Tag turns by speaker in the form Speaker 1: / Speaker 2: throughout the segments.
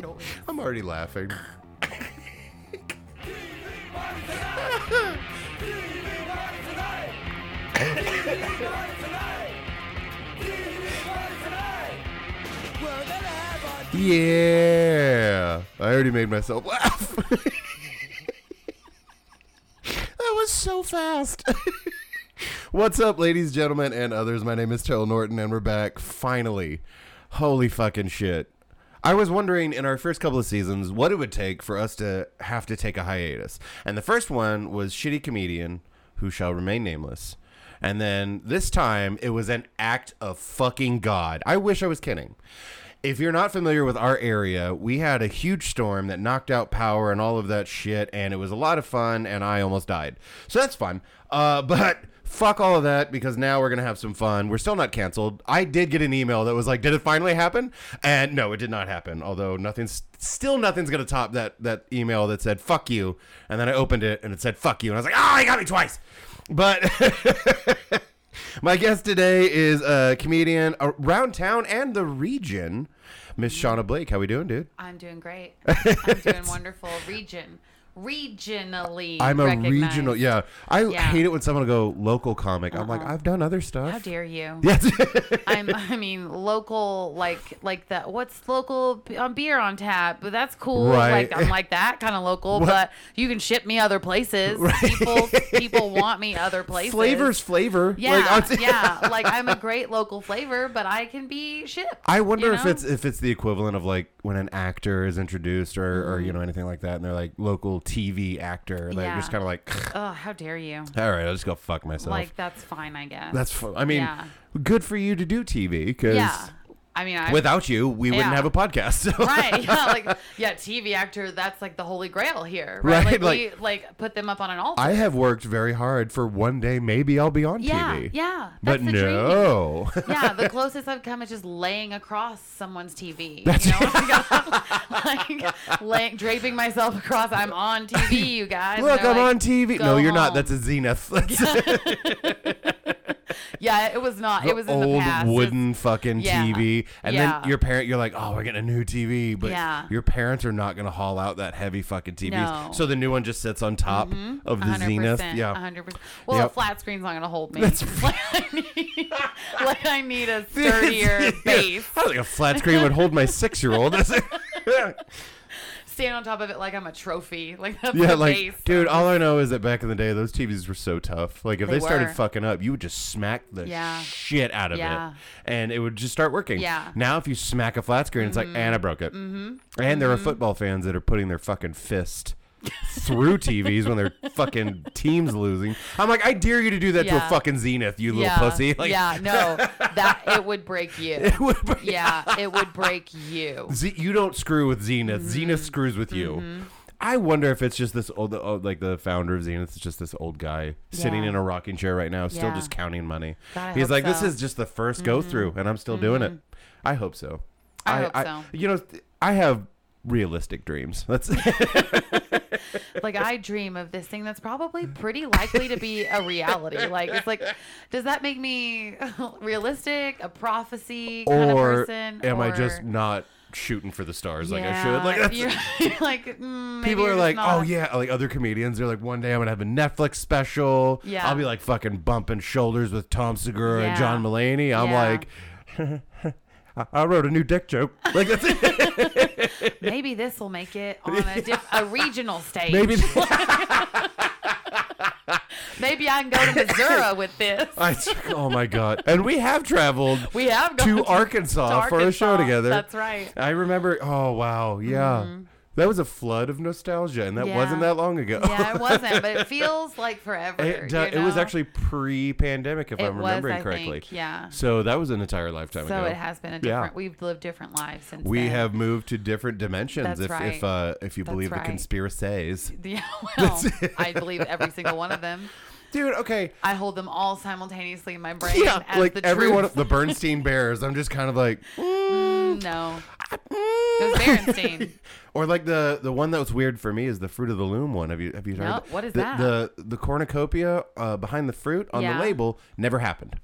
Speaker 1: no.
Speaker 2: I'm already laughing. Yeah. I already made myself laugh. that was so fast. What's up, ladies, gentlemen, and others? My name is Tell Norton, and we're back finally. Holy fucking shit. I was wondering in our first couple of seasons what it would take for us to have to take a hiatus. And the first one was Shitty Comedian, who shall remain nameless. And then this time it was an act of fucking God. I wish I was kidding. If you're not familiar with our area, we had a huge storm that knocked out power and all of that shit, and it was a lot of fun, and I almost died. So that's fun. Uh, but fuck all of that because now we're gonna have some fun. We're still not canceled. I did get an email that was like, "Did it finally happen?" And no, it did not happen. Although nothing's still nothing's gonna top that that email that said "fuck you," and then I opened it and it said "fuck you," and I was like, "Ah, oh, he got me twice." But. My guest today is a comedian around town and the region, Miss Shauna Blake. How we doing, dude?
Speaker 3: I'm doing great. I'm doing wonderful. Region, regionally.
Speaker 2: I'm a
Speaker 3: recognized.
Speaker 2: regional. Yeah, I
Speaker 3: Yeah.
Speaker 2: hate it when someone go local comic. I'm like, I've done other
Speaker 3: How
Speaker 2: stuff.
Speaker 3: dare you?
Speaker 2: Yes.
Speaker 3: I'm. I mean, local, like, like that. What's local b- um, beer on tap? But that's cool.
Speaker 2: Right.
Speaker 3: Like, I'm like that kind of local. But you can ship me other places. People, people want me other places.
Speaker 2: Flavors, flavor.
Speaker 3: Yeah,
Speaker 2: Like, I-
Speaker 3: yeah. Like I'm a great local flavor, but I can be shipped.
Speaker 2: I wonder
Speaker 3: you
Speaker 2: if
Speaker 3: know?
Speaker 2: it's if it's the equivalent of like when an actor is introduced or, or you know anything like that, and they're like local TV actor. They're
Speaker 3: Mm-hmm. Yeah.
Speaker 2: just kind of like,
Speaker 3: Oh, how dare you?
Speaker 2: all right, I'll just go fuck myself.
Speaker 3: Like that's fine, I guess.
Speaker 2: That's. Fu- I mean,
Speaker 3: Yeah.
Speaker 2: good for you to do TV because.
Speaker 3: yeah. I mean, I
Speaker 2: Without you, we wouldn't
Speaker 3: Yeah.
Speaker 2: have a podcast. So.
Speaker 3: right yeah like yeah tv actor that's like the holy grail here right,
Speaker 2: Right,
Speaker 3: like, we like put them up on an altar
Speaker 2: I have worked very hard for one day. Maybe I'll be on
Speaker 3: yeah
Speaker 2: TV.
Speaker 3: yeah that's
Speaker 2: But
Speaker 3: the
Speaker 2: no.
Speaker 3: dream. yeah the closest i've come is just laying across someone's tv you know like laying, draping myself across i'm on tv you guys And
Speaker 2: Look,
Speaker 3: they're
Speaker 2: I'm
Speaker 3: like,
Speaker 2: on TV.
Speaker 3: "Go
Speaker 2: No, you're not.
Speaker 3: home."
Speaker 2: That's a Zenith. That's
Speaker 3: yeah it was not it was in the
Speaker 2: old
Speaker 3: past It's-
Speaker 2: wooden fucking
Speaker 3: Yeah.
Speaker 2: TV. And
Speaker 3: Yeah.
Speaker 2: then your parent, you're like, oh, we're getting a new TV. But
Speaker 3: Yeah.
Speaker 2: your parents are not going to haul out that heavy fucking TV.
Speaker 3: No. Mm-hmm.
Speaker 2: So the new one just sits on top of the
Speaker 3: 100%,
Speaker 2: Zenith. Yeah.
Speaker 3: 100%. Well,
Speaker 2: Yep.
Speaker 3: a flat screen's not going to hold me.
Speaker 2: That's-
Speaker 3: like, I need, like, I need a sturdier
Speaker 2: Yeah.
Speaker 3: base.
Speaker 2: I don't think a flat screen would hold my six year old.
Speaker 3: stand on top of it like I'm a trophy. Like that's
Speaker 2: Yeah,
Speaker 3: the
Speaker 2: like,
Speaker 3: base.
Speaker 2: dude, all I know is that back in the day, those TVs were so tough. Like, if they,
Speaker 3: They
Speaker 2: started
Speaker 3: were.
Speaker 2: fucking up, you would just smack the
Speaker 3: Yeah.
Speaker 2: shit out of
Speaker 3: Yeah.
Speaker 2: it, and it would just start working.
Speaker 3: Yeah.
Speaker 2: Now, if you smack a flat screen, it's like, and I broke it. Mm-hmm. And there are football fans that are putting their fucking fist through TVs when their fucking team's losing. I'm like, I dare you to do that to a
Speaker 3: Yeah.
Speaker 2: fucking Zenith, you little
Speaker 3: yeah,
Speaker 2: pussy. Like,
Speaker 3: yeah, no, that it would break you.
Speaker 2: would break-
Speaker 3: yeah, it would break you.
Speaker 2: Z- you don't screw with Zenith.
Speaker 3: Mm-hmm.
Speaker 2: Zenith screws with you. I wonder if it's just this old, the- oh, like the founder of Zenith is just this old guy sitting
Speaker 3: Yeah.
Speaker 2: in a rocking chair right now, still
Speaker 3: Yeah.
Speaker 2: just counting money.
Speaker 3: God, I
Speaker 2: He's
Speaker 3: hope
Speaker 2: like, this
Speaker 3: so. Mm-hmm.
Speaker 2: is just the 1st go through, and I'm still doing it. I hope so.
Speaker 3: I hope so.
Speaker 2: You know, th- I have realistic dreams. That's
Speaker 3: Like I dream of this thing that's probably pretty likely to be a reality. Like it's like, does that make me realistic, a prophecy kind
Speaker 2: or
Speaker 3: of person,
Speaker 2: am I just
Speaker 3: or-
Speaker 2: not shooting for the stars like I
Speaker 3: Yeah,
Speaker 2: should? Like that's,
Speaker 3: you're, you're like mm, maybe
Speaker 2: people
Speaker 3: you're
Speaker 2: are
Speaker 3: just
Speaker 2: like,
Speaker 3: not.
Speaker 2: oh yeah, like other comedians. They're like, one day I'm gonna have a Netflix special.
Speaker 3: Yeah.
Speaker 2: I'll be like fucking bumping shoulders with Tom Segura and
Speaker 3: Yeah.
Speaker 2: John Mulaney. I'm
Speaker 3: Yeah.
Speaker 2: like, I-, I wrote a new dick joke. Like that's it.
Speaker 3: maybe this will make it on a, diff- a regional stage.
Speaker 2: Maybe
Speaker 3: Maybe I can go to Missouri with this.
Speaker 2: I, oh my god. And we have traveled.
Speaker 3: We have gone
Speaker 2: to
Speaker 3: to-
Speaker 2: Arkansas
Speaker 3: to
Speaker 2: for a show
Speaker 3: Arkansas.
Speaker 2: together.
Speaker 3: That's right. Mm-hmm.
Speaker 2: I remember. Oh wow, yeah. That was a flood of nostalgia, and that
Speaker 3: Yeah.
Speaker 2: wasn't that long ago.
Speaker 3: Yeah, it wasn't, but it feels like forever.
Speaker 2: It, do-
Speaker 3: you
Speaker 2: it was
Speaker 3: know?
Speaker 2: actually pre-pandemic, if
Speaker 3: It
Speaker 2: I'm
Speaker 3: was,
Speaker 2: remembering
Speaker 3: I
Speaker 2: correctly.
Speaker 3: think, yeah.
Speaker 2: So that was an entire lifetime ago.
Speaker 3: so it has been a
Speaker 2: Yeah.
Speaker 3: different. We've lived different lives since.
Speaker 2: We
Speaker 3: then.
Speaker 2: have moved to different dimensions,
Speaker 3: That's
Speaker 2: if if
Speaker 3: right.
Speaker 2: uh, if you
Speaker 3: That's
Speaker 2: believe
Speaker 3: right.
Speaker 2: the conspiracies,
Speaker 3: Yeah, well, I believe every single one of them.
Speaker 2: dude. Okay,
Speaker 3: I hold them all simultaneously in my brain.
Speaker 2: yeah,
Speaker 3: as
Speaker 2: like
Speaker 3: the
Speaker 2: everyone,
Speaker 3: truth. Mm-hmm.
Speaker 2: the Bernstein Bears. I'm just kind of like,
Speaker 3: Mm, No, it was Berenstain.
Speaker 2: or like the the one that was weird for me is the Fruit of the Loom one. Have you have you heard?
Speaker 3: No,
Speaker 2: of-
Speaker 3: what is
Speaker 2: the,
Speaker 3: that?
Speaker 2: The the cornucopia uh, behind the fruit on
Speaker 3: Yeah.
Speaker 2: the label never happened.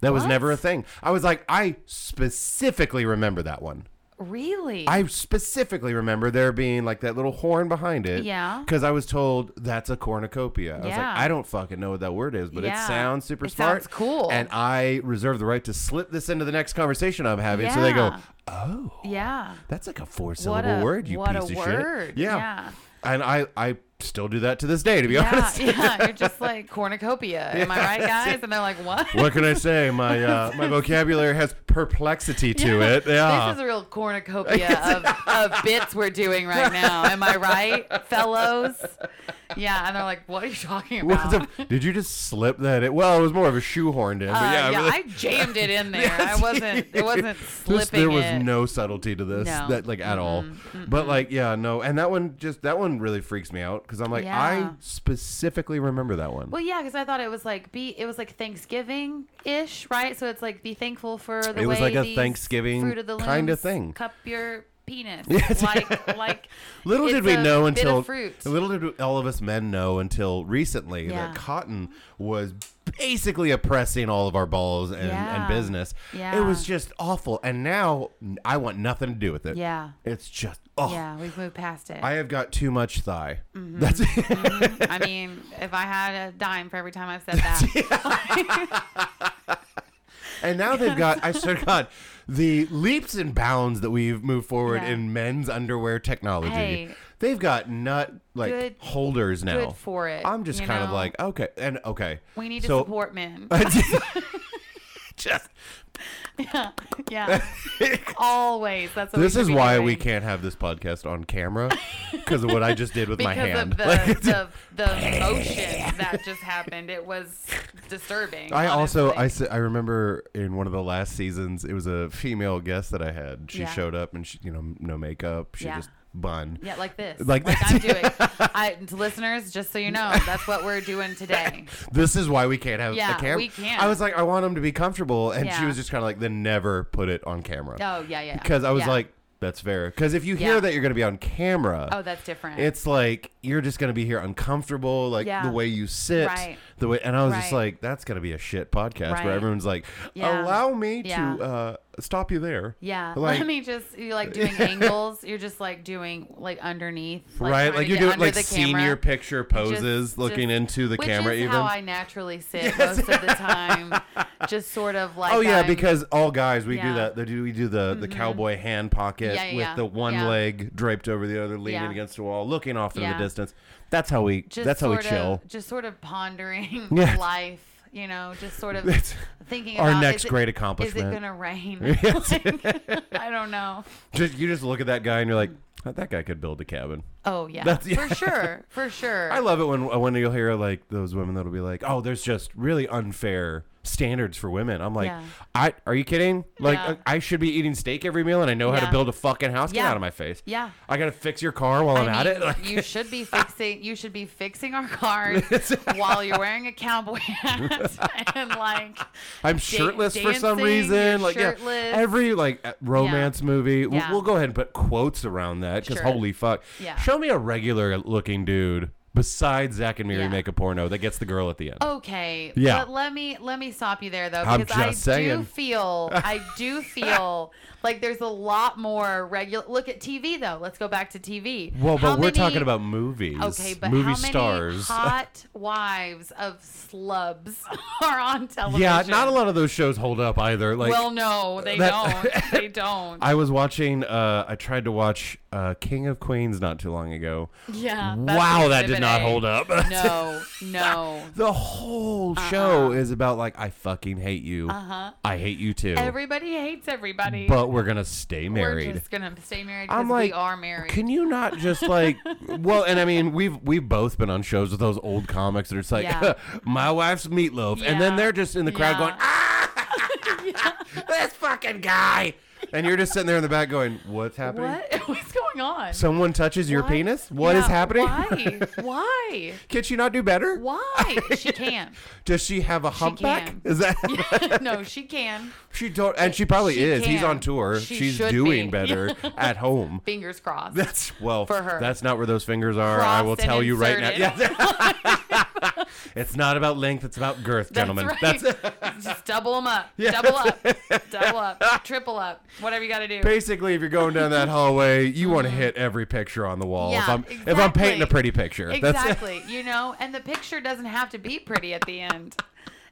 Speaker 2: That was
Speaker 3: What?
Speaker 2: never a thing. I was like, I specifically remember that one.
Speaker 3: Really?
Speaker 2: I specifically remember there being like that little horn behind it.
Speaker 3: Yeah.
Speaker 2: Because I was told that's a cornucopia. I was
Speaker 3: Yeah.
Speaker 2: like, I don't fucking know what that word is, but it
Speaker 3: Yeah.
Speaker 2: sounds super
Speaker 3: It
Speaker 2: smart.
Speaker 3: sounds cool.
Speaker 2: And I reserve the right to slip this into the next conversation I'm having. So they go,
Speaker 3: Yeah.
Speaker 2: oh,
Speaker 3: yeah.
Speaker 2: that's like a four
Speaker 3: What
Speaker 2: syllable
Speaker 3: a-
Speaker 2: word, you
Speaker 3: what a
Speaker 2: piece of
Speaker 3: word.
Speaker 2: shit. Yeah.
Speaker 3: Yeah.
Speaker 2: And I, I still do that to this day, to be
Speaker 3: Yeah,
Speaker 2: honest.
Speaker 3: yeah, you're just like cornucopia. Am I right, guys? And they're like, what?
Speaker 2: What can I say? My uh, my vocabulary has perplexity to it.
Speaker 3: This is
Speaker 2: Yeah.
Speaker 3: a real cornucopia of, of bits we're doing right now. Am I right, fellows? Yeah, and they're like, what are you talking about?
Speaker 2: What the- did you just slip that in? Well, it was more of a shoehorned in. but
Speaker 3: Uh,
Speaker 2: yeah,
Speaker 3: yeah,
Speaker 2: I really-
Speaker 3: I jammed it in there.
Speaker 2: Yes.
Speaker 3: I wasn't. It wasn't slipping.
Speaker 2: This- there was
Speaker 3: it.
Speaker 2: no subtlety to this,
Speaker 3: No. Mm-hmm.
Speaker 2: that like at all. But like, yeah, no, and that one just that one really freaks me out because I'm like, I
Speaker 3: Yeah.
Speaker 2: specifically remember that one.
Speaker 3: Well, yeah, because I thought it was like be. It was like Thanksgiving ish, right? So it's like be thankful for the
Speaker 2: It
Speaker 3: way
Speaker 2: was like a
Speaker 3: these
Speaker 2: Thanksgiving
Speaker 3: fruit of the
Speaker 2: kinda
Speaker 3: looms
Speaker 2: thing.
Speaker 3: Cup your penis.
Speaker 2: Yes.
Speaker 3: Like like.
Speaker 2: little did
Speaker 3: it's
Speaker 2: we
Speaker 3: a
Speaker 2: know
Speaker 3: bit
Speaker 2: until
Speaker 3: of fruit.
Speaker 2: little did all of us men know until recently
Speaker 3: Yeah.
Speaker 2: that cotton was basically oppressing all of our balls and,
Speaker 3: Yeah.
Speaker 2: and business. It
Speaker 3: Yeah.
Speaker 2: was just awful, and now I want nothing to do with it.
Speaker 3: Yeah.
Speaker 2: it's just oh,
Speaker 3: Yeah, we've moved past it.
Speaker 2: I
Speaker 3: I,
Speaker 2: have got too much thigh. That's it.
Speaker 3: mean, if I had a dime for every time I've said that.
Speaker 2: And now they've got, I swear to God, the leaps and bounds that we've moved forward
Speaker 3: Yeah.
Speaker 2: in men's underwear technology.
Speaker 3: Hey.
Speaker 2: They've got nut like
Speaker 3: Good-
Speaker 2: holders now.
Speaker 3: good for it,
Speaker 2: I'm just
Speaker 3: you
Speaker 2: kind of
Speaker 3: know?
Speaker 2: like, okay, and okay.
Speaker 3: we need to
Speaker 2: So-
Speaker 3: support men.
Speaker 2: just
Speaker 3: yeah. yeah. Always. That's what we
Speaker 2: this
Speaker 3: should
Speaker 2: is
Speaker 3: be
Speaker 2: why we
Speaker 3: doing.
Speaker 2: can't have this podcast on camera because of what I just did with my
Speaker 3: because
Speaker 2: hand.
Speaker 3: of the,
Speaker 2: Like, it's-
Speaker 3: the, the motion that just happened. It was disturbing.
Speaker 2: I also I,
Speaker 3: honestly.
Speaker 2: s- I remember in one of the last seasons it was a female guest that I had. She
Speaker 3: Yeah.
Speaker 2: showed up and she you know no makeup. She
Speaker 3: Yeah.
Speaker 2: just bun.
Speaker 3: yeah, like this.
Speaker 2: Like
Speaker 3: Like,
Speaker 2: that.
Speaker 3: I'm doing. I, listeners, just so you know, that's what we're doing today.
Speaker 2: This is why we can't have
Speaker 3: Yeah,
Speaker 2: a camera.
Speaker 3: we can't.
Speaker 2: I was like, I want him to be comfortable, and she
Speaker 3: Yeah.
Speaker 2: was just kind of like, then never put it on camera.
Speaker 3: Oh, yeah, yeah.
Speaker 2: Because I was
Speaker 3: yeah.
Speaker 2: like, that's fair. Because if you
Speaker 3: Yeah.
Speaker 2: hear that you're going to be on camera,
Speaker 3: oh, that's different.
Speaker 2: it's like you're just going to be here uncomfortable, like
Speaker 3: Yeah.
Speaker 2: the way you sit,
Speaker 3: Right.
Speaker 2: the way. And I was just
Speaker 3: Right.
Speaker 2: like, that's going to be a shit podcast where
Speaker 3: Right.
Speaker 2: everyone's like,
Speaker 3: Yeah.
Speaker 2: allow me
Speaker 3: Yeah.
Speaker 2: to uh, stop you there.
Speaker 3: yeah,
Speaker 2: Like,
Speaker 3: let me just you're like doing angles. You're just like doing like underneath, like,
Speaker 2: right,
Speaker 3: trying
Speaker 2: like
Speaker 3: to
Speaker 2: you're
Speaker 3: get
Speaker 2: doing
Speaker 3: under
Speaker 2: like
Speaker 3: the
Speaker 2: senior
Speaker 3: camera.
Speaker 2: picture poses,
Speaker 3: Just-
Speaker 2: looking
Speaker 3: just-
Speaker 2: into the
Speaker 3: which
Speaker 2: camera.
Speaker 3: is
Speaker 2: even
Speaker 3: how I naturally sit most of the time, just sort of like
Speaker 2: Oh yeah,
Speaker 3: I'm-
Speaker 2: because all guys we do
Speaker 3: Yeah. Mm-hmm.
Speaker 2: that. They do we do the the cowboy hand pocket
Speaker 3: Yeah, yeah,
Speaker 2: with
Speaker 3: yeah.
Speaker 2: the one
Speaker 3: Yeah.
Speaker 2: leg draped over the other, leaning
Speaker 3: Yeah.
Speaker 2: against a wall, looking off into
Speaker 3: Yeah.
Speaker 2: the distance. That's how we.
Speaker 3: just
Speaker 2: that's how we
Speaker 3: sort
Speaker 2: chill.
Speaker 3: Of, just sort of pondering
Speaker 2: Yeah.
Speaker 3: life, you know, just sort of
Speaker 2: That's
Speaker 3: thinking
Speaker 2: our
Speaker 3: about
Speaker 2: next
Speaker 3: is it-
Speaker 2: great
Speaker 3: Is
Speaker 2: accomplishment.
Speaker 3: it gonna rain?
Speaker 2: Yes.
Speaker 3: Like, I don't know.
Speaker 2: Just you just look at that guy and you're like, "Oh, that guy could build a cabin.
Speaker 3: Oh yeah,
Speaker 2: That's- yeah.
Speaker 3: for sure, for sure.
Speaker 2: I love it when when you'll hear like those women that'll be like, oh, there's just really unfair standards for women. I'm like,
Speaker 3: Yeah.
Speaker 2: I are you kidding? Like uh,
Speaker 3: Yeah.
Speaker 2: I I should be eating steak every meal and I know how to
Speaker 3: Yeah.
Speaker 2: build a fucking house. Get
Speaker 3: Yeah.
Speaker 2: out of my face.
Speaker 3: yeah.
Speaker 2: I gotta fix your car while I am
Speaker 3: I
Speaker 2: at
Speaker 3: mean,
Speaker 2: it. Like,
Speaker 3: you should be fixing. You should be fixing our cars while you're wearing a cowboy hat and like.
Speaker 2: I'm shirtless for some
Speaker 3: dancing,
Speaker 2: reason.
Speaker 3: you're
Speaker 2: Like yeah,
Speaker 3: shirtless.
Speaker 2: every like uh, romance movie, we'll,
Speaker 3: Yeah.
Speaker 2: we'll go ahead and put quotes around that because
Speaker 3: Sure.
Speaker 2: holy fuck.
Speaker 3: Yeah.
Speaker 2: Show me a regular looking dude besides Zach and Miri
Speaker 3: Yeah. Oh,
Speaker 2: make a porno that gets the girl at the end.
Speaker 3: Okay.
Speaker 2: Yeah.
Speaker 3: But let me let me stop you there though,
Speaker 2: I'm
Speaker 3: because I
Speaker 2: just saying.
Speaker 3: do feel I do feel like there's a lot more regular. Look at TV though. Let's go back to TV.
Speaker 2: Well, but
Speaker 3: How
Speaker 2: we're
Speaker 3: many-
Speaker 2: talking about movies.
Speaker 3: Okay, but
Speaker 2: movie
Speaker 3: how many
Speaker 2: stars.
Speaker 3: hot wives of slubs are on television?
Speaker 2: yeah, not a lot of those shows hold up either. Like
Speaker 3: well, no, they
Speaker 2: that-
Speaker 3: don't. They don't.
Speaker 2: I was watching uh I tried to watch uh King of Queens not too long ago.
Speaker 3: yeah. that's
Speaker 2: wow, that did
Speaker 3: Exhibit
Speaker 2: not
Speaker 3: A.
Speaker 2: hold up.
Speaker 3: No, no.
Speaker 2: The whole
Speaker 3: Uh-huh.
Speaker 2: show is about like I fucking hate you. Uh-huh. I hate you too.
Speaker 3: Everybody hates everybody.
Speaker 2: but we're gonna stay
Speaker 3: We're
Speaker 2: married.
Speaker 3: just gonna stay married because
Speaker 2: I'm like,
Speaker 3: we are married.
Speaker 2: Can you not just like, well, and I mean, we've we've both been on shows with those old comics that are just like,
Speaker 3: Yeah.
Speaker 2: my wife's meatloaf, and then
Speaker 3: Yeah.
Speaker 2: they're just in the crowd
Speaker 3: Yeah.
Speaker 2: going, ah, this fucking guy, and you're just sitting there in the back going, what's happening?
Speaker 3: What? What's going on?
Speaker 2: Someone touches your
Speaker 3: What?
Speaker 2: penis. What is
Speaker 3: Yeah,
Speaker 2: happening?
Speaker 3: Why? Why?
Speaker 2: Can she not do better?
Speaker 3: Why? She can.
Speaker 2: Does she have a humpback?
Speaker 3: can.
Speaker 2: Is that
Speaker 3: no, she can.
Speaker 2: she don't? And she probably
Speaker 3: She
Speaker 2: is. He's
Speaker 3: can.
Speaker 2: on tour.
Speaker 3: She
Speaker 2: She's
Speaker 3: should
Speaker 2: doing
Speaker 3: be.
Speaker 2: better at home.
Speaker 3: Fingers crossed.
Speaker 2: That's well
Speaker 3: For her.
Speaker 2: That's not where those fingers are. I
Speaker 3: Crossed
Speaker 2: will
Speaker 3: and
Speaker 2: tell you right now.
Speaker 3: inserted.
Speaker 2: Yeah. It's not about length, it's about girth, gentlemen.
Speaker 3: That's right. Just double them up. Double up. Double up. Triple up. Whatever you got to do.
Speaker 2: basically if you're going down that hallway, you want to hit every picture on the wall. if
Speaker 3: Yeah,
Speaker 2: I'm if I'm painting
Speaker 3: exactly.
Speaker 2: a pretty picture. That's
Speaker 3: Exactly. you know, and the picture doesn't have to be pretty at the end.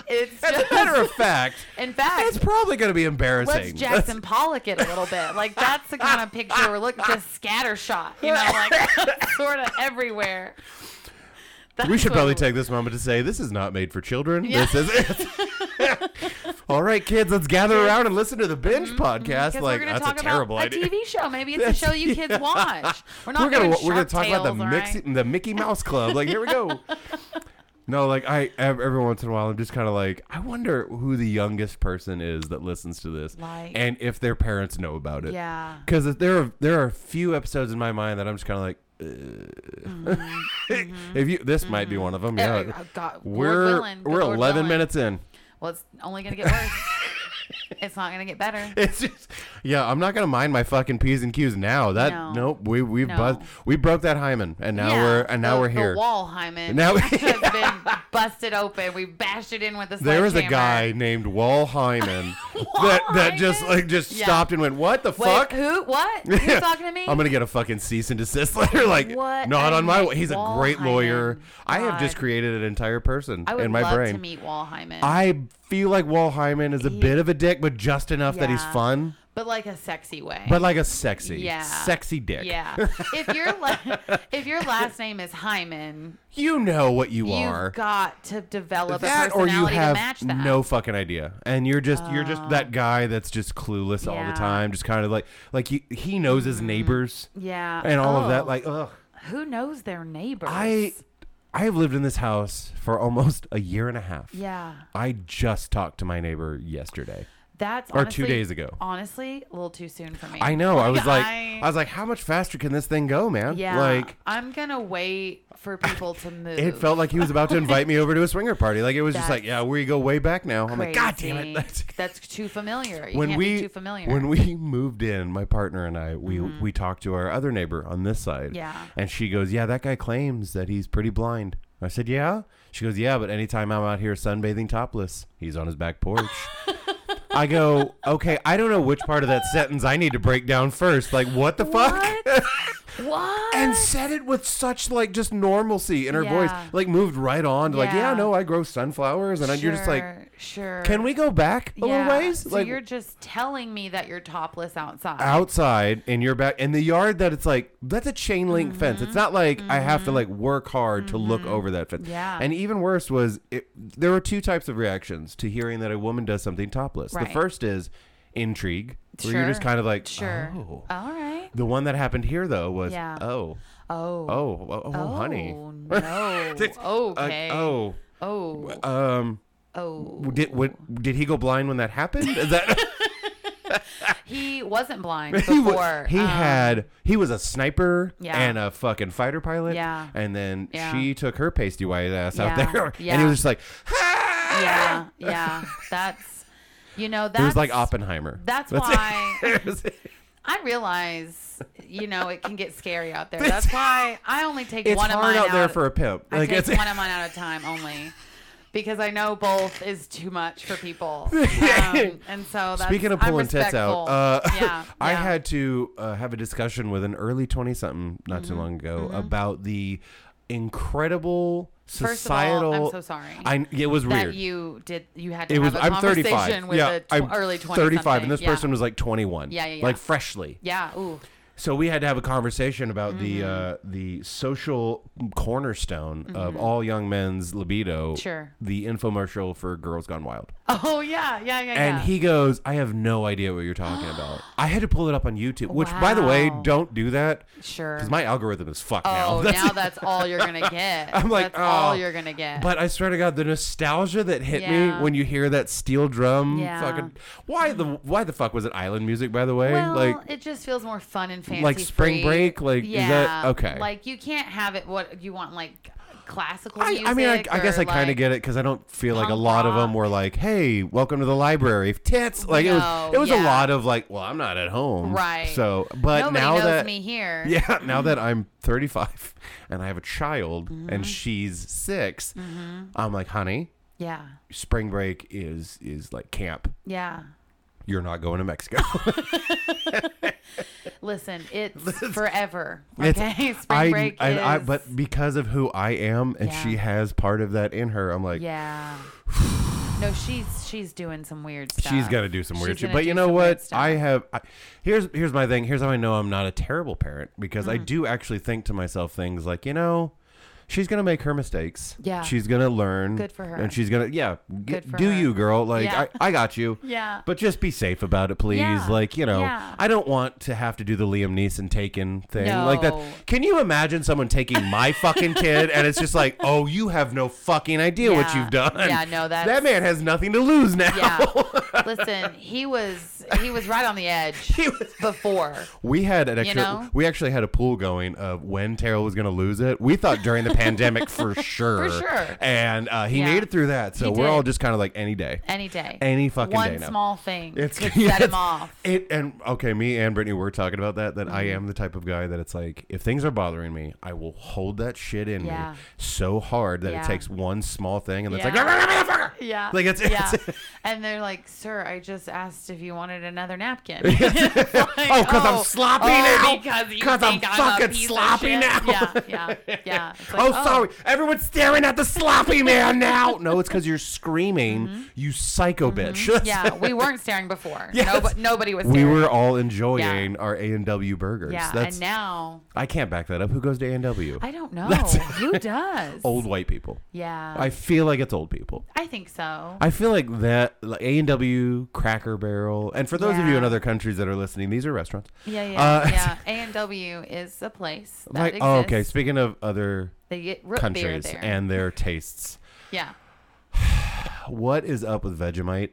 Speaker 3: It's
Speaker 2: as
Speaker 3: just,
Speaker 2: a matter of fact,
Speaker 3: in
Speaker 2: that's
Speaker 3: fact,
Speaker 2: probably gonna be embarrassing.
Speaker 3: let's Jackson Pollock it a little bit. Like that's the kind of picture we're looking just scatter shot, you know, like sort of everywhere.
Speaker 2: That's- we should probably take this moment to say this is not made for children.
Speaker 3: Yeah.
Speaker 2: This is it. All right, kids, let's gather around and listen to the binge podcast.
Speaker 3: because
Speaker 2: like
Speaker 3: Mm-hmm, we're gonna
Speaker 2: that's
Speaker 3: talk
Speaker 2: a terrible
Speaker 3: about
Speaker 2: idea.
Speaker 3: a TV show. Maybe it's a show you kids
Speaker 2: Yeah.
Speaker 3: watch. We're not
Speaker 2: we're gonna
Speaker 3: doing
Speaker 2: we're gonna talk
Speaker 3: Shark
Speaker 2: about the
Speaker 3: Tales, all right?
Speaker 2: Mixi- the Mickey Mouse Club. Like here we go. No, like I ev- every once in a while, I'm just kind of like, I wonder who the youngest person is that listens to this,
Speaker 3: Like-
Speaker 2: and if their parents know about it.
Speaker 3: Yeah.
Speaker 2: Because there are there are a few episodes in my mind that I'm just kind of like, uh.
Speaker 3: Mm-hmm,
Speaker 2: if you this might be one of them. Yeah.
Speaker 3: Uh, oh, God, Lord
Speaker 2: we're
Speaker 3: willing, good
Speaker 2: we're
Speaker 3: Lord
Speaker 2: 11
Speaker 3: willing.
Speaker 2: minutes in.
Speaker 3: Well, it's only gonna get worse. it's not gonna get better.
Speaker 2: It's just yeah. I'm not gonna mind my fucking p's and q's now. That
Speaker 3: No.
Speaker 2: nope. We we
Speaker 3: No.
Speaker 2: buzzed. We broke that hymen, and now
Speaker 3: Yeah,
Speaker 2: we're and now
Speaker 3: the-
Speaker 2: we're here.
Speaker 3: The wall, Hyman,
Speaker 2: Now-
Speaker 3: has been busted open. We bashed it in with a
Speaker 2: There was a
Speaker 3: sledgehammer.
Speaker 2: guy named Wall Hyman that that just
Speaker 3: Hyman?
Speaker 2: like just
Speaker 3: Yeah.
Speaker 2: stopped and went, "What the
Speaker 3: Wait,
Speaker 2: fuck?"
Speaker 3: who? What? Who's
Speaker 2: Yeah.
Speaker 3: talking to me?
Speaker 2: I'm gonna get a fucking cease and desist letter. Like,
Speaker 3: What
Speaker 2: not
Speaker 3: a
Speaker 2: on my.
Speaker 3: Nick
Speaker 2: wa- He's a
Speaker 3: Wall
Speaker 2: great lawyer.
Speaker 3: Hyman.
Speaker 2: I have just
Speaker 3: God.
Speaker 2: created an entire person
Speaker 3: I would
Speaker 2: in my
Speaker 3: love
Speaker 2: brain.
Speaker 3: to meet Wall Hyman.
Speaker 2: I feel like Wall Hyman is a
Speaker 3: He-
Speaker 2: bit of a dick, but just enough that he's
Speaker 3: Yeah.
Speaker 2: fun,
Speaker 3: but like a sexy way.
Speaker 2: but like a sexy,
Speaker 3: Yeah.
Speaker 2: sexy dick.
Speaker 3: yeah. if your la- if your last name is Hyman,
Speaker 2: You know what you
Speaker 3: you've
Speaker 2: are.
Speaker 3: got to develop a
Speaker 2: that or
Speaker 3: personality
Speaker 2: you have
Speaker 3: to match that. Oh.
Speaker 2: no fucking idea and you're just you're just that guy that's just clueless all
Speaker 3: Yeah.
Speaker 2: the time just kind of like like he, he knows his neighbors
Speaker 3: yeah.
Speaker 2: and all of that
Speaker 3: Oh,
Speaker 2: like ugh
Speaker 3: who knows their neighbors?
Speaker 2: i i have lived in this house for almost a year and a half
Speaker 3: yeah.
Speaker 2: i just talked to my neighbor yesterday
Speaker 3: That's
Speaker 2: Or two
Speaker 3: honestly-
Speaker 2: days ago.
Speaker 3: Honestly, a little too soon for me.
Speaker 2: i know i was like
Speaker 3: I-
Speaker 2: i was like how much faster can this thing go man
Speaker 3: Yeah.
Speaker 2: like
Speaker 3: I'm gonna wait for people to move.
Speaker 2: it felt like he was about to invite me over to a swinger party like it was just like yeah we go way back now i'm like god damn
Speaker 3: crazy.
Speaker 2: it that's
Speaker 3: That's too familiar. You
Speaker 2: when
Speaker 3: can't
Speaker 2: we
Speaker 3: be too familiar.
Speaker 2: when
Speaker 3: Mm-hmm.
Speaker 2: we moved in, my partner and I, we we talked to our other neighbor on this side.
Speaker 3: Yeah.
Speaker 2: And she goes, "Yeah, that guy claims that he's pretty blind." I said, "Yeah." She goes, "Yeah, but anytime I'm out here sunbathing topless, he's on his back porch." I go, "Okay, I don't know which part of that sentence I need to break down first. Like, what the fuck?"
Speaker 3: What? what?
Speaker 2: and said it with such like just normalcy in her voice,
Speaker 3: Yeah.
Speaker 2: like moved right on to like,
Speaker 3: Yeah.
Speaker 2: "Yeah, no, I grow sunflowers," and I- you're just like.
Speaker 3: Sure, sure.
Speaker 2: Can we go back a
Speaker 3: yeah.
Speaker 2: little ways?
Speaker 3: So
Speaker 2: like,
Speaker 3: you're just telling me that you're topless outside.
Speaker 2: outside in your back in the yard that it's like that's a chain link
Speaker 3: Mm-hmm.
Speaker 2: fence. It's not like I have to like work hard to look over that fence.
Speaker 3: Yeah.
Speaker 2: And even worse was it, there were two types of reactions to hearing that a woman does something topless.
Speaker 3: Right.
Speaker 2: The first is intrigue, where you're just
Speaker 3: Sure.
Speaker 2: kind of like,
Speaker 3: Sure.
Speaker 2: oh.
Speaker 3: All right.
Speaker 2: The one that happened here though was,
Speaker 3: Yeah.
Speaker 2: oh,
Speaker 3: Oh.
Speaker 2: oh, oh, oh, honey,
Speaker 3: Oh, no.
Speaker 2: Uh,
Speaker 3: okay.
Speaker 2: oh,
Speaker 3: Oh.
Speaker 2: um,
Speaker 3: Oh.
Speaker 2: did what, did he go blind when that happened? Is that
Speaker 3: He wasn't blind before.
Speaker 2: he, wa- he
Speaker 3: um,
Speaker 2: had he was a sniper
Speaker 3: Yeah.
Speaker 2: and a fucking fighter pilot.
Speaker 3: Yeah.
Speaker 2: And then
Speaker 3: Yeah.
Speaker 2: she took her pasty white ass
Speaker 3: Yeah.
Speaker 2: out there, and
Speaker 3: Yeah.
Speaker 2: he was just like, "Ah!"
Speaker 3: Yeah. Yeah. That's. You know that's
Speaker 2: it was like Oppenheimer.
Speaker 3: That's
Speaker 2: it.
Speaker 3: why
Speaker 2: It was-
Speaker 3: I realize, you know, it can get scary out there. That's why I only take
Speaker 2: it's
Speaker 3: one of
Speaker 2: hard
Speaker 3: mine
Speaker 2: out there for a pimp.
Speaker 3: I
Speaker 2: Like
Speaker 3: take
Speaker 2: it's
Speaker 3: one of mine at a time only, because I know both is too much for people. Um, and so that's,
Speaker 2: Speaking of
Speaker 3: I'm
Speaker 2: pulling tits out,
Speaker 3: respectful.
Speaker 2: uh,
Speaker 3: yeah,
Speaker 2: I
Speaker 3: yeah.
Speaker 2: had to uh, have a discussion with an early 20 something not
Speaker 3: Mm-hmm.
Speaker 2: too long ago about the incredible
Speaker 3: First of all,
Speaker 2: societal.
Speaker 3: I'm so sorry
Speaker 2: I- it was
Speaker 3: that
Speaker 2: weird.
Speaker 3: you did. You had to
Speaker 2: it
Speaker 3: have
Speaker 2: was
Speaker 3: a
Speaker 2: I'm 35.
Speaker 3: conversation with
Speaker 2: yeah,
Speaker 3: a tw-
Speaker 2: I'm
Speaker 3: early twenty.
Speaker 2: 35 and this
Speaker 3: yeah.
Speaker 2: person was like 21.
Speaker 3: Yeah, yeah,
Speaker 2: Like
Speaker 3: yeah.
Speaker 2: freshly.
Speaker 3: Yeah. Ooh.
Speaker 2: So we had to have a conversation about the
Speaker 3: Mm-hmm.
Speaker 2: uh, the social cornerstone of all young men's libido.
Speaker 3: Sure.
Speaker 2: The infomercial for Girls Gone Wild.
Speaker 3: Oh yeah. Yeah. Yeah.
Speaker 2: And
Speaker 3: yeah.
Speaker 2: he goes, I have no idea what you're talking about. I had to pull it up on YouTube, which, by the way,
Speaker 3: Wow.
Speaker 2: don't do that
Speaker 3: sure.
Speaker 2: because my algorithm is fucked now.
Speaker 3: oh,
Speaker 2: That's-
Speaker 3: now that's all you're gonna get.
Speaker 2: I'm like,
Speaker 3: that's all
Speaker 2: oh,
Speaker 3: you're gonna get.
Speaker 2: But I swear to God, the nostalgia that hit
Speaker 3: Yeah.
Speaker 2: me when you hear that steel drum,
Speaker 3: Yeah.
Speaker 2: fucking, why the why the fuck was it island music? By the way,
Speaker 3: Well,
Speaker 2: like
Speaker 3: it just feels more fun and fancy.
Speaker 2: like spring break, like, is
Speaker 3: yeah,
Speaker 2: that- okay.
Speaker 3: Like you can't have it what you want, like classical
Speaker 2: I,
Speaker 3: music.
Speaker 2: I mean, I, I guess
Speaker 3: or,
Speaker 2: I kind of
Speaker 3: like-
Speaker 2: get it because I don't feel like a
Speaker 3: punk
Speaker 2: lot of
Speaker 3: rock.
Speaker 2: them were like, "Hey, welcome to the library, tits." Like it was,
Speaker 3: No,
Speaker 2: it was a
Speaker 3: yeah.
Speaker 2: lot of like, "Well, I'm not at home,
Speaker 3: Right.
Speaker 2: So, but
Speaker 3: Nobody
Speaker 2: now
Speaker 3: knows
Speaker 2: that
Speaker 3: me here.
Speaker 2: yeah, now that I'm 35 and I have a child
Speaker 3: Mm-hmm.
Speaker 2: and she's 6 I'm like, honey,
Speaker 3: Yeah.
Speaker 2: spring break is is like camp.
Speaker 3: Yeah.
Speaker 2: You're not going to Mexico.
Speaker 3: Listen, it's forever.
Speaker 2: It's-
Speaker 3: Okay. Spring
Speaker 2: I,
Speaker 3: break
Speaker 2: and
Speaker 3: is.
Speaker 2: I but because of who I am and
Speaker 3: Yeah.
Speaker 2: she has part of that in her, I'm like,
Speaker 3: yeah. No, she's she's doing some weird stuff.
Speaker 2: She's got to do some weird
Speaker 3: She's
Speaker 2: shit.
Speaker 3: gonna
Speaker 2: But you
Speaker 3: do
Speaker 2: know
Speaker 3: some weird
Speaker 2: what?
Speaker 3: stuff.
Speaker 2: I have. I, here's here's my thing. Here's how I know I'm not a terrible parent because
Speaker 3: Mm-hmm.
Speaker 2: I do actually think to myself things like you know. She's gonna make her mistakes.
Speaker 3: Yeah.
Speaker 2: She's gonna learn.
Speaker 3: Good for her.
Speaker 2: And she's gonna, yeah. Get,
Speaker 3: Good for
Speaker 2: do
Speaker 3: her.
Speaker 2: you, girl? Like,
Speaker 3: Yeah.
Speaker 2: I, I got you.
Speaker 3: Yeah.
Speaker 2: But just be safe about it, please.
Speaker 3: Yeah.
Speaker 2: Like, you know,
Speaker 3: Yeah.
Speaker 2: I don't want to have to do the Liam Neeson taken thing like that.
Speaker 3: No.
Speaker 2: Can you imagine someone taking my fucking kid and it's just like, oh, you have no fucking idea what
Speaker 3: Yeah.
Speaker 2: you've done.
Speaker 3: Yeah, no,
Speaker 2: that
Speaker 3: that's-
Speaker 2: man has nothing to lose now.
Speaker 3: Yeah. Listen, he was he was right on the edge
Speaker 2: He was-
Speaker 3: before.
Speaker 2: We had an extra.
Speaker 3: know?
Speaker 2: We actually had a pool going of when Terrell was going to lose it. We thought during the pandemic for sure.
Speaker 3: sure.
Speaker 2: And uh, he
Speaker 3: Yeah.
Speaker 2: made it through that, so
Speaker 3: He
Speaker 2: we're all
Speaker 3: did.
Speaker 2: just kind of like any day.
Speaker 3: Any day.
Speaker 2: Any fucking
Speaker 3: One
Speaker 2: day now.
Speaker 3: small thing
Speaker 2: It's
Speaker 3: could
Speaker 2: yes.
Speaker 3: set him off. Mm-hmm.
Speaker 2: It and okay, me and Brittany were talking about that. That I am the type of guy that it's like if things are bothering me, I will hold that shit in
Speaker 3: Yeah.
Speaker 2: me so hard that
Speaker 3: Yeah.
Speaker 2: it takes one small thing and it's
Speaker 3: Yeah.
Speaker 2: like.
Speaker 3: Yeah.
Speaker 2: Like, it's-
Speaker 3: yeah.
Speaker 2: it's-
Speaker 3: and they're like, "Sir, I just asked if you wanted another napkin." It's like,
Speaker 2: Oh, 'cause I'm sloppy
Speaker 3: oh,
Speaker 2: now.
Speaker 3: Because you
Speaker 2: 'Cause I'm
Speaker 3: think a
Speaker 2: fucking
Speaker 3: piece of
Speaker 2: sloppy
Speaker 3: shit."
Speaker 2: now.
Speaker 3: Yeah, yeah, yeah. It's like,
Speaker 2: oh, sorry. Everyone's staring at the sloppy man now. Mm-hmm. No, it's because you're screaming, you psycho bitch. That's-
Speaker 3: Yeah, we weren't staring before.
Speaker 2: Yes.
Speaker 3: No, but nobody was.
Speaker 2: We
Speaker 3: Staring.
Speaker 2: were all enjoying our A and W burgers.
Speaker 3: Yeah,
Speaker 2: That's,
Speaker 3: and now
Speaker 2: I can't back that up. Who goes to A and W?
Speaker 3: I don't know who does.
Speaker 2: Old white people.
Speaker 3: Yeah,
Speaker 2: Oh, I feel like it's old people.
Speaker 3: I think so.
Speaker 2: I feel like that like A and W, Cracker Barrel, and for those of you in
Speaker 3: Yeah.
Speaker 2: other countries that are listening, these are restaurants.
Speaker 3: yeah,
Speaker 2: Uh,
Speaker 3: yeah, yeah. A and W is a place that
Speaker 2: Like,
Speaker 3: exists.
Speaker 2: oh, okay. Speaking of other
Speaker 3: They get root beer
Speaker 2: countries
Speaker 3: there.
Speaker 2: and their tastes,
Speaker 3: yeah,
Speaker 2: what is up with Vegemite?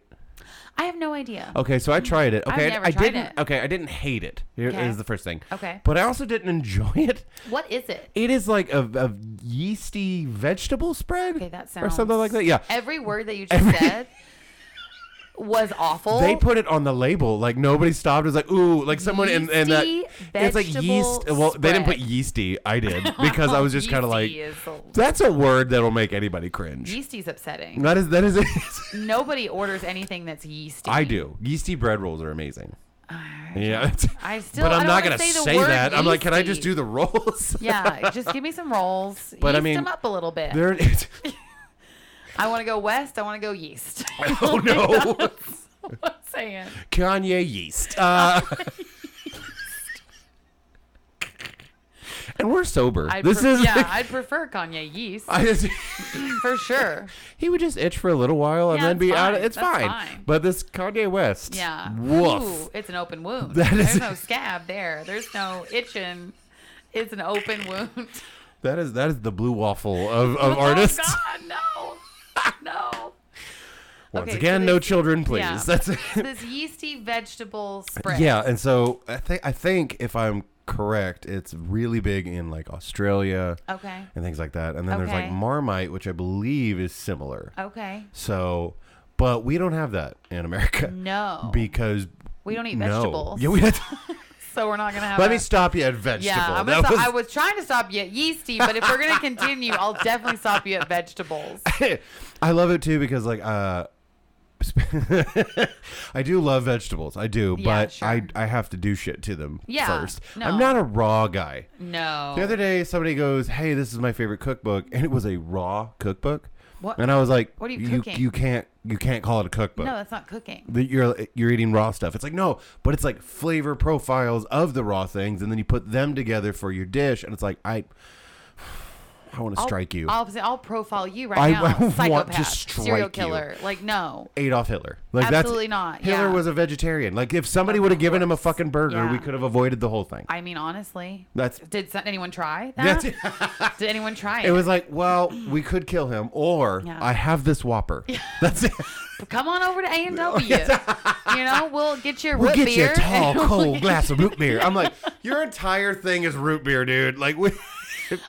Speaker 3: I have no idea.
Speaker 2: Okay, so I tried it. Okay, I-
Speaker 3: never
Speaker 2: I
Speaker 3: tried
Speaker 2: didn't.
Speaker 3: it.
Speaker 2: Okay, I didn't hate it. Here is
Speaker 3: Okay.
Speaker 2: the first thing.
Speaker 3: Okay.
Speaker 2: but I also didn't enjoy it.
Speaker 3: What is it?
Speaker 2: It is like a, a yeasty vegetable spread.
Speaker 3: Okay, that
Speaker 2: or
Speaker 3: sounds
Speaker 2: something like that. Yeah,
Speaker 3: Every word that you just said was awful.
Speaker 2: They put it on the label. Like nobody stopped. It was like, ooh, like someone in, in that.
Speaker 3: Yeasty
Speaker 2: It's like yeast.
Speaker 3: vegetable
Speaker 2: Well, they didn't put
Speaker 3: spread.
Speaker 2: yeasty. I did because I was just kind of like,
Speaker 3: Yeasty is the-
Speaker 2: that's a word that'll make anybody cringe.
Speaker 3: yeasty's upsetting.
Speaker 2: That is that is.
Speaker 3: Nobody orders anything that's yeasty.
Speaker 2: I do. Yeasty bread rolls are amazing.
Speaker 3: I
Speaker 2: Yeah.
Speaker 3: I still.
Speaker 2: but I'm
Speaker 3: I don't
Speaker 2: not
Speaker 3: wanna
Speaker 2: gonna
Speaker 3: say,
Speaker 2: say,
Speaker 3: the word
Speaker 2: that. I'm like, can I just
Speaker 3: yeasty."
Speaker 2: do the rolls?
Speaker 3: yeah, just give me some rolls.
Speaker 2: But
Speaker 3: yeast
Speaker 2: I mean,
Speaker 3: them up a little bit.
Speaker 2: There. It's,
Speaker 3: I want to go west. I want to go yeast.
Speaker 2: oh no,
Speaker 3: I'm saying.
Speaker 2: Kanye yeast. Uh, and we're sober.
Speaker 3: I'd
Speaker 2: this
Speaker 3: pref-
Speaker 2: is.
Speaker 3: yeah. I'd prefer Kanye yeast
Speaker 2: I just.
Speaker 3: for sure.
Speaker 2: He would just itch for a little while and
Speaker 3: Yeah,
Speaker 2: then
Speaker 3: it's
Speaker 2: be out.
Speaker 3: fine.
Speaker 2: It's
Speaker 3: That's
Speaker 2: fine.
Speaker 3: fine.
Speaker 2: But this Kanye West,
Speaker 3: Yeah.
Speaker 2: woof.
Speaker 3: Ooh, it's an open wound.
Speaker 2: That is-
Speaker 3: There's no scab there. There's no itching. It's an open wound.
Speaker 2: That is that is the blue waffle of, of
Speaker 3: Oh,
Speaker 2: artists.
Speaker 3: God, no. Oh, No.
Speaker 2: Once
Speaker 3: Okay, so
Speaker 2: again, no
Speaker 3: this-
Speaker 2: children, please.
Speaker 3: yeah.
Speaker 2: That's it.
Speaker 3: This yeasty vegetable spread.
Speaker 2: yeah. And so I think I think if I'm correct, it's really big in like Australia
Speaker 3: Okay.
Speaker 2: and things like that. And then there's like
Speaker 3: Okay.
Speaker 2: Marmite, which I believe is similar.
Speaker 3: Okay.
Speaker 2: So, but we don't have that in America
Speaker 3: No.
Speaker 2: because
Speaker 3: we don't eat
Speaker 2: no.
Speaker 3: vegetables.
Speaker 2: Yeah, we had.
Speaker 3: so we're not going to have
Speaker 2: let
Speaker 3: a-
Speaker 2: me stop you at vegetable.
Speaker 3: yeah, I'm gonna
Speaker 2: That
Speaker 3: stop-
Speaker 2: was-
Speaker 3: I was trying to stop you at yeasty, but if we're gonna continue, I'll definitely stop you at vegetables.
Speaker 2: I love it too because like uh I do love vegetables. I do,
Speaker 3: Yeah,
Speaker 2: but
Speaker 3: sure.
Speaker 2: I I have to do shit to them
Speaker 3: Yeah,
Speaker 2: first. I'm
Speaker 3: no.
Speaker 2: not a raw guy.
Speaker 3: No.
Speaker 2: The other day somebody goes, "Hey, this is my favorite cookbook." And it was a raw cookbook.
Speaker 3: What-
Speaker 2: And I was like,
Speaker 3: what are you
Speaker 2: you,
Speaker 3: cooking?"
Speaker 2: you can't you can't call it a cookbook.
Speaker 3: no, that's not cooking.
Speaker 2: That you're you're eating raw stuff. It's like no, but it's like flavor profiles of the raw things, and then you put them together for your dish, and it's like I, I want to
Speaker 3: I'll-
Speaker 2: strike you.
Speaker 3: I'll, I'll profile you right
Speaker 2: I-
Speaker 3: now.
Speaker 2: I want to
Speaker 3: Psychopath, serial
Speaker 2: strike you.
Speaker 3: killer. Like no.
Speaker 2: Adolf Hitler. Like
Speaker 3: Absolutely not,
Speaker 2: Hitler
Speaker 3: yeah.
Speaker 2: was a vegetarian. Like if somebody would have given him a fucking burger, we
Speaker 3: Yeah.
Speaker 2: could have avoided the whole thing.
Speaker 3: I mean, honestly,
Speaker 2: That's
Speaker 3: did so- anyone try that?
Speaker 2: that's it.
Speaker 3: Did anyone try it?
Speaker 2: It was like, well, we could kill him, or
Speaker 3: Yeah.
Speaker 2: I have this Whopper. That's it.
Speaker 3: Come on over to A and W. You know, we'll get you a
Speaker 2: Oh, We'll
Speaker 3: root
Speaker 2: get you
Speaker 3: beer.
Speaker 2: a tall,
Speaker 3: and we'll
Speaker 2: cold
Speaker 3: get-
Speaker 2: glass of root beer. I'm like, your entire thing is root beer, dude. Like we.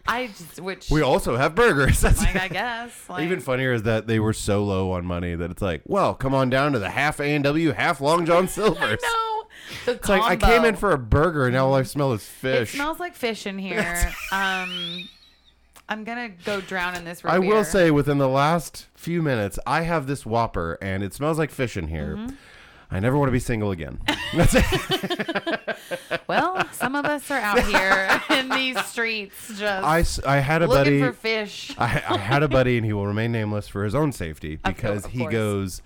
Speaker 3: I just, which,
Speaker 2: We also have burgers. That's
Speaker 3: like, I guess. Like,
Speaker 2: Even funnier is that they were so low on money that it's like, well, come on down to the half A and W, half Long John Silver's.
Speaker 3: No. The
Speaker 2: It's like I came in
Speaker 3: combo.
Speaker 2: for a burger and now all I smell is
Speaker 3: It
Speaker 2: fish.
Speaker 3: smells like fish in here. um, I'm gonna go drown in this. Root
Speaker 2: I will
Speaker 3: beer.
Speaker 2: say within the last few minutes, I have this Whopper and it smells like fish in here.
Speaker 3: Mm-hmm.
Speaker 2: I never want to be single again. That's it.
Speaker 3: Well, some of us are out here in these streets just
Speaker 2: I, s- I had a
Speaker 3: looking
Speaker 2: buddy.
Speaker 3: for fish.
Speaker 2: I, I had a buddy, and he will remain nameless for his own safety
Speaker 3: Of cour-
Speaker 2: because
Speaker 3: of
Speaker 2: he
Speaker 3: course.
Speaker 2: goes,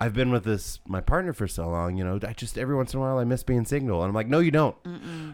Speaker 2: I've been with this my partner for so long, you know. I just every once in a while I miss being single, and I'm like, no, you don't,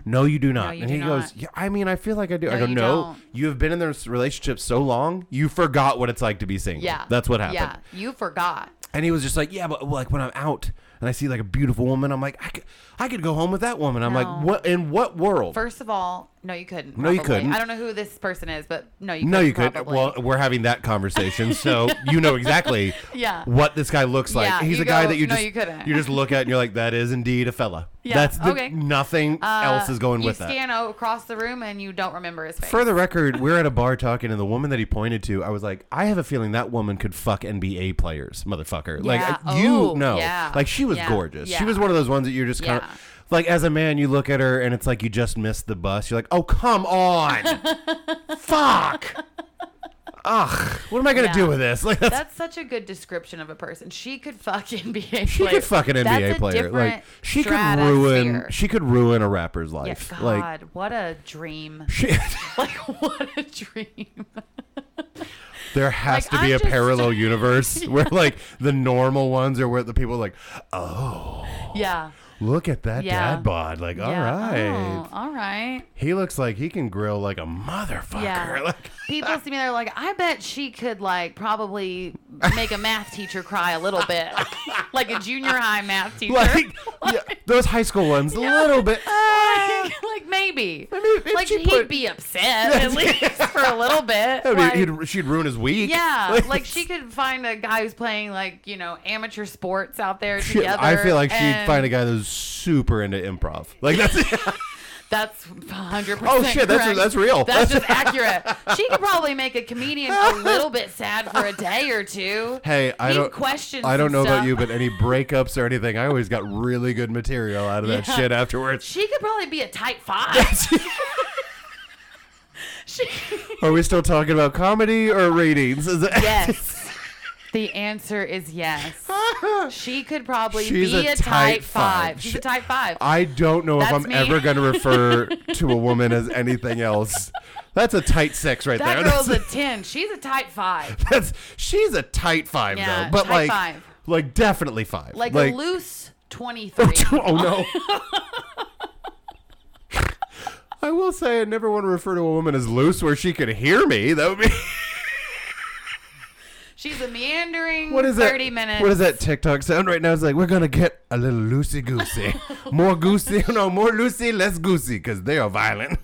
Speaker 2: no, you do not.
Speaker 3: you
Speaker 2: and
Speaker 3: do
Speaker 2: he
Speaker 3: not.
Speaker 2: goes, yeah, I mean, I feel like I do. I
Speaker 3: No,
Speaker 2: go,
Speaker 3: you
Speaker 2: no,
Speaker 3: don't."
Speaker 2: you have been in this relationship so long, you forgot what it's like to be single.
Speaker 3: yeah,
Speaker 2: that's what happened.
Speaker 3: Yeah, you forgot.
Speaker 2: And he was just like, yeah, but like when I'm out and I see like a beautiful woman, I'm like, I could, I could go home with that woman. I'm
Speaker 3: No.
Speaker 2: like, what in what world?
Speaker 3: First of all, no, you couldn't.
Speaker 2: No, you
Speaker 3: probably.
Speaker 2: couldn't.
Speaker 3: I don't know who this person is, but no, you.
Speaker 2: No,
Speaker 3: couldn't,
Speaker 2: you couldn't.
Speaker 3: probably.
Speaker 2: Well, we're having that conversation, so you know exactly
Speaker 3: Yeah.
Speaker 2: what this guy looks like.
Speaker 3: Yeah,
Speaker 2: He's
Speaker 3: you
Speaker 2: a guy
Speaker 3: go,
Speaker 2: that you
Speaker 3: "No,
Speaker 2: just
Speaker 3: you couldn't."
Speaker 2: just look at and you're like, that is indeed a fella.
Speaker 3: Yeah,
Speaker 2: That's the,
Speaker 3: okay.
Speaker 2: nothing
Speaker 3: Uh,
Speaker 2: else is going with
Speaker 3: you
Speaker 2: that.
Speaker 3: scan o- across the room and you don't remember his face.
Speaker 2: For the record, we're at a bar talking, and the woman that he pointed to, I was like, I have a feeling that woman could fuck NBA players, motherfucker.
Speaker 3: Yeah,
Speaker 2: Like uh, you
Speaker 3: oh,
Speaker 2: know,
Speaker 3: yeah,
Speaker 2: like she was
Speaker 3: yeah,
Speaker 2: gorgeous. She
Speaker 3: yeah.
Speaker 2: was one of those ones that you're just kind
Speaker 3: Yeah.
Speaker 2: of. Like as a man, you look at her and it's like you just missed the bus. You're like, "Oh come on, fuck, ugh, what am I gonna
Speaker 3: Yeah.
Speaker 2: do with this?" Like that's,
Speaker 3: That's such a good description of a person. She could fuck NBA.
Speaker 2: she could fuck an NBA
Speaker 3: That's a
Speaker 2: player. Like
Speaker 3: different
Speaker 2: she could
Speaker 3: stratosphere.
Speaker 2: ruin, she could ruin a rapper's
Speaker 3: Yeah,
Speaker 2: life.
Speaker 3: God,
Speaker 2: like
Speaker 3: what a dream.
Speaker 2: she,
Speaker 3: Like what a dream.
Speaker 2: Oh. There has to
Speaker 3: Like,
Speaker 2: be
Speaker 3: I'm
Speaker 2: a
Speaker 3: just-
Speaker 2: parallel universe where like the normal ones are where the people are like, oh,
Speaker 3: Yeah.
Speaker 2: look at that
Speaker 3: Yeah.
Speaker 2: dad bod. Like, all
Speaker 3: yeah.
Speaker 2: right,
Speaker 3: Oh, all right.
Speaker 2: he looks like he can grill like a motherfucker.
Speaker 3: Yeah.
Speaker 2: Like,
Speaker 3: People see me they're like, I bet she could like probably make a math teacher cry a little bit. like a junior high math teacher.
Speaker 2: like yeah, those high school ones, a little bit. ah.
Speaker 3: like, like, maybe.
Speaker 2: mean, if
Speaker 3: like
Speaker 2: she
Speaker 3: he'd
Speaker 2: put-
Speaker 3: be upset at least for a little bit.
Speaker 2: I mean,
Speaker 3: Like,
Speaker 2: he'd- she'd ruin his week.
Speaker 3: yeah, like, she could find a guy who's playing like you know amateur sports out there
Speaker 2: she-
Speaker 3: together.
Speaker 2: I feel like she'd
Speaker 3: and
Speaker 2: find a guy that's super into improv. Like that's it.
Speaker 3: That's 100.
Speaker 2: Oh, shit, that's- that's real.
Speaker 3: That's just accurate. She could probably make a comedian a little bit sad for a day or two.
Speaker 2: Hey, I
Speaker 3: He'd
Speaker 2: don't
Speaker 3: question
Speaker 2: I don't
Speaker 3: some
Speaker 2: know about
Speaker 3: stuff.
Speaker 2: you, but any breakups or anything, I always got really good material out of that
Speaker 3: Yeah.
Speaker 2: shit afterwards.
Speaker 3: She could probably be a type five. she,
Speaker 2: Are we still talking about comedy or ratings? Is it-
Speaker 3: yes. The answer is yes. She could probably
Speaker 2: She's
Speaker 3: be
Speaker 2: a
Speaker 3: a,
Speaker 2: type five.
Speaker 3: type five. She's
Speaker 2: She- Ah,
Speaker 3: a type five.
Speaker 2: I don't know if
Speaker 3: That's
Speaker 2: I'm
Speaker 3: me.
Speaker 2: ever going to refer to a woman as anything else. That's a tight six right
Speaker 3: that
Speaker 2: there.
Speaker 3: girl's a
Speaker 2: that's,
Speaker 3: ten. She's a type five.
Speaker 2: that's she's a tight five
Speaker 3: Yeah,
Speaker 2: though, but
Speaker 3: tight
Speaker 2: like
Speaker 3: five.
Speaker 2: like definitely five.
Speaker 3: Like, a loose twenty-three.
Speaker 2: oh no. I will say I never want to refer to a woman as loose where she could hear me. That would be
Speaker 3: She's a meandering
Speaker 2: What is that?
Speaker 3: thirty minutes.
Speaker 2: What is that TikTok sound right now? It's like we're gonna get a little loosey goosey, more goosey, no more loosey, less goosey, because they are violent.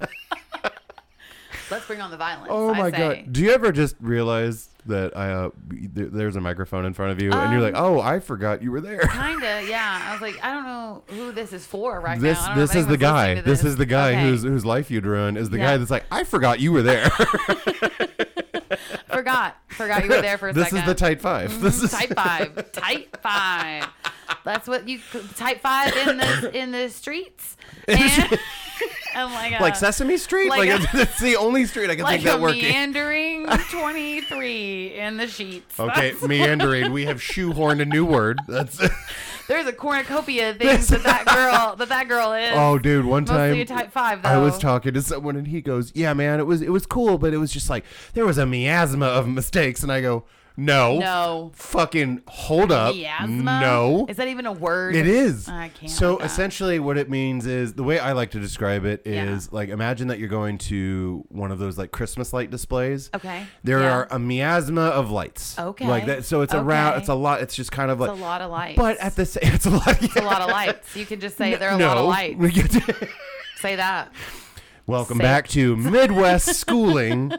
Speaker 3: Let's bring on the violence.
Speaker 2: Oh
Speaker 3: I
Speaker 2: my
Speaker 3: say.
Speaker 2: god! Do you ever just realize that I uh, there, there's a microphone in front of you, and you're
Speaker 3: Um,
Speaker 2: like, oh, I forgot you were there.
Speaker 3: Kinda, yeah. I was like, I don't know who this is for right
Speaker 2: This
Speaker 3: now. I don't know
Speaker 2: this
Speaker 3: if
Speaker 2: is the
Speaker 3: anyone's
Speaker 2: guy.
Speaker 3: listening to
Speaker 2: This. is the guy
Speaker 3: Okay.
Speaker 2: whose whose life you'd ruin. Is the guy
Speaker 3: Yeah.
Speaker 2: that's like, I forgot you were there.
Speaker 3: forgot forgot you were there for a
Speaker 2: this
Speaker 3: second. Mm-hmm.
Speaker 2: is the tight 5 This is
Speaker 3: type five. type five. That's what you type five in the in the streets. And, and like a,
Speaker 2: like Sesame Street. Like,
Speaker 3: like a-
Speaker 2: it's, it's the only street I can
Speaker 3: like
Speaker 2: think that
Speaker 3: a
Speaker 2: working.
Speaker 3: meandering twenty three in the sheets.
Speaker 2: okay, meandering. We have shoehorned a new word. That's.
Speaker 3: There's a cornucopia of things that that girl that that girl is.
Speaker 2: Oh, dude! One time,
Speaker 3: Mostly a type five,
Speaker 2: I was
Speaker 3: though.
Speaker 2: talking to someone, and he goes, "Yeah, man, it was it was cool, but it was just like there was a miasma of mistakes." And I go, "No,
Speaker 3: No.
Speaker 2: fucking hold up,
Speaker 3: Miasma?
Speaker 2: no,
Speaker 3: Is that even a word?
Speaker 2: it is."
Speaker 3: I can't
Speaker 2: So
Speaker 3: with that.
Speaker 2: essentially, what it means is the way I like to describe it
Speaker 3: Yeah.
Speaker 2: is like imagine that you're going to one of those like Christmas light displays.
Speaker 3: Okay.
Speaker 2: There
Speaker 3: Yeah.
Speaker 2: are a miasma of lights. Like
Speaker 3: Okay.
Speaker 2: that. So it's around.
Speaker 3: Okay.
Speaker 2: It's a lot. It's just kind of
Speaker 3: It's
Speaker 2: like.
Speaker 3: a lot of lights.
Speaker 2: but at the same, it's a lot. It's
Speaker 3: a lot of lights. You can just say there are a lot of lights.
Speaker 2: lights.
Speaker 3: Say that.
Speaker 2: Welcome
Speaker 3: Safe.
Speaker 2: back to Midwest Schooling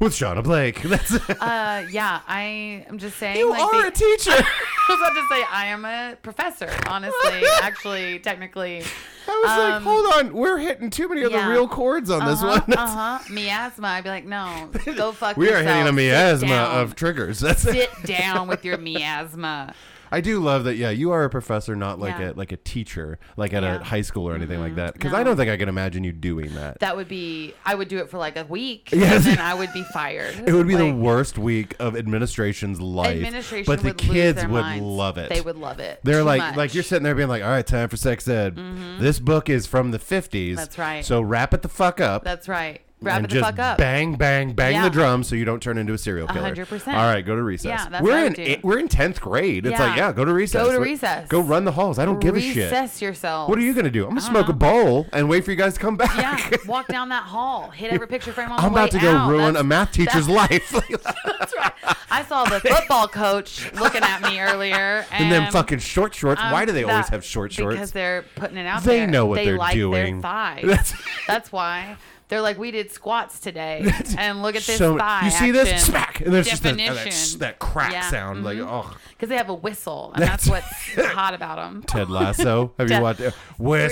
Speaker 2: with Shauna Blake. That's
Speaker 3: Uh, yeah, I am just saying.
Speaker 2: you
Speaker 3: like,
Speaker 2: are
Speaker 3: the-
Speaker 2: a teacher.
Speaker 3: I was about to say I am a professor. Honestly, actually, technically,
Speaker 2: I was like,
Speaker 3: Um,
Speaker 2: hold on, we're hitting too many other
Speaker 3: yeah.
Speaker 2: real chords on this one. That's-
Speaker 3: uh huh. Miasma. I'd be like, no, go fuck.
Speaker 2: we are
Speaker 3: yourself.
Speaker 2: hitting a
Speaker 3: Sit
Speaker 2: miasma
Speaker 3: down.
Speaker 2: of triggers. That's
Speaker 3: Sit down with your miasma.
Speaker 2: I do love that. Yeah, you are a professor, not like a
Speaker 3: Yeah.
Speaker 2: like a teacher, like at
Speaker 3: Yeah. Mm-hmm.
Speaker 2: a high school or anything like that. Because I
Speaker 3: No.
Speaker 2: don't think I can imagine you doing that.
Speaker 3: That would be. I would do it for like a week,
Speaker 2: Yes.
Speaker 3: and then I would be fired.
Speaker 2: it would be
Speaker 3: Like,
Speaker 2: the worst week of administration's life.
Speaker 3: Administration,
Speaker 2: but the
Speaker 3: would lose
Speaker 2: kids
Speaker 3: their
Speaker 2: would
Speaker 3: minds.
Speaker 2: love it.
Speaker 3: They would love it.
Speaker 2: They're
Speaker 3: Too
Speaker 2: like,
Speaker 3: much. Mm-hmm.
Speaker 2: like you're sitting there being like, all right, time for sex ed. This book is from the 50s.
Speaker 3: That's right.
Speaker 2: So wrap it the fuck up.
Speaker 3: That's right. Wrap
Speaker 2: and
Speaker 3: it the
Speaker 2: just
Speaker 3: fuck up.
Speaker 2: Bang, bang, bang
Speaker 3: Yeah.
Speaker 2: the drum so you don't turn into a serial killer.
Speaker 3: 100%.
Speaker 2: All right, go to recess.
Speaker 3: Yeah, that's
Speaker 2: we're
Speaker 3: what I
Speaker 2: in
Speaker 3: would do.
Speaker 2: eight- we're in tenth grade. It's
Speaker 3: Yeah.
Speaker 2: like, yeah, go to recess.
Speaker 3: Go to
Speaker 2: We're-
Speaker 3: recess.
Speaker 2: Go run the halls. I don't give a shit.
Speaker 3: Recess yourself.
Speaker 2: What are you gonna do? I'm gonna smoke a bowl and wait for you guys to come back.
Speaker 3: Yeah, walk down that hall, hit every picture frame on the
Speaker 2: I'm about to
Speaker 3: way
Speaker 2: go
Speaker 3: out.
Speaker 2: ruin
Speaker 3: That's-
Speaker 2: a math teacher's life.
Speaker 3: That's right. I saw the football coach looking at me earlier.
Speaker 2: and
Speaker 3: And,
Speaker 2: then fucking short shorts.
Speaker 3: um,
Speaker 2: Why do they always
Speaker 3: that-
Speaker 2: have short shorts?
Speaker 3: Because they're putting it out
Speaker 2: They
Speaker 3: there.
Speaker 2: know what
Speaker 3: they
Speaker 2: they're
Speaker 3: like
Speaker 2: doing.
Speaker 3: Their thighs.
Speaker 2: That's-
Speaker 3: That's, why. They're like, we did squats today. and look at this
Speaker 2: So-
Speaker 3: thigh.
Speaker 2: you see this
Speaker 3: action.
Speaker 2: smack, and there's just that, that,
Speaker 3: Definition.
Speaker 2: that crack
Speaker 3: Yeah. mm-hmm.
Speaker 2: sound. Like, oh,
Speaker 3: Because they have a whistle, and that's, what's hot about them.
Speaker 2: Ted Lasso. Have you
Speaker 3: Ted-
Speaker 2: watched it?
Speaker 3: I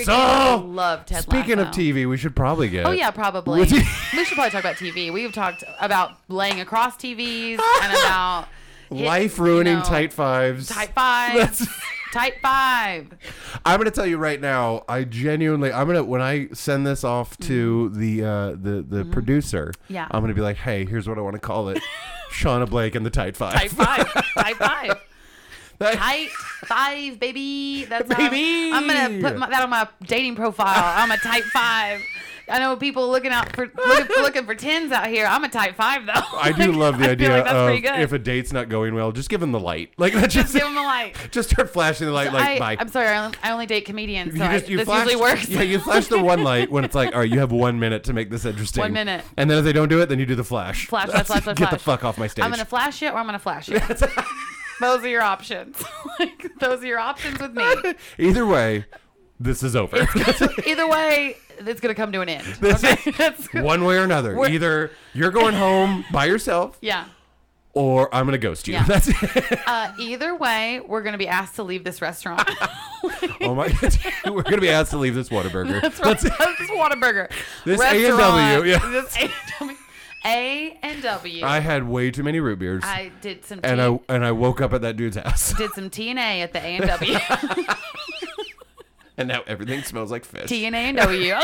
Speaker 2: Whistle.
Speaker 3: love Ted
Speaker 2: Speaking of
Speaker 3: Lasso.
Speaker 2: TV, we should probably get.
Speaker 3: Oh yeah, probably. we
Speaker 2: Would you-
Speaker 3: should probably talk about TV. We've talked about laying across TVs and about hit-
Speaker 2: Life ruining
Speaker 3: you know,
Speaker 2: tight fives.
Speaker 3: Type five. type five.
Speaker 2: I'm gonna tell you right now. I genuinely, I'm gonna when I send this off to the uh, the the producer.
Speaker 3: Mm-hmm. Yeah.
Speaker 2: I'm gonna be like, hey, here's what I want to call it: Shauna Blake and the Tight Five.
Speaker 3: Type five. type five.
Speaker 2: That-
Speaker 3: Type five, baby. That's how-
Speaker 2: Baby.
Speaker 3: I'm gonna put my, that on my dating profile. I'm a type five. I know people looking out for looking, looking for tens out here. I'm a type five though.
Speaker 2: I do love the idea
Speaker 3: like that's pretty
Speaker 2: of
Speaker 3: good.
Speaker 2: if a date's not going well, just give him the light. Like that just
Speaker 3: Give them a like.
Speaker 2: just start flashing the light. like
Speaker 3: I,
Speaker 2: bye.
Speaker 3: I'm sorry, I only, I only date comedians, so
Speaker 2: You
Speaker 3: I-
Speaker 2: just- you
Speaker 3: this
Speaker 2: flash-
Speaker 3: usually works.
Speaker 2: Yeah, you flash the one light when it's like, all right, you have one minute to make this interesting.
Speaker 3: One minute.
Speaker 2: And then if they don't do it, then you do the flash.
Speaker 3: Flash, flash, flash, flash,
Speaker 2: Get the
Speaker 3: flash.
Speaker 2: fuck off my stage.
Speaker 3: I'm gonna flash it or I'm gonna flash it. those are your options. like those are your options with me.
Speaker 2: Either way, this is over.
Speaker 3: Either way, it's gonna come to an end.
Speaker 2: This
Speaker 3: okay?
Speaker 2: is-
Speaker 3: That's-
Speaker 2: one way or another.
Speaker 3: We're-
Speaker 2: Either you're going home by yourself,
Speaker 3: yeah.
Speaker 2: or I'm gonna ghost you.
Speaker 3: Yeah.
Speaker 2: That's it.
Speaker 3: Uh, either way, we're gonna be asked to leave this restaurant.
Speaker 2: oh my! We're gonna be asked to leave this Whataburger.
Speaker 3: That's right. This is Whataburger.
Speaker 2: This
Speaker 3: Restaurant.
Speaker 2: A&W, yeah.
Speaker 3: This A&W. A and W.
Speaker 2: I had way too many root beers,
Speaker 3: I did some tea,
Speaker 2: and I and I woke up at that dude's house,
Speaker 3: did some T and A at the A and W.
Speaker 2: and now everything smells like fish.
Speaker 3: T and A and W.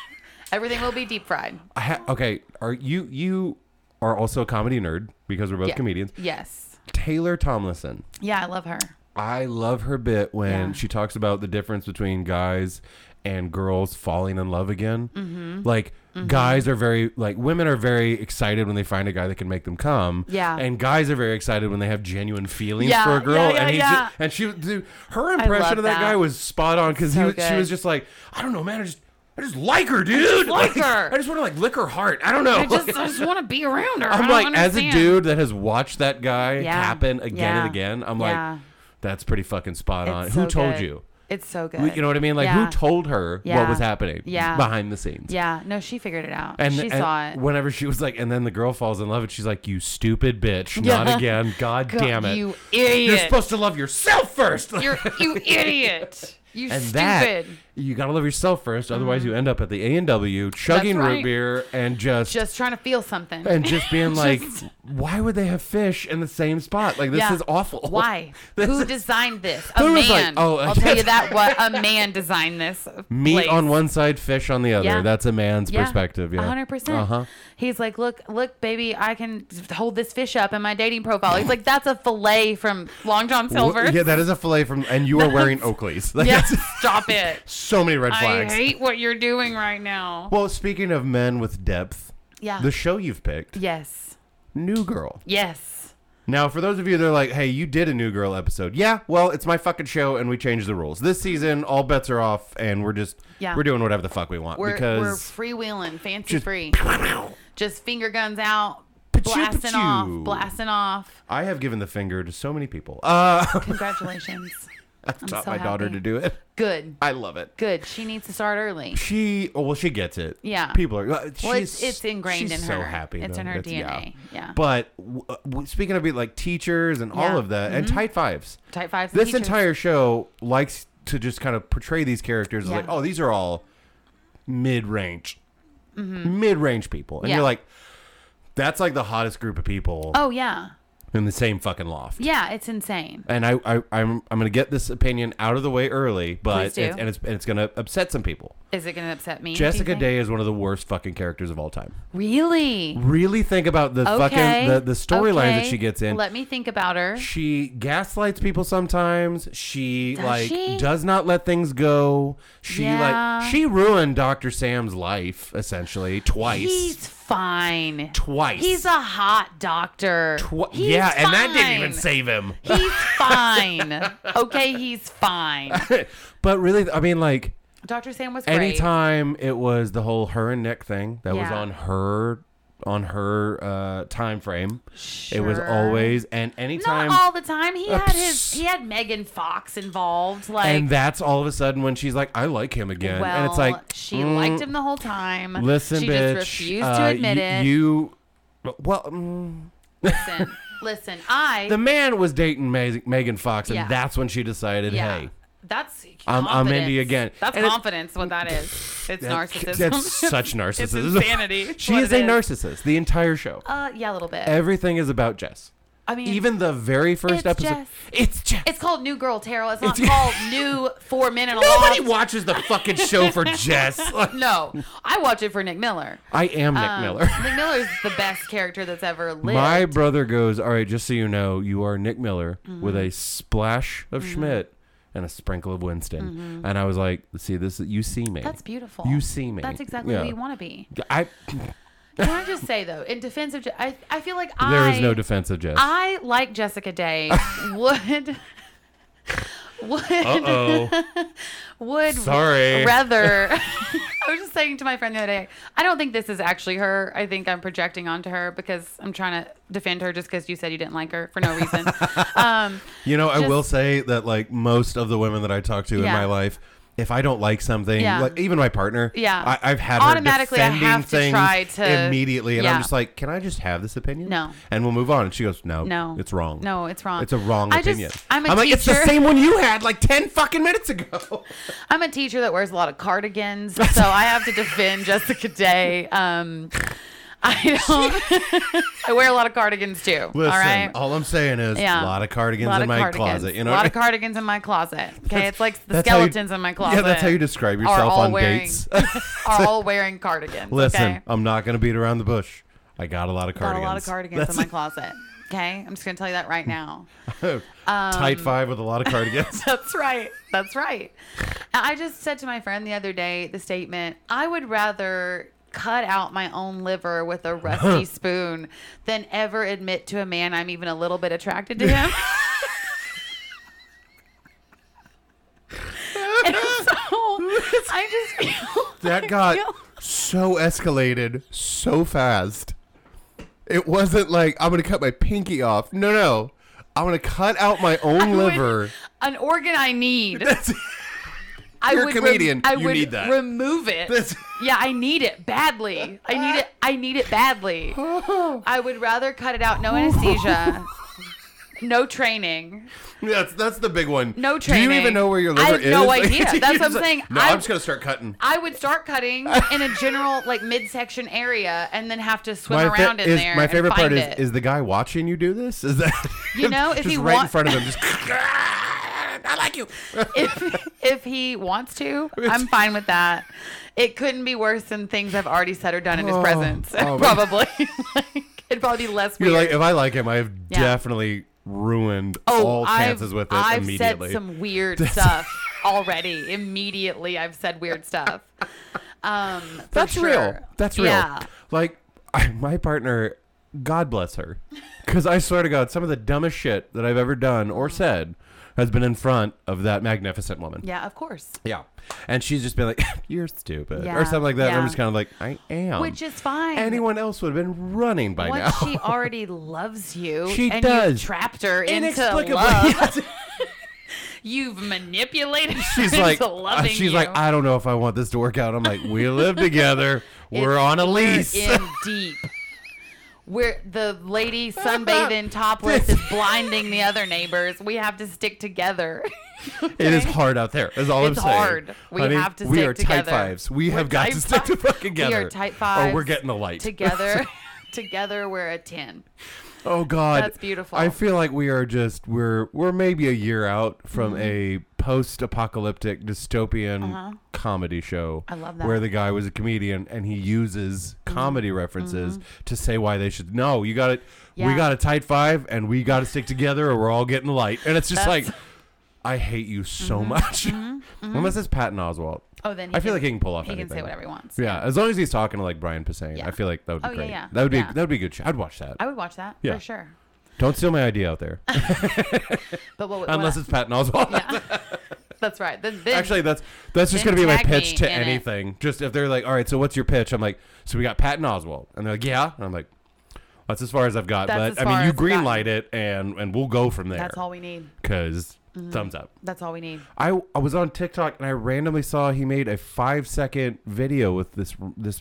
Speaker 3: Everything will be deep fried.
Speaker 2: I ha- okay, are you you are also a comedy nerd because we're both
Speaker 3: Yeah.
Speaker 2: comedians.
Speaker 3: Yes.
Speaker 2: Taylor Tomlinson.
Speaker 3: Yeah, I love her.
Speaker 2: I love her bit when
Speaker 3: Yeah.
Speaker 2: she talks about the difference between guys and girls falling in love again. Mm-hmm. Like guys are very like women are very excited when they find a guy that can make them come.
Speaker 3: Yeah.
Speaker 2: and guys are very excited when they have genuine feelings
Speaker 3: Yeah,
Speaker 2: for a girl.
Speaker 3: yeah, yeah,
Speaker 2: and he
Speaker 3: yeah.
Speaker 2: ju- and she dude, her impression
Speaker 3: love
Speaker 2: of that,
Speaker 3: that.
Speaker 2: guy was spot on because
Speaker 3: So
Speaker 2: she
Speaker 3: good.
Speaker 2: was just like, I don't know, man, I just I just like her, dude.
Speaker 3: like her.
Speaker 2: I just want to like lick her heart. I don't know.
Speaker 3: I just, I just want to be around her. I
Speaker 2: I'm
Speaker 3: don't
Speaker 2: like, as a
Speaker 3: understand.
Speaker 2: dude that has watched that guy
Speaker 3: Yeah.
Speaker 2: happen again
Speaker 3: Yeah.
Speaker 2: and again, I'm
Speaker 3: Yeah.
Speaker 2: like, that's pretty fucking spot on.
Speaker 3: It's
Speaker 2: uh, who
Speaker 3: so
Speaker 2: told
Speaker 3: good.
Speaker 2: you?
Speaker 3: It's so good.
Speaker 2: Who- You know what I mean? Like,
Speaker 3: Yeah.
Speaker 2: who told her what
Speaker 3: Yeah.
Speaker 2: was happening
Speaker 3: Yeah.
Speaker 2: behind the scenes?
Speaker 3: Yeah, no, she figured it out.
Speaker 2: And,
Speaker 3: she
Speaker 2: and
Speaker 3: saw it.
Speaker 2: whenever she was like, and then the girl falls in love, and she's like, "You stupid bitch!
Speaker 3: Yeah.
Speaker 2: Not again! God, damn it!
Speaker 3: You
Speaker 2: are
Speaker 3: idiot.
Speaker 2: supposed to love yourself first.
Speaker 3: You're you idiot. You
Speaker 2: and
Speaker 3: stupid. Mm-hmm.
Speaker 2: that you gotta love yourself first, otherwise you end up at the A and W chugging root
Speaker 3: right.
Speaker 2: beer and just
Speaker 3: Just trying to feel something.
Speaker 2: and just being like, why would they have fish in the same spot? Like this
Speaker 3: Yeah.
Speaker 2: is awful.
Speaker 3: Why?
Speaker 2: This
Speaker 3: Who
Speaker 2: is-
Speaker 3: designed this? A
Speaker 2: Who was like,
Speaker 3: man.
Speaker 2: oh,
Speaker 3: I'll tell you that what a man designed this.
Speaker 2: meat
Speaker 3: place.
Speaker 2: on one side, fish on the other?
Speaker 3: Yeah.
Speaker 2: That's a man's
Speaker 3: Yeah,
Speaker 2: perspective. Yeah,
Speaker 3: 100%.
Speaker 2: Uh-huh.
Speaker 3: He's like, look, look, baby, I can hold this fish up in my dating profile. He's like, that's a fillet from Long John Silver.
Speaker 2: Yeah, that is a fillet from, and you are wearing Oakleys. Like,
Speaker 3: Yeah,
Speaker 2: that's
Speaker 3: stop it.
Speaker 2: so many red
Speaker 3: I
Speaker 2: flags.
Speaker 3: hate what you're doing right now.
Speaker 2: well, speaking of men with depth,
Speaker 3: Yeah.
Speaker 2: the show you've picked,
Speaker 3: yes.
Speaker 2: New Girl.
Speaker 3: Yes.
Speaker 2: Now, for those of you that are like, hey, you did a New Girl episode. Yeah, well, it's my fucking show, and we changed the rules. This season, all bets are off, and we're just,
Speaker 3: Yeah.
Speaker 2: we're doing whatever the fuck we want
Speaker 3: We're we're
Speaker 2: because.
Speaker 3: freewheeling, fancy
Speaker 2: Just-
Speaker 3: free. Just finger guns out,
Speaker 2: Pachu,
Speaker 3: blasting off,
Speaker 2: pachu.
Speaker 3: blasting off.
Speaker 2: I have given the finger to so many people. Uh,
Speaker 3: Congratulations.
Speaker 2: I've taught
Speaker 3: so
Speaker 2: my daughter
Speaker 3: happy.
Speaker 2: to do it.
Speaker 3: Good.
Speaker 2: I love it.
Speaker 3: Good. She needs to start early.
Speaker 2: She, oh, well, she gets it.
Speaker 3: Yeah.
Speaker 2: People are. uh, She's,
Speaker 3: Well, it's, it's
Speaker 2: she's
Speaker 3: ingrained in her.
Speaker 2: So happy.
Speaker 3: It's
Speaker 2: though.
Speaker 3: in her
Speaker 2: That's- yeah.
Speaker 3: DNA. Yeah.
Speaker 2: But w- uh, w- speaking of it, like teachers and all
Speaker 3: Yeah.
Speaker 2: of that, and tight fives.
Speaker 3: Type fives. and
Speaker 2: This
Speaker 3: teachers.
Speaker 2: entire show likes to just kind of portray these characters as
Speaker 3: Yeah.
Speaker 2: like, oh, these are all mid range, mid range people, and
Speaker 3: Mm-hmm. Yeah.
Speaker 2: you're like, that's like the hottest group of people
Speaker 3: Oh yeah,
Speaker 2: in the same fucking loft.
Speaker 3: yeah. It's insane.
Speaker 2: And I, I, I'm, I'm gonna get this opinion out of the way early, but
Speaker 3: Please do.
Speaker 2: it's, and it's, and it's gonna upset some people.
Speaker 3: Is it gonna upset me? do you
Speaker 2: Jessica
Speaker 3: think?
Speaker 2: Day is one of the worst fucking characters of all time.
Speaker 3: Really?
Speaker 2: Really think about the
Speaker 3: Okay.
Speaker 2: fucking the, the storylines that
Speaker 3: okay.
Speaker 2: she gets in.
Speaker 3: Let me think about her.
Speaker 2: she gaslights people sometimes. She
Speaker 3: Does
Speaker 2: like
Speaker 3: she?
Speaker 2: does not let things go. She
Speaker 3: Yeah.
Speaker 2: like she ruined Dr. Sam's life essentially twice.
Speaker 3: He's fine.
Speaker 2: twice.
Speaker 3: He's a hot doctor.
Speaker 2: Twi-
Speaker 3: He's
Speaker 2: yeah, and that didn't even
Speaker 3: fine.
Speaker 2: save him.
Speaker 3: He's fine. okay, he's fine.
Speaker 2: but really I mean like
Speaker 3: Dr. Sam was great.
Speaker 2: anytime it was the whole her and Nick thing that was
Speaker 3: Yeah.
Speaker 2: on her on her uh time frame. It was
Speaker 3: Sure.
Speaker 2: always and anytime
Speaker 3: Not all the time. He had his.
Speaker 2: psst.
Speaker 3: He had Megan Fox involved. Like,
Speaker 2: and that's all of a sudden when she's like, I like him again.
Speaker 3: well,
Speaker 2: and it's like
Speaker 3: she
Speaker 2: mm,
Speaker 3: liked him the whole time.
Speaker 2: Listen,
Speaker 3: she
Speaker 2: bitch.
Speaker 3: just refused to
Speaker 2: uh,
Speaker 3: admit
Speaker 2: you,
Speaker 3: it.
Speaker 2: You, well, mm,
Speaker 3: listen, listen. I.
Speaker 2: the man was dating Ma- Megan Fox, and
Speaker 3: Yeah.
Speaker 2: that's when she decided,
Speaker 3: yeah.
Speaker 2: hey,
Speaker 3: That's
Speaker 2: I'm- I'm
Speaker 3: confidence.
Speaker 2: Indy again.
Speaker 3: That's
Speaker 2: And it-
Speaker 3: confidence. what that is.
Speaker 2: that-
Speaker 3: It's narcissism.
Speaker 2: That's such narcissism.
Speaker 3: It's insanity.
Speaker 2: she
Speaker 3: What
Speaker 2: is
Speaker 3: it
Speaker 2: a narcissist. The entire show,
Speaker 3: Uh, yeah, a little bit.
Speaker 2: everything is about Jess.
Speaker 3: I mean,
Speaker 2: Even the very first
Speaker 3: It's
Speaker 2: episode,
Speaker 3: Jess.
Speaker 2: it's Jess.
Speaker 3: It's called New Girl Tarot. It's not
Speaker 2: It's-
Speaker 3: called New Four Men in a
Speaker 2: Nobody
Speaker 3: Loft.
Speaker 2: watches the fucking show for Jess. Like,
Speaker 3: no, I watch it for Nick Miller.
Speaker 2: I am Nick
Speaker 3: Um,
Speaker 2: Miller.
Speaker 3: Nick Miller's the best character that's ever lived.
Speaker 2: My brother goes, All right, just so you know, you are Nick Miller
Speaker 3: Mm-hmm.
Speaker 2: with a splash of Schmidt and a sprinkle of Winston. And I was like, See, this is, you see me.
Speaker 3: Mm-hmm. that's beautiful.
Speaker 2: You see me.
Speaker 3: That's exactly
Speaker 2: Yeah.
Speaker 3: who you want to be.
Speaker 2: I,
Speaker 3: Can I just say though, in defense of, Je- I, I feel like I
Speaker 2: there is no defense of Jess.
Speaker 3: I like Jessica Day. would would
Speaker 2: oh.
Speaker 3: would
Speaker 2: Sorry.
Speaker 3: rather I was just saying to my friend the other day, I don't think this is actually her. I think I'm projecting onto her because I'm trying to defend her just because you said you didn't like her for no reason. um,
Speaker 2: You know, I
Speaker 3: Just-
Speaker 2: will say that, like, most of the women that I talk to in
Speaker 3: Yeah.
Speaker 2: my life, if I don't like something,
Speaker 3: Yeah.
Speaker 2: like even my partner,
Speaker 3: Yeah.
Speaker 2: I, I've had
Speaker 3: Automatically, I
Speaker 2: her defending
Speaker 3: have to
Speaker 2: things
Speaker 3: try to-
Speaker 2: immediately, and
Speaker 3: Yeah.
Speaker 2: I'm just like, "Can I just have this opinion?"
Speaker 3: No.
Speaker 2: and we'll move on. And she goes, "No,
Speaker 3: no,
Speaker 2: it's wrong.
Speaker 3: No, it's wrong.
Speaker 2: It's a wrong
Speaker 3: I
Speaker 2: opinion.
Speaker 3: Just, I'm a
Speaker 2: like,
Speaker 3: teacher.
Speaker 2: it's the same one you had like 10 fucking minutes ago.
Speaker 3: I'm a teacher that wears a lot of cardigans, so I have to defend Jessica Day. Um, I don't. I wear a lot of cardigans too.
Speaker 2: Listen,
Speaker 3: all right.
Speaker 2: all I'm saying is
Speaker 3: Yeah.
Speaker 2: a lot of cardigans
Speaker 3: Lot
Speaker 2: in
Speaker 3: of
Speaker 2: my
Speaker 3: cardigans.
Speaker 2: closet. You know
Speaker 3: a lot
Speaker 2: what
Speaker 3: of cardigans in my closet. Okay, it's like the
Speaker 2: That's how you-
Speaker 3: skeletons in
Speaker 2: I
Speaker 3: my
Speaker 2: mean?
Speaker 3: closet.
Speaker 2: Yeah, that's how you describe yourself
Speaker 3: all
Speaker 2: on
Speaker 3: wearing-
Speaker 2: dates.
Speaker 3: are all wearing cardigans.
Speaker 2: Listen,
Speaker 3: okay?
Speaker 2: I'm not going to beat around the bush. I got a lot of
Speaker 3: got
Speaker 2: cardigans.
Speaker 3: a lot of cardigans
Speaker 2: That's
Speaker 3: in my closet. Okay, I'm just gonna tell you that right now.
Speaker 2: tight five with a lot of cardigans.
Speaker 3: That's right. That's right. And I just said to my friend the other day the statement I would rather cut out my own liver with a rusty spoon than ever admit to a man I'm even a little bit attracted to him. and so I just feel.
Speaker 2: that
Speaker 3: I
Speaker 2: got
Speaker 3: feel-
Speaker 2: so escalated so fast. It wasn't like I'm going to cut my pinky off. No, no. I'm going to cut out my own
Speaker 3: would-
Speaker 2: liver.
Speaker 3: an organ I need.
Speaker 2: That's-
Speaker 3: I
Speaker 2: You're a
Speaker 3: would
Speaker 2: comedian.
Speaker 3: I
Speaker 2: You
Speaker 3: would
Speaker 2: need that.
Speaker 3: remove it.
Speaker 2: That's-
Speaker 3: yeah, I need it badly. I need it. I need it badly. I would rather cut it out. No anesthesia. No training.
Speaker 2: That's that's the big one.
Speaker 3: No
Speaker 2: Do you
Speaker 3: training.
Speaker 2: even know where your
Speaker 3: I
Speaker 2: liver
Speaker 3: have
Speaker 2: is?
Speaker 3: no idea. That's what
Speaker 2: You're
Speaker 3: I'm
Speaker 2: just like,
Speaker 3: saying.
Speaker 2: No,
Speaker 3: I-
Speaker 2: I'm just gonna start cutting.
Speaker 3: I would start cutting in a general like midsection area and then have to swim
Speaker 2: fa-
Speaker 3: around in
Speaker 2: is-
Speaker 3: there.
Speaker 2: my
Speaker 3: and
Speaker 2: favorite part
Speaker 3: find
Speaker 2: is
Speaker 3: it.
Speaker 2: is the guy watching you do this. Is that
Speaker 3: You know, if
Speaker 2: just
Speaker 3: he
Speaker 2: right in
Speaker 3: want-
Speaker 2: front of him? Just I like you.
Speaker 3: if if he wants to, I'm fine with that. It couldn't be worse than things I've already said or done in his
Speaker 2: Oh,
Speaker 3: presence.
Speaker 2: oh, man.
Speaker 3: probably. like, it'd probably be less
Speaker 2: You're
Speaker 3: weird.
Speaker 2: like if I like him, I have
Speaker 3: Yeah. Oh,
Speaker 2: definitely ruined all chances with it
Speaker 3: I've
Speaker 2: immediately.
Speaker 3: said some weird stuff already. Immediately, I've said weird stuff. Um, for
Speaker 2: That's
Speaker 3: sure.
Speaker 2: real. That's real.
Speaker 3: Yeah.
Speaker 2: Like I, my partner, God bless her, because I swear to God, some of the dumbest shit that I've ever done or said has been in front of that magnificent woman.
Speaker 3: Mm-hmm. Yeah, of course.
Speaker 2: Yeah. And she's just been like, you're stupid.
Speaker 3: Yeah,
Speaker 2: Or something like that. And
Speaker 3: yeah.
Speaker 2: I'm just kind of like, I am.
Speaker 3: Which is fine.
Speaker 2: Anyone else would have been running by
Speaker 3: Once
Speaker 2: now.
Speaker 3: she already loves you,
Speaker 2: She
Speaker 3: and
Speaker 2: does.
Speaker 3: you trapped her into
Speaker 2: Inexplicably.
Speaker 3: love. You've manipulated
Speaker 2: She's
Speaker 3: her
Speaker 2: like, uh,
Speaker 3: into loving
Speaker 2: she's
Speaker 3: you.
Speaker 2: like, I don't know if I want this to work out. I'm like, we live together. We're
Speaker 3: It's-
Speaker 2: on a
Speaker 3: we're
Speaker 2: lease.
Speaker 3: in deep. Where the lady sunbathing topless is blinding the other neighbors. We have to stick together.
Speaker 2: It is hard out there. Is all
Speaker 3: It's
Speaker 2: I'm saying.
Speaker 3: hard. We
Speaker 2: Honey,
Speaker 3: have to
Speaker 2: We
Speaker 3: stick
Speaker 2: are
Speaker 3: together.
Speaker 2: tight fives. We have got
Speaker 3: type
Speaker 2: to stick to
Speaker 3: five-
Speaker 2: fucking together.
Speaker 3: We are tight fives.
Speaker 2: Or we're getting the light.
Speaker 3: Together. together we're a 10.
Speaker 2: Oh God,
Speaker 3: That's beautiful.
Speaker 2: I feel like we are just we're we're maybe a year out from a
Speaker 3: Mm-hmm.
Speaker 2: post-apocalyptic dystopian comedy show.
Speaker 3: Uh-huh. I love that. Mm-hmm.
Speaker 2: Where the guy was a comedian and he uses comedy references to say why they should. No, you got it. We
Speaker 3: Yeah.
Speaker 2: got a tight five, and we got to stick together, or we're all getting the light. And it's just
Speaker 3: That's-
Speaker 2: like, I hate you so much. Unless it's Patton Oswald.
Speaker 3: Oh, then he
Speaker 2: I feel
Speaker 3: can-
Speaker 2: like he can pull off
Speaker 3: He
Speaker 2: anything.
Speaker 3: can say whatever he wants.
Speaker 2: Yeah, as long as he's talking to like Brian Posehn,
Speaker 3: Yeah.
Speaker 2: I feel like that would be
Speaker 3: Oh, yeah,
Speaker 2: great.
Speaker 3: yeah.
Speaker 2: That would be
Speaker 3: Yeah.
Speaker 2: that would be a good. Show. I'd watch that.
Speaker 3: I would watch that
Speaker 2: Yeah.
Speaker 3: for sure.
Speaker 2: Don't steal my idea out there,
Speaker 3: But what, what
Speaker 2: unless it's Patton Oswalt.
Speaker 3: That's right. Then, then
Speaker 2: Actually, that's that's just
Speaker 3: Then
Speaker 2: gonna be my
Speaker 3: tag
Speaker 2: pitch
Speaker 3: me
Speaker 2: to
Speaker 3: in it.
Speaker 2: anything. Just if they're like, all right, so what's your pitch? I'm like, so we got Patton Oswalt, and they're like, yeah, and I'm like, that's as far as I've got.
Speaker 3: That's as
Speaker 2: but I
Speaker 3: far
Speaker 2: mean, you
Speaker 3: as I've gotten.
Speaker 2: green light it, and and we'll go from there.
Speaker 3: that's all Mm-hmm. we need.
Speaker 2: Cause thumbs up.
Speaker 3: That's all we need.
Speaker 2: I, I was on TikTok and I randomly saw he made a five second video with this this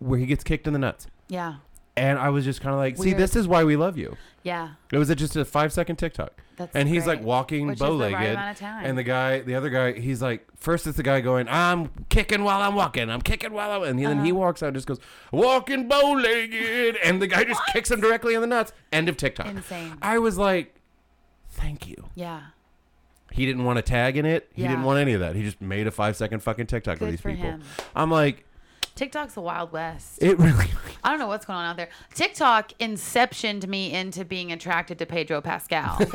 Speaker 2: where he gets kicked in the nuts,
Speaker 3: Yeah.
Speaker 2: and I was just kind of like, see,
Speaker 3: Weird.
Speaker 2: this is why we love you.
Speaker 3: Yeah.
Speaker 2: It was a, just a five second TikTok.
Speaker 3: That's
Speaker 2: and he's like
Speaker 3: great.
Speaker 2: walking
Speaker 3: Which is the
Speaker 2: bow
Speaker 3: right
Speaker 2: legged.
Speaker 3: amount of time.
Speaker 2: and the guy, the other guy, he's like, first it's the guy going, I'm kicking while I'm walking. I'm kicking while I'm. And he- then he
Speaker 3: Uh-huh.
Speaker 2: walks out and just goes, walking bow legged. And the guy just kicks him directly in the nuts. End of TikTok.
Speaker 3: Insane.
Speaker 2: I was like, thank you.
Speaker 3: Yeah.
Speaker 2: He didn't want to tag in it. He didn't
Speaker 3: Yeah.
Speaker 2: want any of that. He just made a five second fucking TikTok
Speaker 3: Good
Speaker 2: of these
Speaker 3: for
Speaker 2: people.
Speaker 3: him.
Speaker 2: I'm like,
Speaker 3: TikTok's the Wild West.
Speaker 2: it really.
Speaker 3: I don't know what's going on out there. TikTok inceptioned me into being attracted to Pedro Pascal.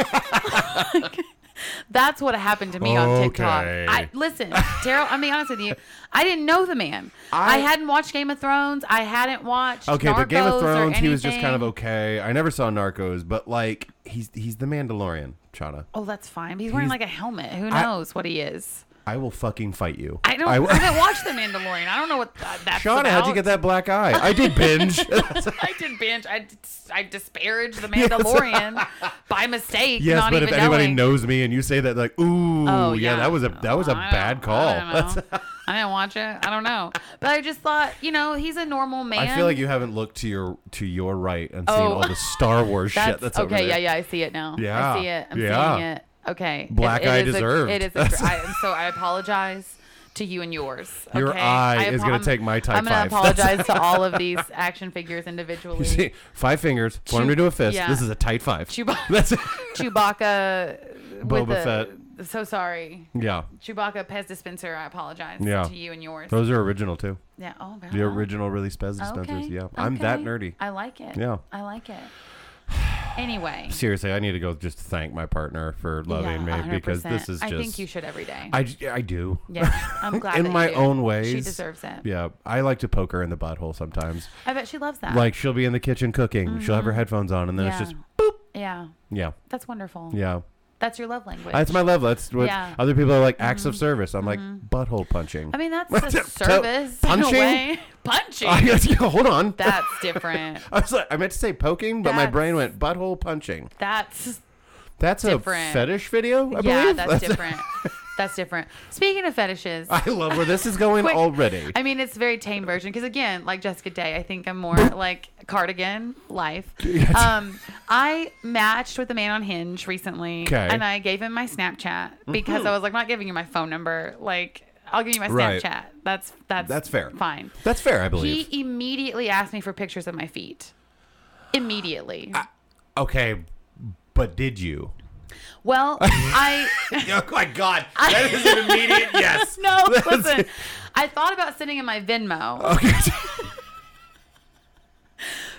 Speaker 3: That's what happened to me on TikTok.
Speaker 2: Okay.
Speaker 3: I listen, Daryl. I'm being honest with you. I didn't know the man.
Speaker 2: I-
Speaker 3: I, hadn't watched Game of Thrones. I hadn't watched
Speaker 2: Okay, but Game
Speaker 3: Narcos
Speaker 2: of
Speaker 3: or
Speaker 2: Thrones, he was just kind of
Speaker 3: anything.
Speaker 2: okay. I never saw Narcos, but like, he's he's the Mandalorian, Chana.
Speaker 3: Oh, that's fine. But he's wearing
Speaker 2: He's-
Speaker 3: like a helmet. Who
Speaker 2: I-
Speaker 3: knows what he is?
Speaker 2: I will fucking fight you.
Speaker 3: I don't. I,
Speaker 2: will-
Speaker 3: haven't watched The Mandalorian. I don't know what that, that's
Speaker 2: Shauna, how'd you
Speaker 3: about.
Speaker 2: get that black eye? I did binge.
Speaker 3: I did binge. I, dis- I disparaged the Mandalorian by mistake.
Speaker 2: yes,
Speaker 3: not
Speaker 2: but if
Speaker 3: even
Speaker 2: anybody
Speaker 3: knowing.
Speaker 2: knows me and you say that, like, ooh,
Speaker 3: Oh,
Speaker 2: yeah. that was a that was a
Speaker 3: I don't-
Speaker 2: bad call.
Speaker 3: I, don't know. I didn't watch it. I don't know, but I just thought, you know, he's a normal man.
Speaker 2: I feel like you haven't looked to your to your right and seen
Speaker 3: Oh.
Speaker 2: all the Star Wars shit
Speaker 3: That's,
Speaker 2: that's over
Speaker 3: okay.
Speaker 2: there.
Speaker 3: yeah, yeah. I see it now.
Speaker 2: Yeah,
Speaker 3: I see it. I'm
Speaker 2: yeah.
Speaker 3: seeing it. Okay. It-
Speaker 2: Black eye
Speaker 3: is a-
Speaker 2: deserved.
Speaker 3: it is. A, gr- I, so I apologize to you and yours.
Speaker 2: Your
Speaker 3: okay?
Speaker 2: eye
Speaker 3: I
Speaker 2: is
Speaker 3: apo-
Speaker 2: gonna take my type
Speaker 3: I'm gonna
Speaker 2: five. That's-
Speaker 3: apologize to all of these action figures individually.
Speaker 2: You see, five fingers formed into a fist.
Speaker 3: yeah.
Speaker 2: This is a tight five.
Speaker 3: Chewba-
Speaker 2: That's
Speaker 3: Chewbacca. with
Speaker 2: Boba
Speaker 3: a, So sorry.
Speaker 2: yeah.
Speaker 3: Chewbacca, Pez dispenser. I apologize
Speaker 2: Yeah.
Speaker 3: to you and yours.
Speaker 2: Those are original too.
Speaker 3: yeah. Oh, wow.
Speaker 2: The original release Pez dispensers.
Speaker 3: Okay,
Speaker 2: Yeah, I'm that
Speaker 3: okay.
Speaker 2: nerdy.
Speaker 3: I like it.
Speaker 2: Yeah.
Speaker 3: I like it. Anyway.
Speaker 2: Seriously, I need to go just thank my partner for loving
Speaker 3: Yeah,
Speaker 2: me because this
Speaker 3: 100%.
Speaker 2: is just.
Speaker 3: I think you should every day.
Speaker 2: I, j- I do.
Speaker 3: yeah. I'm glad.
Speaker 2: in
Speaker 3: that you
Speaker 2: my
Speaker 3: do.
Speaker 2: own
Speaker 3: She
Speaker 2: ways.
Speaker 3: deserves it.
Speaker 2: Yeah, I like to poke her in the butthole sometimes.
Speaker 3: I bet she loves that.
Speaker 2: Like she'll be in the kitchen cooking, she'll have her headphones on, and then
Speaker 3: Ah. Mm-hmm. yeah.
Speaker 2: it's just boop.
Speaker 3: Yeah.
Speaker 2: Yeah,
Speaker 3: That's wonderful.
Speaker 2: yeah.
Speaker 3: That's your love language.
Speaker 2: That's my level. That's what
Speaker 3: Yeah. Mm-hmm.
Speaker 2: other people are like acts of service. I'm like butthole punching.
Speaker 3: I mean, that's
Speaker 2: What's
Speaker 3: a
Speaker 2: it? To-
Speaker 3: service in a
Speaker 2: punching?
Speaker 3: way. Punching.
Speaker 2: I guess- yeah, hold on.
Speaker 3: that's different.
Speaker 2: I was like, I meant to say poking, but my
Speaker 3: That's-
Speaker 2: brain went butthole punching.
Speaker 3: That's
Speaker 2: That's a
Speaker 3: different.
Speaker 2: fetish video. I
Speaker 3: yeah.
Speaker 2: believe?
Speaker 3: That's, different. that's different. Speaking of fetishes.
Speaker 2: I love where this is going
Speaker 3: Quick.
Speaker 2: already.
Speaker 3: I mean, it's a very tame version because again, like Jessica Day, I think I'm more like cardigan life. Um, I matched with a man on Hinge recently,
Speaker 2: 'Kay.
Speaker 3: and I gave him my Snapchat because I was like, I'm not giving you my phone number. Like, I'll give you my
Speaker 2: Mm-hmm. Right.
Speaker 3: Snapchat. That's that's
Speaker 2: That's fair.
Speaker 3: Fine.
Speaker 2: That's fair, I believe.
Speaker 3: He immediately asked me for pictures of my feet. Immediately.
Speaker 2: okay, but did you?
Speaker 3: well, I.
Speaker 2: Oh my god, that is an immediate yes.
Speaker 3: No, listen. I thought about sending him my Venmo.
Speaker 2: Okay.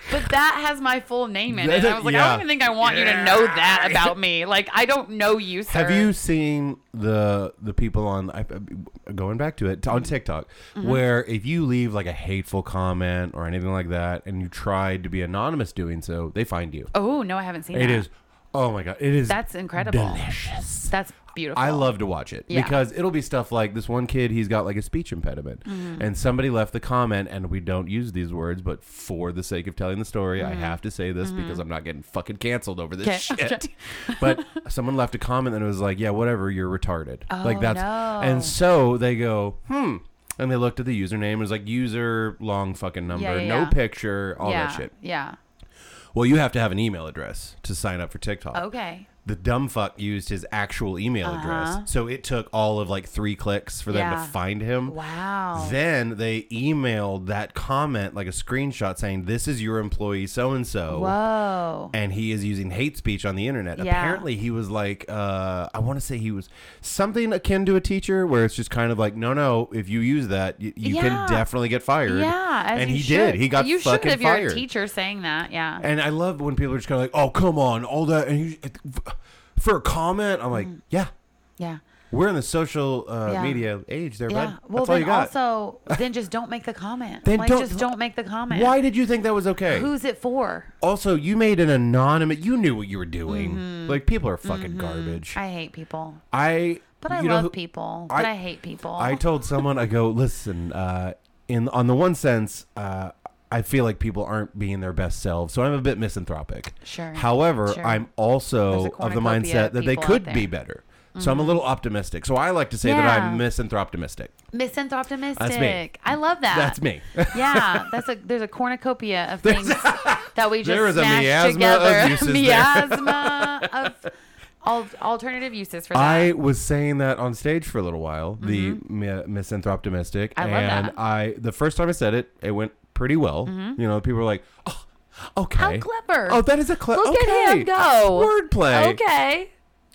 Speaker 3: But that has my full name in it.
Speaker 2: That-
Speaker 3: I was like, I
Speaker 2: yeah.
Speaker 3: don't even think I want you to know that about me. Like, I don't know you, sir.
Speaker 2: Have you seen the the people on I, I- going back to it on
Speaker 3: Mm-hmm.
Speaker 2: TikTok where if you leave like a hateful comment or anything like that and you tried to be anonymous doing so, they find you.
Speaker 3: Oh no, I haven't seen
Speaker 2: It
Speaker 3: that.
Speaker 2: is Oh my god, it is
Speaker 3: That's incredible.
Speaker 2: Delicious.
Speaker 3: That's beautiful.
Speaker 2: I love to watch it
Speaker 3: Yeah.
Speaker 2: because it'll be stuff like this one kid, he's got like a speech impediment.
Speaker 3: Mm-hmm.
Speaker 2: And somebody left the comment, and we don't use these words, but for the sake of telling the story,
Speaker 3: Mm-hmm.
Speaker 2: I have to say this because I'm not getting fucking canceled over this
Speaker 3: 'Kay.
Speaker 2: shit. but someone left a comment and it was like, yeah, whatever, you're retarded. like
Speaker 3: Oh,
Speaker 2: that's.
Speaker 3: no.
Speaker 2: And so they go, hmm. And they looked at the username. It was like user long fucking number,
Speaker 3: yeah,
Speaker 2: no
Speaker 3: yeah.
Speaker 2: picture, all
Speaker 3: yeah,
Speaker 2: that shit.
Speaker 3: Yeah.
Speaker 2: Well, you have to have an email address to sign up for TikTok
Speaker 3: Okay.
Speaker 2: the dumb fuck used his actual email
Speaker 3: Uh-huh.
Speaker 2: address. So it took all of like three clicks for them
Speaker 3: Yeah.
Speaker 2: to find him.
Speaker 3: Wow.
Speaker 2: Then they emailed that comment, like a screenshot saying, This is your employee so and so.
Speaker 3: Whoa.
Speaker 2: And he is using hate speech on the internet.
Speaker 3: Yeah.
Speaker 2: Apparently, he was like, uh, I want to say he was something akin to a teacher where it's just kind of like, no, no, if you use that, y- you
Speaker 3: Yeah.
Speaker 2: can definitely get fired.
Speaker 3: Yeah. As
Speaker 2: and
Speaker 3: you
Speaker 2: he
Speaker 3: should.
Speaker 2: did. He got
Speaker 3: you
Speaker 2: fucking
Speaker 3: should if
Speaker 2: fired.
Speaker 3: you're a teacher saying that. Yeah.
Speaker 2: And I love when people are just kind of like, oh, come on, all that. And you, for a comment, I'm like, yeah,
Speaker 3: yeah.
Speaker 2: we're in the social uh,
Speaker 3: Mm. Yeah.
Speaker 2: media age there, bud.
Speaker 3: Yeah. Well,
Speaker 2: That's all
Speaker 3: then
Speaker 2: you got.
Speaker 3: also, then just don't make the comment.
Speaker 2: Then
Speaker 3: like,
Speaker 2: don't-
Speaker 3: just don't make the comment.
Speaker 2: Why did you think that was okay?
Speaker 3: Who's it for?
Speaker 2: also, you made an anonymous. You knew what you were doing. Like people are fucking garbage. I,
Speaker 3: Mm-hmm. I hate people, but I
Speaker 2: you know
Speaker 3: love
Speaker 2: who-
Speaker 3: people,
Speaker 2: I-
Speaker 3: but I hate people.
Speaker 2: I told someone, I go, listen, uh, in on the one sense, uh, I feel like people aren't being their best selves, so I'm a bit misanthropic.
Speaker 3: Sure,
Speaker 2: However,
Speaker 3: sure.
Speaker 2: I'm
Speaker 3: There's
Speaker 2: also
Speaker 3: a
Speaker 2: of the
Speaker 3: cornucopia
Speaker 2: mindset
Speaker 3: of
Speaker 2: that they
Speaker 3: people out
Speaker 2: could be
Speaker 3: there. Mm-hmm.
Speaker 2: better. So I'm a little optimistic. So I like to say that I'm
Speaker 3: Yeah.
Speaker 2: misanthroptimistic.
Speaker 3: Misanthroptimistic.
Speaker 2: That's me.
Speaker 3: I love that.
Speaker 2: That's me.
Speaker 3: Uh, yeah, that's a there's a cornucopia of things that we just
Speaker 2: There is a
Speaker 3: smashed
Speaker 2: miasma of
Speaker 3: together.
Speaker 2: uses there.
Speaker 3: miasma of al- alternative uses for that.
Speaker 2: I was saying that on stage for a little while, the mi- misanthroptimistic,
Speaker 3: Mm-hmm. I love
Speaker 2: and
Speaker 3: that. Mm-hmm.
Speaker 2: I the first time I said it, it went pretty well. You know, people were like, "Oh, okay,
Speaker 3: How clever.
Speaker 2: Oh, that is a clever.
Speaker 3: Look
Speaker 2: okay.
Speaker 3: at him go.
Speaker 2: Wordplay.
Speaker 3: Okay.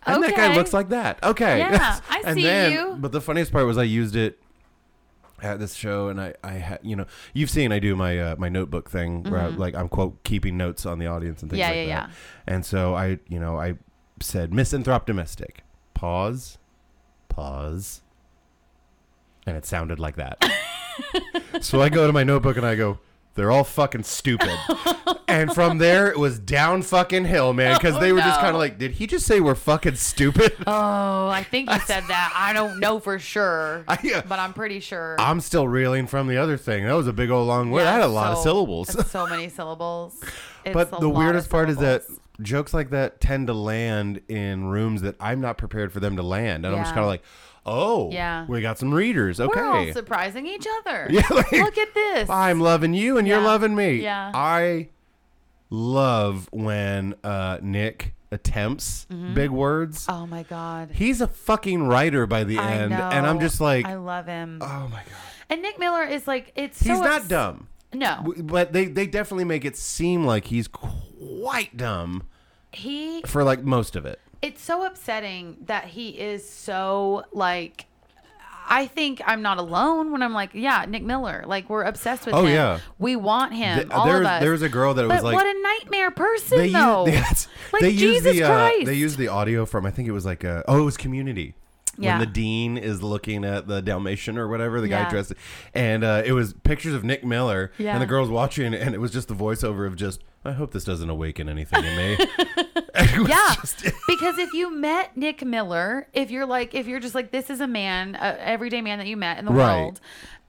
Speaker 2: And
Speaker 3: okay.
Speaker 2: that guy looks like that. Okay.
Speaker 3: Yeah, I
Speaker 2: And
Speaker 3: see
Speaker 2: then-
Speaker 3: you.
Speaker 2: But the funniest part was I used it at this show, and I, I had, you know, you've seen I do my uh, my notebook thing where I, like I'm quote keeping notes on the audience and things
Speaker 3: Mm-hmm. Yeah,
Speaker 2: like
Speaker 3: yeah,
Speaker 2: that.
Speaker 3: yeah.
Speaker 2: And so I, you know, I said misanthroptimistic. Pause. Pause. And it sounded like that. so I go to my notebook and I go, they're all fucking stupid. and from there, it was down fucking hill, man, because
Speaker 3: Oh,
Speaker 2: they were just
Speaker 3: no.
Speaker 2: kind of like, did he just say we're fucking stupid?
Speaker 3: Oh, I think he said that. I don't know for sure,
Speaker 2: I, uh,
Speaker 3: but I'm pretty sure.
Speaker 2: I'm still reeling from the other thing. That was a big old long word.
Speaker 3: Yeah,
Speaker 2: that had a lot of
Speaker 3: so-
Speaker 2: syllables.
Speaker 3: that's so many syllables. It's a
Speaker 2: but the
Speaker 3: lot
Speaker 2: weirdest
Speaker 3: of
Speaker 2: part is that
Speaker 3: syllables.
Speaker 2: jokes like that tend to land in rooms that I'm not prepared for them to land. And I'm just
Speaker 3: Yeah.
Speaker 2: kind of like, oh,
Speaker 3: Yeah.
Speaker 2: we got some readers. Okay.
Speaker 3: we're all surprising each other.
Speaker 2: Yeah, like-
Speaker 3: Look at this.
Speaker 2: I'm loving you and you're
Speaker 3: Yeah.
Speaker 2: loving me.
Speaker 3: Yeah.
Speaker 2: I love when uh, Nick attempts big words.
Speaker 3: Oh my god.
Speaker 2: He's a fucking writer by the
Speaker 3: I
Speaker 2: end.
Speaker 3: know.
Speaker 2: And I'm just like,
Speaker 3: I love him.
Speaker 2: oh my God.
Speaker 3: and Nick Miller is like, it's so
Speaker 2: He's not
Speaker 3: obs-
Speaker 2: dumb.
Speaker 3: No,
Speaker 2: W- But they, they definitely make it seem like he's quite dumb
Speaker 3: he.
Speaker 2: for like most of it.
Speaker 3: It's so upsetting that he is so like. I think I'm not alone when I'm like, yeah, Nick Miller. Like we're obsessed with
Speaker 2: Oh,
Speaker 3: him.
Speaker 2: yeah.
Speaker 3: we want him.
Speaker 2: Th-
Speaker 3: all
Speaker 2: there's-
Speaker 3: of us.
Speaker 2: there's a girl that
Speaker 3: but
Speaker 2: was like-
Speaker 3: what a nightmare person
Speaker 2: They
Speaker 3: though.
Speaker 2: use
Speaker 3: Like,
Speaker 2: they use
Speaker 3: Jesus
Speaker 2: the uh,
Speaker 3: Christ.
Speaker 2: they use the audio from I think it was like uh oh it was Community.
Speaker 3: Yeah.
Speaker 2: When the dean is looking at the Dalmatian or whatever, the guy
Speaker 3: Yeah.
Speaker 2: dressed, and uh, it was pictures of Nick Miller,
Speaker 3: Yeah.
Speaker 2: and the girls watching, and it was just the voiceover of just, I hope this doesn't awaken anything in me. It was
Speaker 3: Yeah,
Speaker 2: just-
Speaker 3: because if you met Nick Miller, if you're like, if you're just like, this is a man, a everyday man that you met in the
Speaker 2: Right.
Speaker 3: world,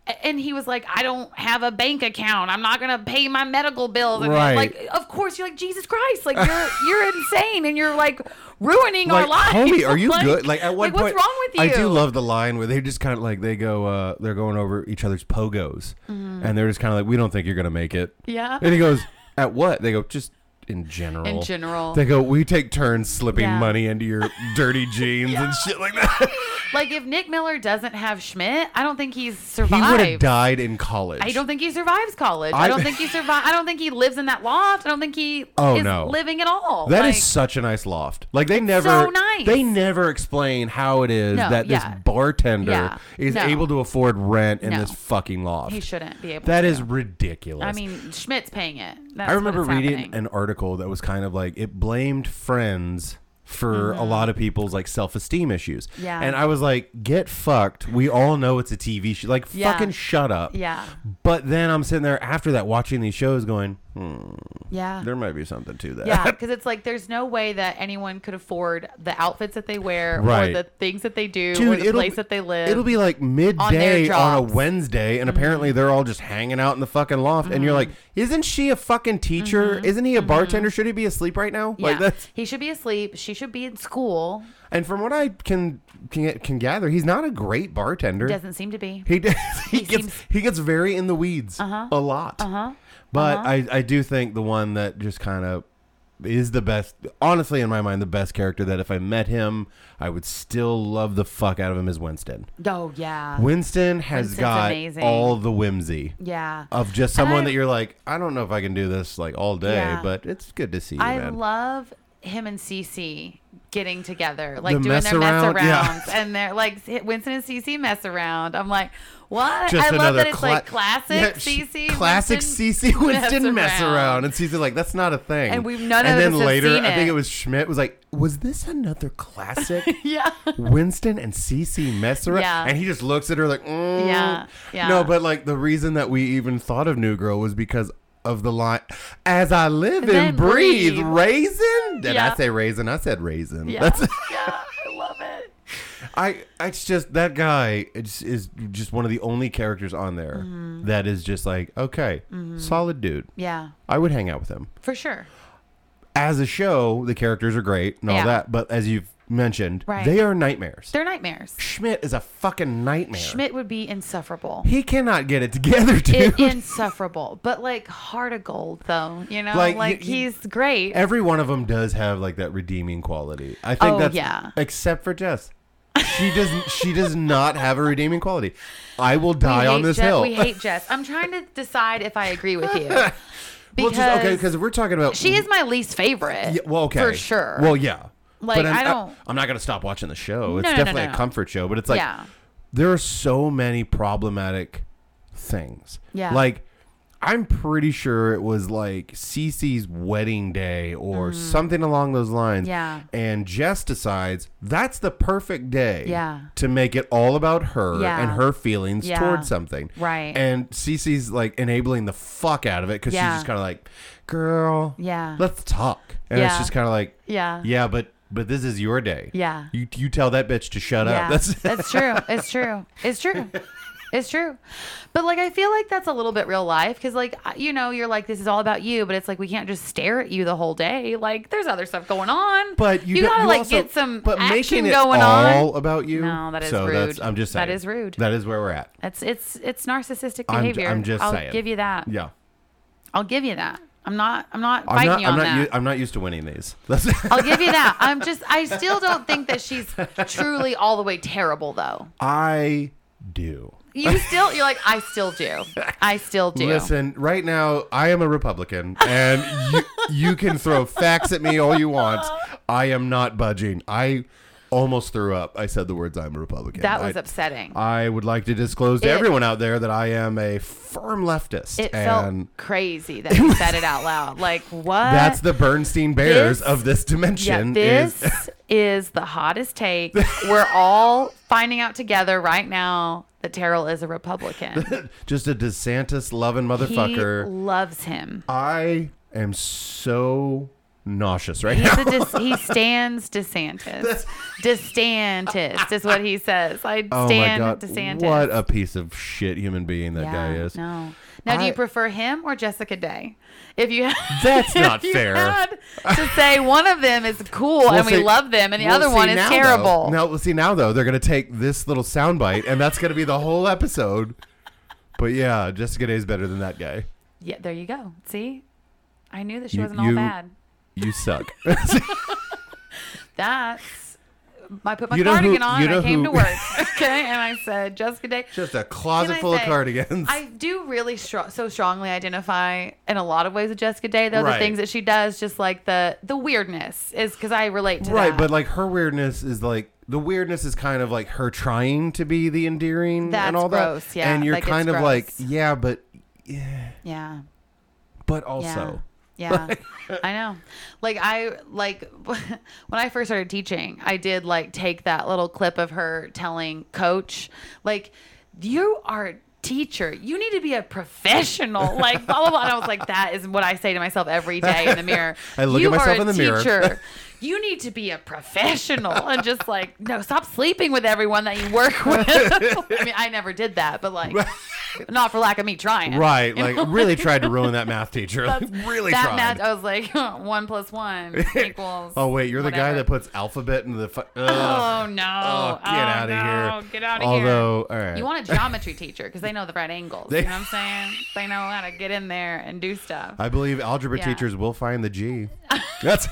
Speaker 3: a- and he was like, I don't have a bank account, I'm not gonna pay my medical bills, and
Speaker 2: Right.
Speaker 3: like, of course, you're like, Jesus Christ, like you're you're insane, and you're like ruining our
Speaker 2: like,
Speaker 3: lives.
Speaker 2: homie, are you good? Like, at one
Speaker 3: like,
Speaker 2: point,
Speaker 3: what's wrong with you?
Speaker 2: I do love the line where they just kind of like they go, uh, they're going over each other's pogos, and they're just kind of like, we don't think you're gonna make it.
Speaker 3: Mm-hmm. Yeah.
Speaker 2: And he goes, at what? They go, just in general.
Speaker 3: In general.
Speaker 2: They go, we take turns slipping
Speaker 3: Yeah.
Speaker 2: money into your dirty jeans and shit like that.
Speaker 3: like, if Nick Miller doesn't have Schmidt, I don't think he's
Speaker 2: he would have
Speaker 3: survived.
Speaker 2: died in college.
Speaker 3: I don't think he survives college.
Speaker 2: I-
Speaker 3: I, don't think he survives. I don't think he lives in that loft. I don't think he
Speaker 2: Oh,
Speaker 3: is
Speaker 2: no.
Speaker 3: living at all.
Speaker 2: That is
Speaker 3: Like-
Speaker 2: such a nice loft. Like they never,
Speaker 3: so nice.
Speaker 2: they never explain how it is
Speaker 3: No,
Speaker 2: that
Speaker 3: yeah.
Speaker 2: this bartender
Speaker 3: Yeah.
Speaker 2: is
Speaker 3: No.
Speaker 2: able to afford rent in
Speaker 3: No.
Speaker 2: this fucking loft.
Speaker 3: He shouldn't be able.
Speaker 2: That
Speaker 3: to.
Speaker 2: is ridiculous.
Speaker 3: I mean, Schmidt's paying it. That's
Speaker 2: I remember
Speaker 3: what it's
Speaker 2: reading
Speaker 3: happening.
Speaker 2: an article that was kind of like it blamed friends for a lot of people's like self-esteem issues.
Speaker 3: Mm-hmm. Yeah.
Speaker 2: And I was like, "Get fucked. We all know it's a TV show. Like
Speaker 3: Yeah.
Speaker 2: fucking shut up."
Speaker 3: Yeah.
Speaker 2: But then I'm sitting there after that watching these shows going, "Hmm,
Speaker 3: Yeah.
Speaker 2: There might be something to that.
Speaker 3: Yeah, because it's like there's no way that anyone could afford the outfits that they wear
Speaker 2: Right.
Speaker 3: or the things that they do or
Speaker 2: Dude,
Speaker 3: the
Speaker 2: it'll,
Speaker 3: place that they live.
Speaker 2: it'll be like midday on, a
Speaker 3: jobs. Mm-hmm.
Speaker 2: Wednesday, and apparently they're all just hanging out in the fucking loft. And you're like, isn't she a fucking teacher? Isn't he a bartender? Should he be asleep right now?
Speaker 3: Mm-hmm. yeah.
Speaker 2: Like that's.
Speaker 3: he should be asleep. She should be in school.
Speaker 2: And from what I can can, can gather, he's not a great bartender.
Speaker 3: Doesn't seem to be.
Speaker 2: He does. He,
Speaker 3: He
Speaker 2: gets
Speaker 3: seems- Uh-huh.
Speaker 2: he gets very in the weeds a lot. But I I do think the one that just kind of is the best, honestly, in my mind, the best character. That if I met him, I would still love the fuck out of him. Is Winston.
Speaker 3: Oh yeah.
Speaker 2: Winston has
Speaker 3: Winston's
Speaker 2: got
Speaker 3: amazing.
Speaker 2: all the whimsy
Speaker 3: yeah.
Speaker 2: of just someone
Speaker 3: I-
Speaker 2: that you're like, I don't know if I can do this like all day,
Speaker 3: Yeah.
Speaker 2: but it's good to see you,
Speaker 3: I
Speaker 2: man.
Speaker 3: love him and Cece getting together, like
Speaker 2: The
Speaker 3: doing
Speaker 2: mess
Speaker 3: their
Speaker 2: around,
Speaker 3: mess
Speaker 2: yeah.
Speaker 3: arounds, and they're like Winston and Cece mess around. I'm like, what?
Speaker 2: just
Speaker 3: I love
Speaker 2: another
Speaker 3: that it's
Speaker 2: cla-
Speaker 3: like classic
Speaker 2: Yeah, sh-
Speaker 3: Cece,
Speaker 2: classic
Speaker 3: Winston
Speaker 2: CC Winston mess around. and Cece's like, "That's not a thing."
Speaker 3: And we've- none
Speaker 2: And
Speaker 3: of
Speaker 2: then
Speaker 3: us have
Speaker 2: later,
Speaker 3: seen
Speaker 2: I think
Speaker 3: it.
Speaker 2: it was Schmidt was like, "Was this another classic
Speaker 3: Yeah.
Speaker 2: Winston and CC mess around?"
Speaker 3: Yeah.
Speaker 2: And he just looks at her like, mm.
Speaker 3: Yeah, yeah.
Speaker 2: No, but like the reason that we even thought of New Girl was because of the line, "As I live and,
Speaker 3: Then
Speaker 2: breathe,
Speaker 3: breathe.
Speaker 2: raisin." Did I
Speaker 3: Yeah.
Speaker 2: say raisin? I said raisin.
Speaker 3: Yeah.
Speaker 2: That's
Speaker 3: yeah, I love it.
Speaker 2: I, I- it's just that guy is, is just one of the only characters on there
Speaker 3: Mm-hmm.
Speaker 2: that is just like okay, solid dude.
Speaker 3: Yeah,
Speaker 2: I would hang out with him.
Speaker 3: for sure.
Speaker 2: As a show, the characters are great and all
Speaker 3: Yeah.
Speaker 2: that, but as you've mentioned,
Speaker 3: Right.
Speaker 2: they are nightmares.
Speaker 3: They're nightmares.
Speaker 2: Schmidt is a fucking nightmare.
Speaker 3: Schmidt would be insufferable.
Speaker 2: he cannot get it together, dude.
Speaker 3: I- insufferable, but like heart of gold, though. You know,
Speaker 2: Like,
Speaker 3: like,
Speaker 2: you- you-
Speaker 3: he's great.
Speaker 2: Every one of them does have like that redeeming quality. I think
Speaker 3: Oh,
Speaker 2: that's
Speaker 3: yeah.
Speaker 2: except for Jess. She doesn't. she does not have a redeeming quality. I will
Speaker 3: we
Speaker 2: die
Speaker 3: hate
Speaker 2: on this
Speaker 3: Je-
Speaker 2: hill.
Speaker 3: We hate Jess. I'm trying to decide if I agree with you.
Speaker 2: well,
Speaker 3: Because
Speaker 2: just- okay, because if we're talking about
Speaker 3: she is my least favorite.
Speaker 2: Yeah, well, okay.
Speaker 3: For sure.
Speaker 2: Well, yeah.
Speaker 3: Like,
Speaker 2: I'm,
Speaker 3: I don't-
Speaker 2: I'm not gonna stop watching the show. It's
Speaker 3: No, no, no,
Speaker 2: definitely
Speaker 3: no,
Speaker 2: a
Speaker 3: no.
Speaker 2: comfort show, but it's like
Speaker 3: Yeah.
Speaker 2: there are so many problematic things.
Speaker 3: Yeah.
Speaker 2: Like I'm pretty sure it was like Cece's wedding day or something along those lines.
Speaker 3: Mm. Yeah.
Speaker 2: And Jess decides that's the perfect day
Speaker 3: Yeah.
Speaker 2: to make it all about her
Speaker 3: Yeah.
Speaker 2: and her feelings
Speaker 3: Yeah.
Speaker 2: towards something.
Speaker 3: Right.
Speaker 2: And Cece's like enabling the fuck out of it because
Speaker 3: Yeah.
Speaker 2: she's just kind of like, girl,
Speaker 3: Yeah.
Speaker 2: let's talk. And it's
Speaker 3: Yeah.
Speaker 2: just kind of like,
Speaker 3: yeah.
Speaker 2: yeah, but but this is your day.
Speaker 3: Yeah.
Speaker 2: You you tell that bitch to shut
Speaker 3: Yeah,
Speaker 2: up. That's
Speaker 3: that's true. It's true. It's true. It's true. But like I feel like that's a little bit real life cuz like I- you know you're like this is all about you but it's like we can't just stare at you the whole day. Like there's other stuff going on.
Speaker 2: but you, don't-
Speaker 3: got to
Speaker 2: you
Speaker 3: like
Speaker 2: also-
Speaker 3: get some
Speaker 2: but
Speaker 3: action
Speaker 2: making it
Speaker 3: going
Speaker 2: all
Speaker 3: on.
Speaker 2: about you.
Speaker 3: No, that is
Speaker 2: so That's,
Speaker 3: rude.
Speaker 2: I'm just saying
Speaker 3: That is rude.
Speaker 2: That is where we're at.
Speaker 3: It's it's it's narcissistic
Speaker 2: I'm-
Speaker 3: behavior.
Speaker 2: I'm just
Speaker 3: I'll
Speaker 2: saying.
Speaker 3: give you that.
Speaker 2: Yeah,
Speaker 3: I'll give you that. I'm not I'm not
Speaker 2: I'm
Speaker 3: fighting
Speaker 2: not
Speaker 3: you on
Speaker 2: I'm
Speaker 3: that.
Speaker 2: not u- I'm not used to winning these. That's
Speaker 3: I'll give you that. I'm just I still don't think that she's truly all the way terrible though.
Speaker 2: I do.
Speaker 3: You still you're like I still do. I still do.
Speaker 2: Listen, right now I am a Republican, and you, you can throw facts at me all you want. I am not budging. I almost threw up. I said the words "I'm a Republican."
Speaker 3: That was
Speaker 2: I,
Speaker 3: upsetting.
Speaker 2: I would like to disclose to
Speaker 3: It-
Speaker 2: everyone out there that I am a firm leftist,
Speaker 3: It
Speaker 2: and
Speaker 3: felt crazy that you said it out loud. Like what?
Speaker 2: that's the Bernstein Bears
Speaker 3: This-
Speaker 2: of this
Speaker 3: yeah,
Speaker 2: dimension.
Speaker 3: this
Speaker 2: is
Speaker 3: is, the hottest take. We're all finding out together right now that Terrell is a Republican.
Speaker 2: just a DeSantis loving
Speaker 3: he
Speaker 2: motherfucker.
Speaker 3: loves him.
Speaker 2: I am so nauseous right
Speaker 3: He's
Speaker 2: now.
Speaker 3: a dis- he stands DeSantis. DeSantis is what he says. I
Speaker 2: Oh my
Speaker 3: stand
Speaker 2: god!
Speaker 3: DeSantis.
Speaker 2: What a piece of shit human being that
Speaker 3: yeah,
Speaker 2: guy is.
Speaker 3: No. Now, do
Speaker 2: I-
Speaker 3: you prefer him or Jessica Day? If you
Speaker 2: That's
Speaker 3: if
Speaker 2: not
Speaker 3: you
Speaker 2: fair.
Speaker 3: had to say one of them is cool and
Speaker 2: see-
Speaker 3: we love them, and the
Speaker 2: Well,
Speaker 3: other
Speaker 2: see,
Speaker 3: one is
Speaker 2: now, though-
Speaker 3: terrible.
Speaker 2: now we'll see. Now though, they're gonna take this little soundbite, and that's gonna be the whole episode. But yeah, Jessica Day's better than that guy.
Speaker 3: Yeah, there you go. See, I knew that she
Speaker 2: You-
Speaker 3: wasn't all
Speaker 2: you-
Speaker 3: bad.
Speaker 2: You suck.
Speaker 3: That's. I put my
Speaker 2: You know who-
Speaker 3: cardigan on
Speaker 2: you
Speaker 3: and
Speaker 2: know
Speaker 3: I came
Speaker 2: who-
Speaker 3: to work. Okay, and I said, Jessica Day.
Speaker 2: Just a
Speaker 3: Can
Speaker 2: closet
Speaker 3: I
Speaker 2: full of
Speaker 3: say,
Speaker 2: cardigans.
Speaker 3: I do really str- so strongly identify in a lot of ways with Jessica Day, though
Speaker 2: Right.
Speaker 3: the things that she does, just like the the weirdness, is because I relate to
Speaker 2: right,
Speaker 3: that.
Speaker 2: but like her weirdness is like the weirdness is kind of like her trying to be the endearing
Speaker 3: That's
Speaker 2: and all
Speaker 3: gross,
Speaker 2: that.
Speaker 3: yeah,
Speaker 2: and you're
Speaker 3: like, it's
Speaker 2: kind of
Speaker 3: gross.
Speaker 2: like, yeah, but
Speaker 3: yeah.
Speaker 2: but also.
Speaker 3: Yeah. Yeah. I know. Like I like when I first started teaching, I did like take that little clip of her telling coach like you are teacher. You need to be a professional. Like blah blah blah. And I was like, that is what I say to myself every day in the mirror.
Speaker 2: I look at
Speaker 3: you
Speaker 2: myself in
Speaker 3: are a
Speaker 2: the mirror.
Speaker 3: teacher. You need to be a professional and just like no, stop sleeping with everyone that you work with. I mean, I never did that, but like, not for lack of me trying.
Speaker 2: Right,
Speaker 3: You
Speaker 2: like
Speaker 3: know?
Speaker 2: really tried to ruin that math teacher. Like, really
Speaker 3: that
Speaker 2: tried.
Speaker 3: math- oh, I was like one plus one equals.
Speaker 2: oh wait, you're the guy
Speaker 3: whatever.
Speaker 2: that puts alphabet into the. Fu- Ugh.
Speaker 3: Oh no!
Speaker 2: Oh, get
Speaker 3: Oh,
Speaker 2: out of
Speaker 3: no.
Speaker 2: here!
Speaker 3: Get out of here!
Speaker 2: Although, all right,
Speaker 3: You want a geometry teacher because they know the right angles.
Speaker 2: They-
Speaker 3: you know what I'm saying? They know how to get in there and do stuff.
Speaker 2: I believe algebra
Speaker 3: Yeah.
Speaker 2: teachers will find the G. That's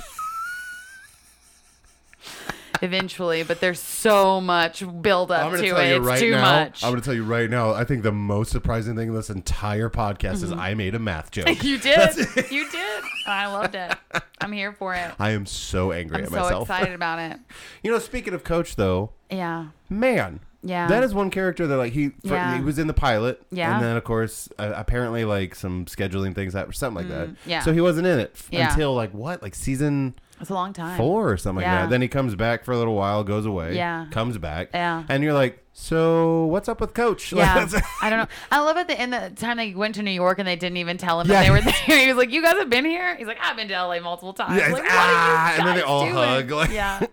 Speaker 3: Eventually, but there's so much buildup
Speaker 2: I'm
Speaker 3: to
Speaker 2: gonna tell
Speaker 3: it.
Speaker 2: you
Speaker 3: it's
Speaker 2: right
Speaker 3: too
Speaker 2: now.
Speaker 3: much.
Speaker 2: I'm gonna tell you right now. I think the most surprising thing in this entire podcast is
Speaker 3: Mm-hmm.
Speaker 2: I made a math joke.
Speaker 3: you did. You did. I loved it. I'm here for it.
Speaker 2: I am so angry
Speaker 3: I'm
Speaker 2: at
Speaker 3: so
Speaker 2: myself.
Speaker 3: excited about it.
Speaker 2: You know, speaking of coach though,
Speaker 3: Yeah.
Speaker 2: man.
Speaker 3: Yeah.
Speaker 2: That is one character that like he fr-
Speaker 3: Yeah.
Speaker 2: he was in the pilot.
Speaker 3: Yeah.
Speaker 2: And then of course uh, apparently like some scheduling things happened or something like that.
Speaker 3: Mm, yeah.
Speaker 2: So he wasn't in it f-
Speaker 3: Yeah.
Speaker 2: until like what like season
Speaker 3: It's a long time.
Speaker 2: four or something like
Speaker 3: Yeah.
Speaker 2: that. Then he comes back for a little while, goes away.
Speaker 3: Yeah.
Speaker 2: Comes back.
Speaker 3: Yeah.
Speaker 2: And you're like, so what's up with coach? Like,
Speaker 3: Yeah,
Speaker 2: that's-
Speaker 3: I don't know. I love at the end the time they went to New York and they didn't even tell him
Speaker 2: Yeah.
Speaker 3: that they were there. He was like, "You guys have been here." He's like, "I've been to LA multiple times."
Speaker 2: Yeah, it's,
Speaker 3: like,
Speaker 2: "Ah," and then they
Speaker 3: guys
Speaker 2: all
Speaker 3: doing?"
Speaker 2: hug, like-
Speaker 3: yeah,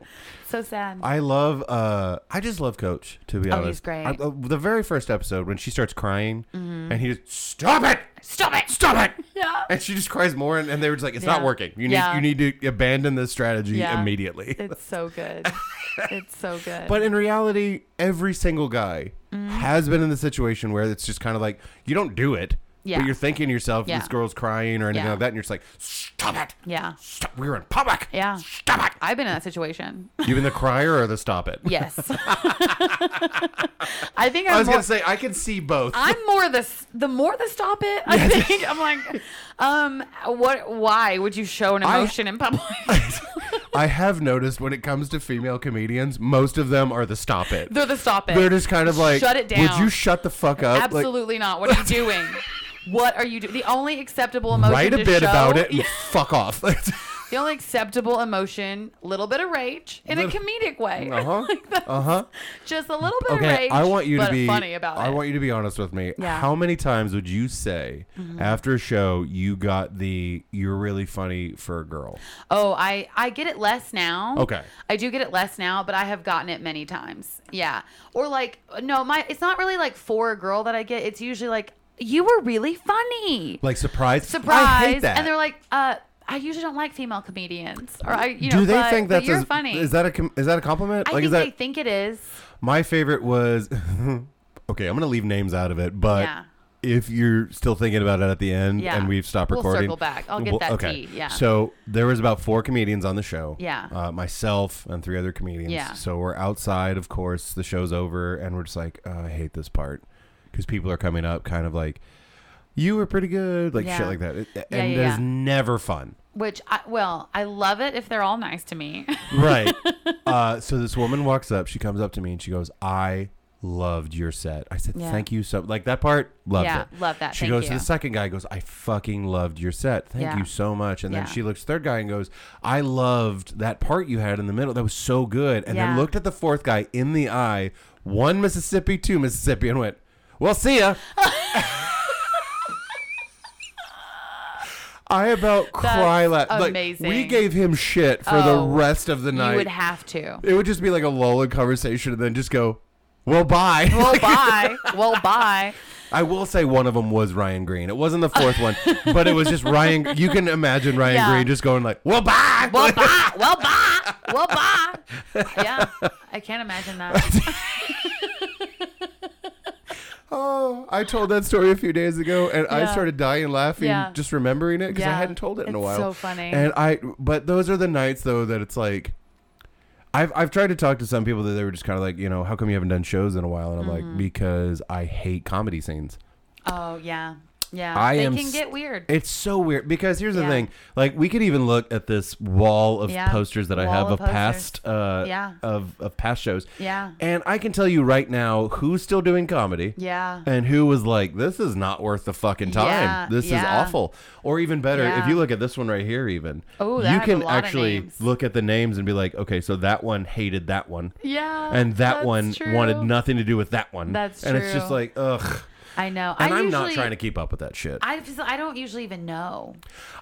Speaker 3: so sad.
Speaker 2: I love. uh I just love Coach. To be
Speaker 3: Oh, he's
Speaker 2: honest,
Speaker 3: great. Mm-hmm.
Speaker 2: I- uh, the very first episode when she starts crying and he just stop it,
Speaker 3: Stop it!
Speaker 2: stop it,
Speaker 3: Yeah.
Speaker 2: and she just cries more, and, and they were just like, it's not
Speaker 3: Yeah.
Speaker 2: working. You need
Speaker 3: Yeah.
Speaker 2: you need to abandon this strategy
Speaker 3: Yeah.
Speaker 2: immediately.
Speaker 3: It's so good. it's so good.
Speaker 2: but in reality, every single guy
Speaker 3: Mm-hmm.
Speaker 2: has been in the situation where it's just kind of like you don't do it,
Speaker 3: Yeah.
Speaker 2: but you're thinking to yourself,
Speaker 3: Yeah.
Speaker 2: this girl's crying or anything
Speaker 3: Yeah.
Speaker 2: like that, and you're just like, stop it,
Speaker 3: yeah,
Speaker 2: stop. We're in public.
Speaker 3: Yeah.
Speaker 2: stop it.
Speaker 3: I've been in that situation.
Speaker 2: You been the crier or the stop it?
Speaker 3: Yes. I think I'm
Speaker 2: I was
Speaker 3: more,
Speaker 2: gonna say I could see both.
Speaker 3: I'm more the s- the more the stop it. I think I'm like, um, what? Why would you show an
Speaker 2: I-
Speaker 3: emotion in public?
Speaker 2: I have noticed when it comes to female comedians, most of them are the stop it.
Speaker 3: They're the stop it.
Speaker 2: They're just kind of like,
Speaker 3: shut it
Speaker 2: Would
Speaker 3: down.
Speaker 2: you shut the fuck up? Like,
Speaker 3: Absolutely not. What are you doing? what are you doing? The only acceptable emotion.
Speaker 2: write a
Speaker 3: to
Speaker 2: bit
Speaker 3: show-
Speaker 2: about it and fuck off.
Speaker 3: The only acceptable emotion, little bit of rage in a
Speaker 2: Little-
Speaker 3: comedic way.
Speaker 2: Uh-huh.
Speaker 3: Like that's
Speaker 2: uh-huh.
Speaker 3: Just a little bit of
Speaker 2: Okay,
Speaker 3: rage.
Speaker 2: I want you to
Speaker 3: but
Speaker 2: be
Speaker 3: funny about
Speaker 2: I
Speaker 3: it.
Speaker 2: want you to be honest with me.
Speaker 3: Yeah. Mm-hmm.
Speaker 2: How many times would you say after a show you got the you're really funny for a girl?
Speaker 3: oh, I I get it less now.
Speaker 2: Okay.
Speaker 3: I do get it less now, but I have gotten it many times. Yeah. Or like no, my it's not really like for a girl that I get. It's usually like you were really funny.
Speaker 2: Like surprise?
Speaker 3: surprise
Speaker 2: I hate that.
Speaker 3: and they're like uh I usually don't like female comedians, or I, you
Speaker 2: do
Speaker 3: know,
Speaker 2: they
Speaker 3: but,
Speaker 2: think
Speaker 3: but
Speaker 2: that's
Speaker 3: you're
Speaker 2: as-
Speaker 3: funny.
Speaker 2: Is that a com- is that a compliment?
Speaker 3: I
Speaker 2: like
Speaker 3: think
Speaker 2: is that
Speaker 3: they think it is.
Speaker 2: My favorite was okay. I'm gonna leave names out of it, but
Speaker 3: Yeah.
Speaker 2: if you're still thinking about it at the end
Speaker 3: Yeah.
Speaker 2: and we've stopped
Speaker 3: We'll
Speaker 2: recording,
Speaker 3: circle back. I'll get that tea, yeah.
Speaker 2: So there was about four comedians on the show.
Speaker 3: Yeah.
Speaker 2: Uh, myself and three other comedians.
Speaker 3: Yeah.
Speaker 2: So we're outside. Of course, the show's over, and we're just like, uh, I hate this part because people are coming up, kind of like. You were pretty good, like shit
Speaker 3: Yeah.
Speaker 2: like that, It- and
Speaker 3: yeah,
Speaker 2: that
Speaker 3: yeah.
Speaker 2: is never fun.
Speaker 3: Which, I, well, I love it if they're all nice to me.
Speaker 2: Right. uh, so this woman walks up. She comes up to me and she goes, "I loved your set." I said,
Speaker 3: Yeah.
Speaker 2: "Thank you so like that part. Loved
Speaker 3: Yeah,
Speaker 2: it.
Speaker 3: love that.
Speaker 2: She
Speaker 3: Uh, Thank
Speaker 2: goes to
Speaker 3: you.
Speaker 2: the second guy. Goes, "I fucking loved your set. Thank
Speaker 3: Yeah.
Speaker 2: you so much." And
Speaker 3: Yeah.
Speaker 2: then she looks at the third guy and goes, "I loved that part you had in the middle. That was so good." And then
Speaker 3: Yeah.
Speaker 2: looked at the fourth guy in the eye, one Mississippi, two Mississippi, and went, "Well, see ya." I about cry la- like we
Speaker 3: amazing.
Speaker 2: gave him shit for
Speaker 3: Oh,
Speaker 2: the rest of the night.
Speaker 3: you would have to.
Speaker 2: It would just be like a lull in conversation and then just go, well, bye.
Speaker 3: Well, bye. Well, bye.
Speaker 2: I will say one of them was Ryan Green. It wasn't the fourth one, but it was just Ryan. You can imagine Ryan
Speaker 3: Yeah.
Speaker 2: Green just going like, well, bye.
Speaker 3: Well, bye. Well, bye. Well, bye. Yeah, I can't imagine that.
Speaker 2: Oh, I told that story a few days ago and I
Speaker 3: Yeah.
Speaker 2: started dying laughing
Speaker 3: Yeah.
Speaker 2: just remembering it because I
Speaker 3: Yeah.
Speaker 2: hadn't told it in a
Speaker 3: It's
Speaker 2: while.
Speaker 3: so funny.
Speaker 2: And I, but those are the nights though that it's like, I've, I've tried to talk to some people that they were just kind of like, you know, how come you haven't done shows in a while? And I'm
Speaker 3: Mm-hmm.
Speaker 2: like, because I hate comedy scenes.
Speaker 3: Oh, yeah. Yeah.
Speaker 2: I
Speaker 3: they
Speaker 2: am
Speaker 3: can
Speaker 2: s-
Speaker 3: get weird.
Speaker 2: It's so weird because here's the
Speaker 3: Yeah.
Speaker 2: thing: like we could even look at this wall of
Speaker 3: Yeah.
Speaker 2: posters that I
Speaker 3: Wall
Speaker 2: have
Speaker 3: of
Speaker 2: of,
Speaker 3: posters.
Speaker 2: past, uh,
Speaker 3: Yeah.
Speaker 2: of of past shows,
Speaker 3: Yeah.
Speaker 2: and I can tell you right now who's still doing comedy,
Speaker 3: Yeah.
Speaker 2: and who was like, "This is not worth the fucking time.
Speaker 3: Yeah,
Speaker 2: This is
Speaker 3: yeah.
Speaker 2: awful." Or even better, if
Speaker 3: Yeah.
Speaker 2: you look at this one right here, even
Speaker 3: Oh, that
Speaker 2: you
Speaker 3: has
Speaker 2: can
Speaker 3: a lot of
Speaker 2: actually
Speaker 3: names.
Speaker 2: look at the names and be like, "Okay, so that one hated that one."
Speaker 3: Yeah.
Speaker 2: And that
Speaker 3: that's
Speaker 2: one
Speaker 3: true.
Speaker 2: wanted nothing to do with that one.
Speaker 3: That's
Speaker 2: And it's just
Speaker 3: true.
Speaker 2: like, ugh.
Speaker 3: I know.
Speaker 2: And
Speaker 3: I
Speaker 2: I'm
Speaker 3: usually,
Speaker 2: not trying to keep up with that shit.
Speaker 3: I just, I don't usually even know.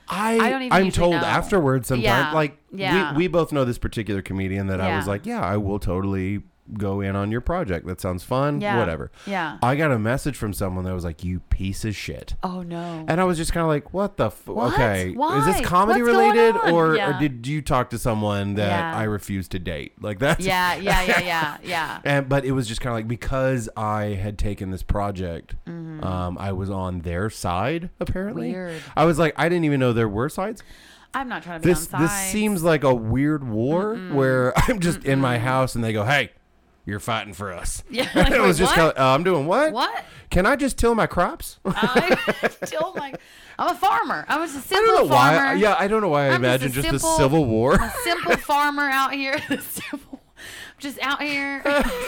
Speaker 2: I,
Speaker 3: I don't even
Speaker 2: I'm
Speaker 3: usually
Speaker 2: told
Speaker 3: know.
Speaker 2: afterwards sometimes.
Speaker 3: Yeah,
Speaker 2: Like
Speaker 3: yeah.
Speaker 2: we, we both know this particular comedian that I was
Speaker 3: Yeah.
Speaker 2: like, yeah, I will totally go in on your project. That sounds fun.
Speaker 3: Yeah.
Speaker 2: Whatever.
Speaker 3: Yeah.
Speaker 2: I got a message from someone that was like, you piece of shit.
Speaker 3: Oh no.
Speaker 2: And I was just kind of like, what the f-
Speaker 3: What?
Speaker 2: okay? Is
Speaker 3: Why?
Speaker 2: this comedy
Speaker 3: What's going
Speaker 2: related
Speaker 3: on?
Speaker 2: or, or
Speaker 3: Yeah.
Speaker 2: did you talk to someone that
Speaker 3: Yeah.
Speaker 2: I refuse to date? Like that's
Speaker 3: yeah, yeah, yeah, yeah, yeah.
Speaker 2: And but it was just kind of like because I had taken this project, um, I was on their side apparently.
Speaker 3: Mm-hmm. Weird.
Speaker 2: I was like, I didn't even know there were sides.
Speaker 3: I'm not trying to be
Speaker 2: This
Speaker 3: on
Speaker 2: this
Speaker 3: sides.
Speaker 2: seems like a weird war where I'm just in my house and they go, hey. You're fighting for us.
Speaker 3: Yeah,
Speaker 2: And
Speaker 3: like,
Speaker 2: it was
Speaker 3: wait,
Speaker 2: just
Speaker 3: what?
Speaker 2: kinda, uh, I'm doing what?
Speaker 3: What?
Speaker 2: Can I just till my crops? I
Speaker 3: I'm still like, I'm a farmer. I was a simple
Speaker 2: don't know
Speaker 3: farmer.
Speaker 2: why. uh, Yeah, I don't know why I
Speaker 3: I'm just a
Speaker 2: imagine just,
Speaker 3: simple-
Speaker 2: the Civil War.
Speaker 3: simple farmer out here. simple, just out here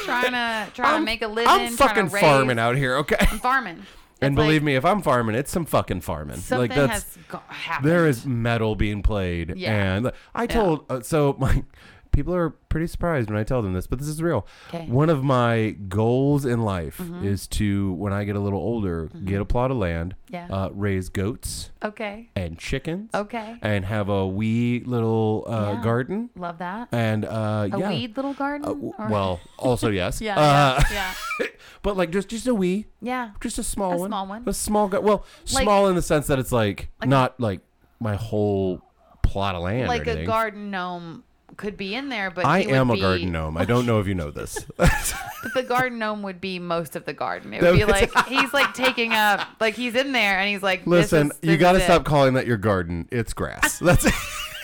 Speaker 3: trying to trying to make a living.
Speaker 2: I'm
Speaker 3: trying
Speaker 2: fucking
Speaker 3: to raise,
Speaker 2: farming out here, okay?
Speaker 3: Farming.
Speaker 2: and believe me, if I'm farming, it's some fucking farming.
Speaker 3: something
Speaker 2: like that's
Speaker 3: has go- happened.
Speaker 2: there is metal being played,
Speaker 3: Yeah.
Speaker 2: and I told uh, so my people are pretty surprised when I tell them this, but this is real.
Speaker 3: 'Kay.
Speaker 2: One of my goals in life
Speaker 3: Mm-hmm.
Speaker 2: is to, when I get a little older, get a plot of land,
Speaker 3: Yeah.
Speaker 2: uh, raise goats
Speaker 3: okay.
Speaker 2: and chickens,
Speaker 3: Okay.
Speaker 2: and have a wee little uh,
Speaker 3: Yeah.
Speaker 2: garden,
Speaker 3: Love that.
Speaker 2: and uh,
Speaker 3: A
Speaker 2: yeah.
Speaker 3: weed little garden.
Speaker 2: Uh, w-
Speaker 3: Or-
Speaker 2: well, also yes.
Speaker 3: Yeah,
Speaker 2: Uh,
Speaker 3: yeah.
Speaker 2: But like just just a wee
Speaker 3: Yeah.
Speaker 2: just a small
Speaker 3: A
Speaker 2: one.
Speaker 3: small one.
Speaker 2: A small guy. Well,
Speaker 3: Like-
Speaker 2: small in the sense that it's like, not like my whole plot of land. or
Speaker 3: Like a
Speaker 2: anything.
Speaker 3: garden gnome could be in there, but
Speaker 2: I
Speaker 3: he would
Speaker 2: am a
Speaker 3: be-
Speaker 2: garden gnome. I don't know if you know this.
Speaker 3: But the garden gnome would be most of the garden. It
Speaker 2: That
Speaker 3: would be
Speaker 2: would-
Speaker 3: like he's like taking up, like he's in there and he's like, this
Speaker 2: Listen,
Speaker 3: is-
Speaker 2: you
Speaker 3: this
Speaker 2: got to
Speaker 3: is it.
Speaker 2: stop calling that your garden. It's grass. That's it.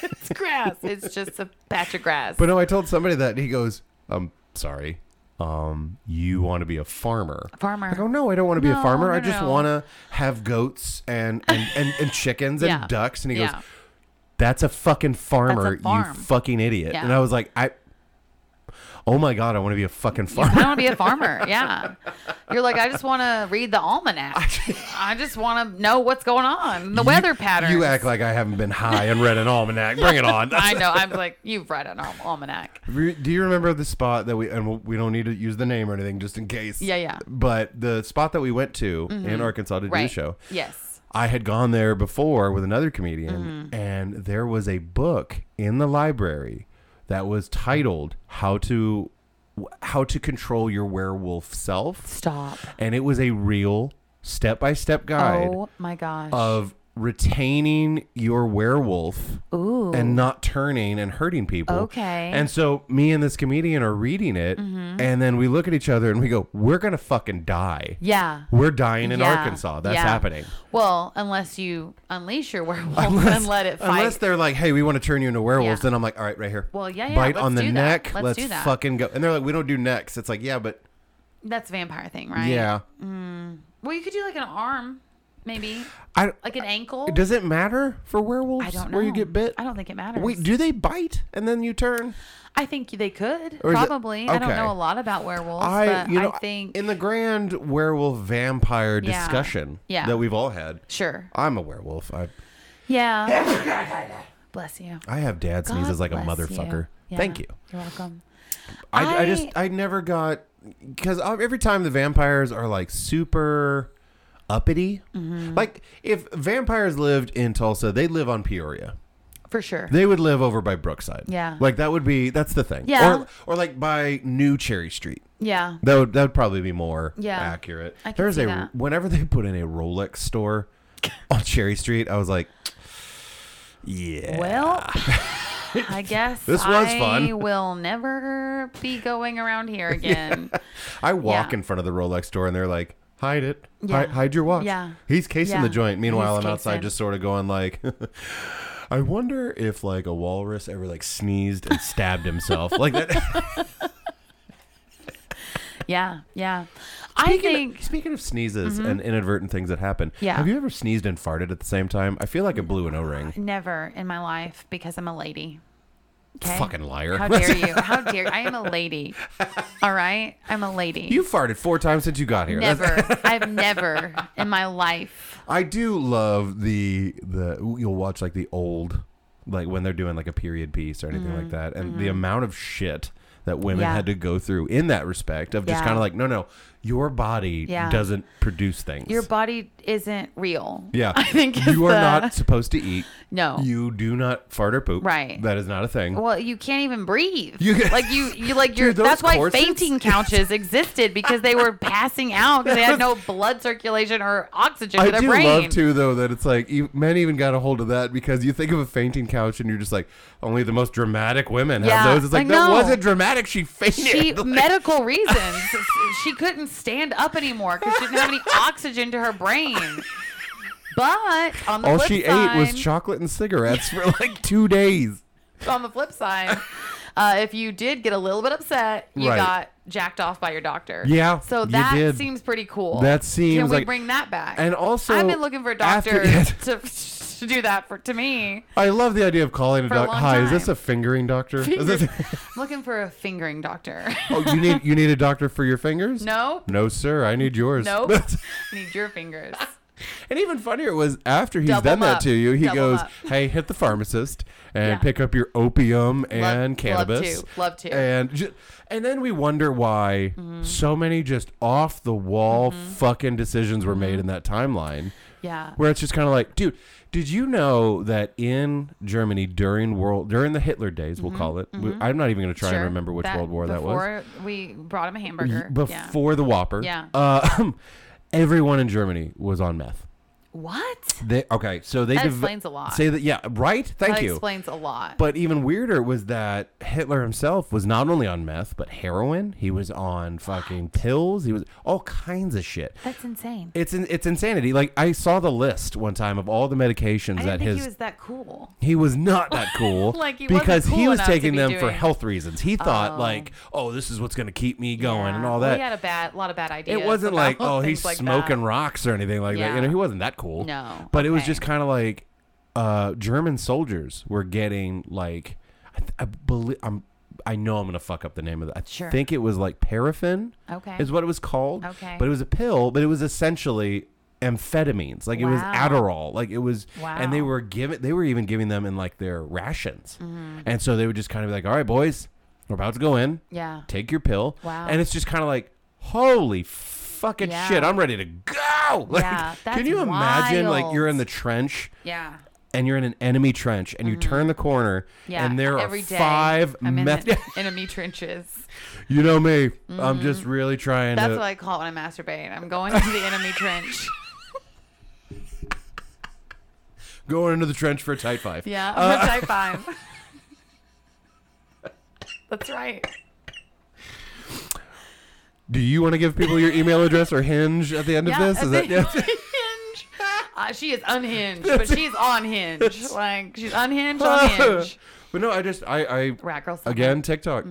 Speaker 3: It's grass. It's just a patch of grass.
Speaker 2: But no, I told somebody that and he goes, "I'm sorry. Um, you want to be a farmer?"
Speaker 3: Farmer.
Speaker 2: I go, "No, I don't want to be a
Speaker 3: No,
Speaker 2: farmer. I
Speaker 3: no,
Speaker 2: just
Speaker 3: no.
Speaker 2: want to have goats and and and, and chickens and
Speaker 3: Yeah.
Speaker 2: ducks." And he
Speaker 3: Yeah.
Speaker 2: goes, "That's a fucking farmer,
Speaker 3: farm."
Speaker 2: you fucking idiot."
Speaker 3: Yeah.
Speaker 2: And I was like, "I, oh my god, I want to be a fucking
Speaker 3: I
Speaker 2: farmer."
Speaker 3: want to be a farmer. Yeah. You're like, I just want to read the almanac. I just want to know what's going on, the weather pattern.
Speaker 2: You act like I haven't been high and read an almanac. Bring it on.
Speaker 3: I know. I'm like, you've read an al- almanac.
Speaker 2: Re- Do you remember the spot that we and we don't need to use the name or anything just in case?
Speaker 3: Yeah, yeah. Mm-hmm.
Speaker 2: But the spot that we went to in Arkansas to do the
Speaker 3: Right.
Speaker 2: show,
Speaker 3: Yes.
Speaker 2: I had gone there before with another comedian,
Speaker 3: Mm-hmm.
Speaker 2: and there was a book in the library that was titled "How to How to Control Your Werewolf Self,"
Speaker 3: Stop.
Speaker 2: and it was a real step by step guide
Speaker 3: Oh my gosh.
Speaker 2: of retaining your werewolf
Speaker 3: Ooh.
Speaker 2: and not turning and hurting people.
Speaker 3: Okay. Mm-hmm.
Speaker 2: And so me and this comedian are reading it, and then we look at each other and we go, "We're gonna fucking die.
Speaker 3: yeah.
Speaker 2: We're dying in
Speaker 3: Yeah.
Speaker 2: Arkansas. That's
Speaker 3: Yeah.
Speaker 2: happening."
Speaker 3: Well, unless you unleash your werewolf and let it fight.
Speaker 2: Unless they're like, "Hey, we want to turn you into werewolves,"
Speaker 3: Yeah.
Speaker 2: then I'm like, "All right, right here.
Speaker 3: Well, yeah, yeah,
Speaker 2: Bite
Speaker 3: let's
Speaker 2: on the
Speaker 3: do that.
Speaker 2: neck.
Speaker 3: Let's
Speaker 2: Let's,
Speaker 3: do that."
Speaker 2: fucking go." And they're like, "We don't do necks." It's like, "Yeah, but
Speaker 3: That's a vampire thing, right?
Speaker 2: yeah,
Speaker 3: Well, you could do like an arm, maybe,
Speaker 2: I."
Speaker 3: like an ankle.
Speaker 2: Does it matter for werewolves
Speaker 3: I don't know.
Speaker 2: where you get bit?
Speaker 3: I don't think it matters.
Speaker 2: Wait, do they bite and then you turn?
Speaker 3: I think they could
Speaker 2: Or is it-
Speaker 3: probably. I don't
Speaker 2: okay.
Speaker 3: know a lot about werewolves,
Speaker 2: I,
Speaker 3: but
Speaker 2: you know,
Speaker 3: I think
Speaker 2: in the grand werewolf vampire
Speaker 3: Yeah.
Speaker 2: discussion
Speaker 3: Yeah.
Speaker 2: that we've all had,
Speaker 3: sure.
Speaker 2: I'm a werewolf. I
Speaker 3: Yeah. Bless you.
Speaker 2: I have dad
Speaker 3: God
Speaker 2: sneezes like a
Speaker 3: bless
Speaker 2: motherfucker.
Speaker 3: Yeah.
Speaker 2: Thank you.
Speaker 3: You're welcome.
Speaker 2: I, I,
Speaker 3: I-
Speaker 2: just I never got because every time the vampires are like super uppity.
Speaker 3: Mm-hmm.
Speaker 2: Like if vampires lived in Tulsa, they live on Peoria.
Speaker 3: For sure.
Speaker 2: They would live over by Brookside.
Speaker 3: Yeah.
Speaker 2: like that would be that's the thing.
Speaker 3: Yeah.
Speaker 2: or or like by New Cherry Street.
Speaker 3: yeah.
Speaker 2: That would that would probably be more
Speaker 3: Yeah.
Speaker 2: accurate.
Speaker 3: I can
Speaker 2: There's
Speaker 3: see
Speaker 2: a
Speaker 3: that.
Speaker 2: whenever they put in a Rolex store on Cherry Street, I was like, yeah.
Speaker 3: Well, I guess
Speaker 2: This was
Speaker 3: I
Speaker 2: fun.
Speaker 3: will never be going around here again.
Speaker 2: I walk
Speaker 3: Yeah.
Speaker 2: in front of the Rolex store and they're like, hide it. Hi-
Speaker 3: Yeah.
Speaker 2: Hide, your watch.
Speaker 3: Yeah.
Speaker 2: He's casing the
Speaker 3: Yeah.
Speaker 2: joint. Meanwhile,
Speaker 3: He's
Speaker 2: I'm outside
Speaker 3: casing.
Speaker 2: just sort of going like, I wonder if like a walrus ever like sneezed and stabbed himself like that.
Speaker 3: Yeah. Yeah. I think
Speaker 2: Speaking of sneezes and inadvertent things that happen,
Speaker 3: Mm-hmm. Yeah.
Speaker 2: have you ever sneezed and farted at the same time? I feel like it blew an O-ring.
Speaker 3: never in my life because I'm a lady. 'Kay?
Speaker 2: Fucking liar.
Speaker 3: How dare you? How dare I am a lady. All right? I'm a lady.
Speaker 2: You farted four times since you got here. That's-
Speaker 3: never. I've never in my life.
Speaker 2: I do love the the you'll watch like the old like when they're doing like a period piece or anything like that and the amount of shit that women
Speaker 3: Mm, mm-hmm. Yeah.
Speaker 2: had to go through in that respect of just
Speaker 3: Yeah.
Speaker 2: kind of like no no your body
Speaker 3: Yeah.
Speaker 2: doesn't produce things.
Speaker 3: Your body isn't real.
Speaker 2: yeah.
Speaker 3: I think is
Speaker 2: you are
Speaker 3: the-
Speaker 2: not supposed to eat.
Speaker 3: No.
Speaker 2: You do not fart or poop.
Speaker 3: Right.
Speaker 2: That is not a thing.
Speaker 3: Well, you can't even breathe.
Speaker 2: You-
Speaker 3: like you, you like you're.
Speaker 2: Dude, those
Speaker 3: that's why
Speaker 2: corsets?
Speaker 3: fainting couches existed because they were passing out because they had no blood circulation or oxygen
Speaker 2: I
Speaker 3: to their
Speaker 2: do
Speaker 3: brain.
Speaker 2: love too, though, that it's like you, men even got a hold of that because you think of a fainting couch and you're just like, only the most dramatic women have
Speaker 3: Yeah,
Speaker 2: those. It's like
Speaker 3: I
Speaker 2: that
Speaker 3: know.
Speaker 2: wasn't dramatic. She fainted.
Speaker 3: She
Speaker 2: Like,
Speaker 3: medical reasons. she couldn't stand up anymore because she didn't have any oxygen to her brain. But on the
Speaker 2: all
Speaker 3: flip
Speaker 2: she
Speaker 3: side,
Speaker 2: ate was chocolate and cigarettes for like two days.
Speaker 3: on the flip side, uh, if you did get a little bit upset, you
Speaker 2: Right.
Speaker 3: got jacked off by your doctor.
Speaker 2: Yeah,
Speaker 3: So
Speaker 2: you
Speaker 3: that
Speaker 2: did.
Speaker 3: seems pretty cool.
Speaker 2: That seems
Speaker 3: Can we
Speaker 2: like-
Speaker 3: bring that back?
Speaker 2: And also,
Speaker 3: I've been looking for a
Speaker 2: after-
Speaker 3: doctor to, to do that for to me.
Speaker 2: I love the idea of calling a
Speaker 3: For a
Speaker 2: doctor.
Speaker 3: long
Speaker 2: Hi, is this
Speaker 3: time.
Speaker 2: a fingering doctor? Is this-
Speaker 3: I'm looking for a fingering doctor.
Speaker 2: oh, you need you need a doctor for your fingers?
Speaker 3: Nope.
Speaker 2: No, sir. I need yours.
Speaker 3: Nope. I need your fingers.
Speaker 2: And even funnier was after he's
Speaker 3: Double
Speaker 2: done that
Speaker 3: up.
Speaker 2: to you, he
Speaker 3: Double
Speaker 2: goes,
Speaker 3: up.
Speaker 2: "Hey, hit the pharmacist and
Speaker 3: Yeah.
Speaker 2: pick up your opium and
Speaker 3: love
Speaker 2: cannabis."
Speaker 3: to, love to. Mm-hmm.
Speaker 2: And ju- and then we wonder why so many just off the wall fucking decisions were
Speaker 3: Mm-hmm.
Speaker 2: made in that timeline,
Speaker 3: Yeah.
Speaker 2: where it's just kind of like, dude, did you know that in Germany during world during the Hitler days, we'll call it. we- I'm not even going to try and
Speaker 3: Mm-hmm. Sure.
Speaker 2: remember which
Speaker 3: That-
Speaker 2: world war that was.
Speaker 3: before We brought him a hamburger.
Speaker 2: Y-
Speaker 3: yeah.
Speaker 2: before the Whopper.
Speaker 3: Yeah.
Speaker 2: Uh, everyone in Germany was on meth.
Speaker 3: What?
Speaker 2: They okay, so they
Speaker 3: That
Speaker 2: deve-
Speaker 3: explains a lot.
Speaker 2: Say that, yeah, right. Thank
Speaker 3: that
Speaker 2: you.
Speaker 3: explains a lot.
Speaker 2: but even weirder was that Hitler himself was not only on meth, but heroin. He was on fucking pills. He was all kinds of shit.
Speaker 3: That's insane.
Speaker 2: It's in, it's insanity. Like I saw the list one time of all the medications
Speaker 3: I
Speaker 2: that
Speaker 3: didn't think
Speaker 2: his
Speaker 3: he was that cool.
Speaker 2: he was not that cool
Speaker 3: Like, he wasn't
Speaker 2: because
Speaker 3: cool
Speaker 2: he was
Speaker 3: enough to
Speaker 2: taking
Speaker 3: be
Speaker 2: them for
Speaker 3: doing-
Speaker 2: health reasons. He thought
Speaker 3: Oh.
Speaker 2: like, oh, this is what's going to keep me going
Speaker 3: Yeah.
Speaker 2: and all
Speaker 3: Well,
Speaker 2: that.
Speaker 3: he had a bad, lot of bad ideas.
Speaker 2: It wasn't
Speaker 3: about
Speaker 2: like, oh, he's
Speaker 3: things like
Speaker 2: smoking
Speaker 3: that.
Speaker 2: rocks or anything like that. You
Speaker 3: Yeah.
Speaker 2: know, he wasn't that cool.
Speaker 3: No,
Speaker 2: But it was
Speaker 3: okay.
Speaker 2: just kind of like uh, German soldiers were getting like, I, th- I believe I'm. I know I'm gonna fuck up the name of that. I
Speaker 3: Sure.
Speaker 2: think it was like paraffin,
Speaker 3: Okay.
Speaker 2: is what it was called.
Speaker 3: Okay.
Speaker 2: but it was a pill, but it was essentially amphetamines. Like it was
Speaker 3: Wow.
Speaker 2: Adderall. Like it was, and they
Speaker 3: Wow.
Speaker 2: were giving, they were even giving them in like their rations,
Speaker 3: Mm-hmm.
Speaker 2: and so they would just kind of be like, "All right, boys, we're about to go in
Speaker 3: Yeah.
Speaker 2: take your pill.
Speaker 3: Wow.
Speaker 2: And it's just kind of like, holy fucking
Speaker 3: Yeah.
Speaker 2: shit, I'm ready to go. Like,
Speaker 3: Yeah,
Speaker 2: can
Speaker 3: that's
Speaker 2: you imagine like
Speaker 3: wild.
Speaker 2: you're in the trench
Speaker 3: Yeah.
Speaker 2: and you're in an enemy trench and you turn the corner
Speaker 3: Mm-hmm. Yeah.
Speaker 2: and there
Speaker 3: every
Speaker 2: are
Speaker 3: day
Speaker 2: five
Speaker 3: I'm in
Speaker 2: meth.
Speaker 3: the enemy trenches.
Speaker 2: you know me. I'm just really trying
Speaker 3: Mm-hmm. That's
Speaker 2: to.
Speaker 3: what I call it when I masturbate. I'm going into the enemy trench.
Speaker 2: Going into the trench for a tight five.
Speaker 3: Yeah, I'm a type five. That's right.
Speaker 2: Do you want to give people your email address or hinge at the end
Speaker 3: Yeah,
Speaker 2: of this?
Speaker 3: I
Speaker 2: Is that,
Speaker 3: think- Hinge. Uh, she is unhinged, but she's on hinge. Like she's unhinged on hinge.
Speaker 2: but no, I just I I
Speaker 3: Rat girl. summer.
Speaker 2: again TikTok.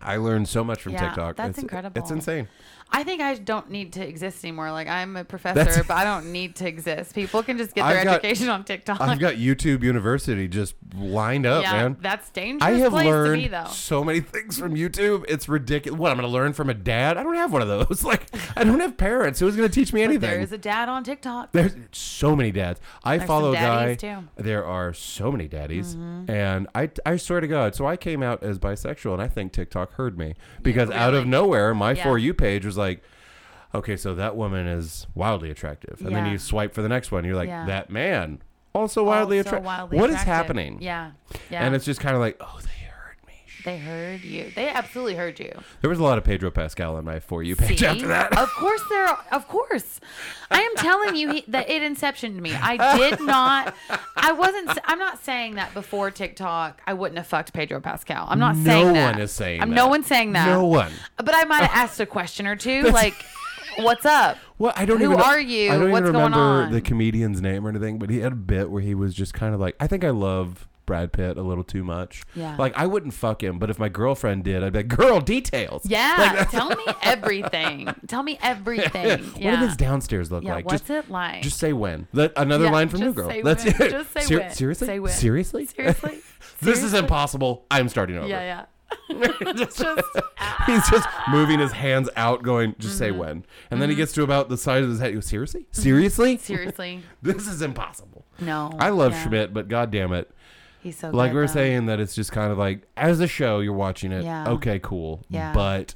Speaker 2: I learned so much from
Speaker 3: Yeah,
Speaker 2: TikTok.
Speaker 3: that's
Speaker 2: It's- It's
Speaker 3: incredible.
Speaker 2: insane.
Speaker 3: I think I don't need to exist anymore. Like I'm a professor,
Speaker 2: That's-
Speaker 3: but I don't need to exist. People can just get
Speaker 2: I've
Speaker 3: their
Speaker 2: got-
Speaker 3: education on TikTok.
Speaker 2: I've got YouTube University just lined up,
Speaker 3: yeah,
Speaker 2: man.
Speaker 3: that's dangerous
Speaker 2: I have
Speaker 3: place
Speaker 2: learned
Speaker 3: to be though.
Speaker 2: so many things from YouTube. It's ridiculous. What I'm going to learn from a dad? I don't have one of those. Like, I don't have parents. Who's going to teach me anything?
Speaker 3: There is a dad on TikTok.
Speaker 2: There's so many dads. I
Speaker 3: some
Speaker 2: follow a guy.
Speaker 3: daddies, too. Mm-hmm.
Speaker 2: There are so many daddies, and I I swear to God. So I came out as bisexual, and I think TikTok heard me because out of nowhere, my
Speaker 3: Yeah.
Speaker 2: for you page was like. Okay, so that woman is wildly attractive. And then
Speaker 3: Yeah.
Speaker 2: you swipe for the next one. You're like,
Speaker 3: Yeah.
Speaker 2: that man, also wildly
Speaker 3: Also
Speaker 2: attractive.
Speaker 3: wildly
Speaker 2: What is
Speaker 3: attractive.
Speaker 2: happening?
Speaker 3: Yeah, yeah.
Speaker 2: And it's just kind of like, oh, they heard me.
Speaker 3: they heard you. They absolutely heard you.
Speaker 2: There was a lot of Pedro Pascal on my For You page
Speaker 3: See? Oh,
Speaker 2: after that.
Speaker 3: Of course, there. Are, of course, I am telling you he, that it inceptioned me. I did not. I wasn't. s- I'm not saying that before TikTok, I wouldn't have fucked Pedro Pascal. I'm not
Speaker 2: No
Speaker 3: saying that.
Speaker 2: one is saying
Speaker 3: I'm
Speaker 2: that.
Speaker 3: No one's saying that.
Speaker 2: No one.
Speaker 3: But I might have asked a question or two, like, "What's up?"
Speaker 2: Well, I don't
Speaker 3: Who
Speaker 2: even.
Speaker 3: are you?
Speaker 2: I don't
Speaker 3: What's
Speaker 2: even
Speaker 3: going
Speaker 2: remember
Speaker 3: on?
Speaker 2: the comedian's name or anything, but he had a bit where he was just kind of like, I think I love Brad Pitt a little too much.
Speaker 3: Yeah.
Speaker 2: Like I wouldn't fuck him, but if my girlfriend did, I'd be like, girl, details.
Speaker 3: Yeah,
Speaker 2: Like, that's-
Speaker 3: tell me everything. Tell me everything.
Speaker 2: what
Speaker 3: yeah.
Speaker 2: did his downstairs look
Speaker 3: yeah,
Speaker 2: like?
Speaker 3: what's
Speaker 2: just,
Speaker 3: it like?
Speaker 2: just say when. Let, another
Speaker 3: Yeah,
Speaker 2: line from
Speaker 3: just
Speaker 2: New Girl.
Speaker 3: say
Speaker 2: Let's
Speaker 3: when. Just say
Speaker 2: Ser-
Speaker 3: when.
Speaker 2: Seriously?
Speaker 3: Say when.
Speaker 2: Seriously?
Speaker 3: Seriously?
Speaker 2: This is
Speaker 3: Seriously?
Speaker 2: impossible. I'm starting over.
Speaker 3: Yeah, yeah. It's just
Speaker 2: He's just moving his hands out, going, just
Speaker 3: Mm-hmm.
Speaker 2: say when. And then he gets to about the size of his head. He goes, seriously? Seriously?
Speaker 3: seriously.
Speaker 2: This is impossible.
Speaker 3: No.
Speaker 2: I love
Speaker 3: Mm-hmm. yeah.
Speaker 2: Schmidt, but god damn it.
Speaker 3: He's so
Speaker 2: Like
Speaker 3: good,
Speaker 2: we were
Speaker 3: though.
Speaker 2: saying, that it's just kind of like, as a show, you're watching it.
Speaker 3: Yeah.
Speaker 2: Okay, cool.
Speaker 3: Yeah.
Speaker 2: But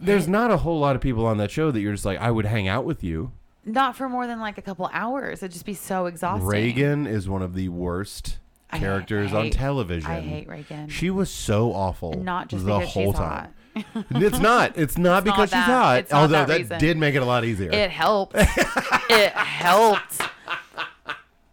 Speaker 2: There's not a whole lot of people on that show that you're just like, I would hang out with you.
Speaker 3: Not for more than like a couple hours. It'd just be so exhausting.
Speaker 2: Reagan is one of the worst
Speaker 3: Oh, I hate-
Speaker 2: characters
Speaker 3: I
Speaker 2: on
Speaker 3: hate-
Speaker 2: television.
Speaker 3: I hate Reagan.
Speaker 2: She was so awful.
Speaker 3: Not just
Speaker 2: the
Speaker 3: because
Speaker 2: whole
Speaker 3: she's
Speaker 2: time. it's not. It's not
Speaker 3: not
Speaker 2: because she's
Speaker 3: that.
Speaker 2: hot.
Speaker 3: It's not
Speaker 2: although
Speaker 3: that
Speaker 2: that,
Speaker 3: reason.
Speaker 2: did make it a lot easier.
Speaker 3: It helped. it helped.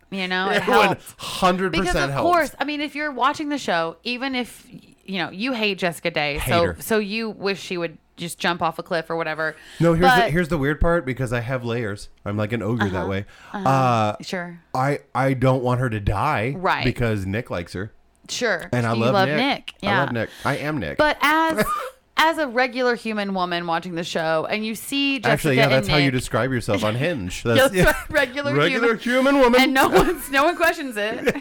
Speaker 3: You know, it helped.
Speaker 2: Hundred
Speaker 3: Because
Speaker 2: percent
Speaker 3: of
Speaker 2: helped.
Speaker 3: course, I mean, if you're watching the show, even if you know you hate Jessica Day,
Speaker 2: Hate
Speaker 3: so
Speaker 2: her.
Speaker 3: so you wish she would just jump off a cliff or whatever.
Speaker 2: No, here's the,
Speaker 3: But- Uh-huh.
Speaker 2: here's the weird part because I have layers. I'm like an ogre that way. uh
Speaker 3: sure,
Speaker 2: I I don't want her to die,
Speaker 3: Right.
Speaker 2: Because Nick likes her,
Speaker 3: sure,
Speaker 2: and I
Speaker 3: You
Speaker 2: love,
Speaker 3: Nick.
Speaker 2: Nick.
Speaker 3: Yeah,
Speaker 2: I love Nick. I am Nick.
Speaker 3: But as as a regular human woman watching the show, and you see Jessica
Speaker 2: actually, yeah,
Speaker 3: and
Speaker 2: that's how you
Speaker 3: Nick-
Speaker 2: describe yourself on Hinge.
Speaker 3: Yes,
Speaker 2: That's yeah.
Speaker 3: regular,
Speaker 2: regular
Speaker 3: human,
Speaker 2: human, woman.
Speaker 3: and no one's no one questions it.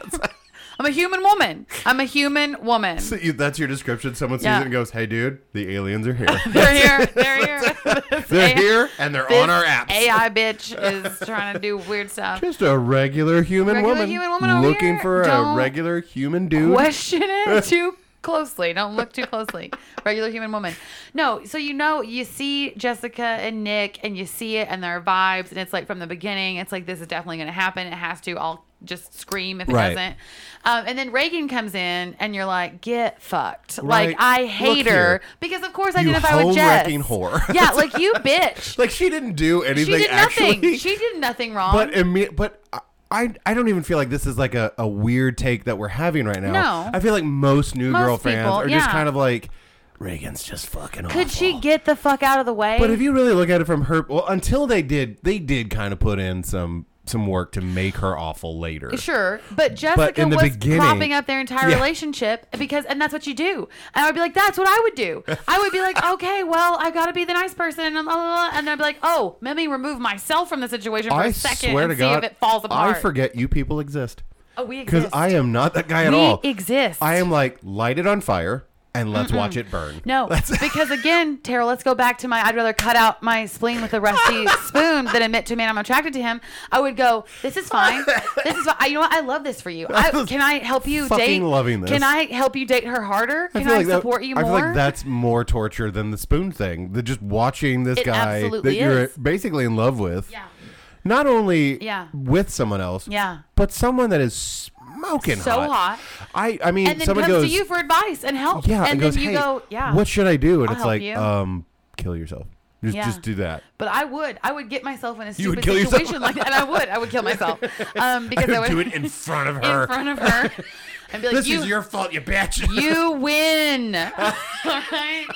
Speaker 3: I'm a human woman. I'm a human woman.
Speaker 2: So you- that's your description. Someone sees
Speaker 3: Yeah.
Speaker 2: it and goes, "Hey, dude, the aliens are here.
Speaker 3: They're here. They're here. This
Speaker 2: They're
Speaker 3: AI
Speaker 2: here, and they're
Speaker 3: This
Speaker 2: on our apps."
Speaker 3: AI bitch is trying to do weird stuff.
Speaker 2: Just a regular human
Speaker 3: Regular
Speaker 2: woman,
Speaker 3: human woman over
Speaker 2: looking
Speaker 3: here.
Speaker 2: for
Speaker 3: Don't
Speaker 2: a regular human dude.
Speaker 3: Question it too closely. Don't look too closely. Regular human woman. No, so you know, you see Jessica and Nick and you see it and their vibes, and it's like from the beginning, it's like this is definitely going to happen. It has to. I'll just scream if it
Speaker 2: Right.
Speaker 3: doesn't. Um, and then Reagan comes in, and you're like, get fucked.
Speaker 2: Right.
Speaker 3: Like, I hate
Speaker 2: Look
Speaker 3: her
Speaker 2: here.
Speaker 3: because, of course, I
Speaker 2: You
Speaker 3: identify with Jess.
Speaker 2: home-wrecking whore.
Speaker 3: Yeah, like you bitch.
Speaker 2: Like she didn't do
Speaker 3: she
Speaker 2: anything.
Speaker 3: did
Speaker 2: actually.
Speaker 3: nothing. She did nothing wrong.
Speaker 2: But imme- but I- I I don't even feel like this is like a, a weird take that we're having right now.
Speaker 3: No.
Speaker 2: I feel like most new
Speaker 3: Most
Speaker 2: girl fans
Speaker 3: people,
Speaker 2: are just
Speaker 3: yeah.
Speaker 2: kind of like Reagan's just fucking awful.
Speaker 3: Could she get the fuck out of the way?
Speaker 2: But if you really look at it from her well, until they did they did kind of put in some some work to make her awful later.
Speaker 3: Sure, but Jessica
Speaker 2: in the
Speaker 3: was
Speaker 2: beginning-
Speaker 3: propping up their entire
Speaker 2: Yeah.
Speaker 3: relationship because, and that's what you do. And I would be like, that's what I would do. I would be like, okay, well, I got to be the nice person, and la, la, la, and I'd be like, oh, let me remove myself from the situation for a
Speaker 2: I
Speaker 3: second
Speaker 2: swear
Speaker 3: and
Speaker 2: to
Speaker 3: see
Speaker 2: God,
Speaker 3: if it falls apart.
Speaker 2: I forget you people exist
Speaker 3: Oh, we
Speaker 2: because
Speaker 3: exist.
Speaker 2: I am not that guy at
Speaker 3: we
Speaker 2: all.
Speaker 3: exist.
Speaker 2: I am like light it on fire and let's watch it burn.
Speaker 3: No, because again, Tara, let's go back to my. I'd rather cut out my spleen with a rusty spoon than admit to a man I'm attracted to him. I would go. This is fine. This is. Fine. I, you know what? I love this for you. I,
Speaker 2: was
Speaker 3: can I help you
Speaker 2: fucking
Speaker 3: date?
Speaker 2: loving this.
Speaker 3: Can I help you date her harder? Can I,
Speaker 2: like that-
Speaker 3: support you
Speaker 2: I
Speaker 3: more?
Speaker 2: feel like that's more torture than the spoon thing. The just watching this
Speaker 3: It
Speaker 2: guy that
Speaker 3: absolutely
Speaker 2: you're
Speaker 3: is.
Speaker 2: basically in love with.
Speaker 3: Yeah.
Speaker 2: Not only
Speaker 3: Yeah.
Speaker 2: with someone else,
Speaker 3: Yeah.
Speaker 2: but someone that is smoking
Speaker 3: So hot.
Speaker 2: I I mean,
Speaker 3: and then
Speaker 2: someone
Speaker 3: comes
Speaker 2: goes,
Speaker 3: to you for advice and help.
Speaker 2: yeah,
Speaker 3: and
Speaker 2: and goes,
Speaker 3: then you
Speaker 2: hey,
Speaker 3: go, yeah.
Speaker 2: what should I do? And
Speaker 3: I'll
Speaker 2: it's
Speaker 3: help
Speaker 2: like,
Speaker 3: you.
Speaker 2: um, kill yourself. Just
Speaker 3: Yeah.
Speaker 2: just do that.
Speaker 3: but I would, I would get myself in a
Speaker 2: You would
Speaker 3: stupid
Speaker 2: kill yourself?
Speaker 3: situation like that, and I would, I would kill myself um, because I would
Speaker 2: do it in front of
Speaker 3: in
Speaker 2: her.
Speaker 3: front of her and be like,
Speaker 2: this
Speaker 3: you,
Speaker 2: is your fault, you bitch.
Speaker 3: You win. All right?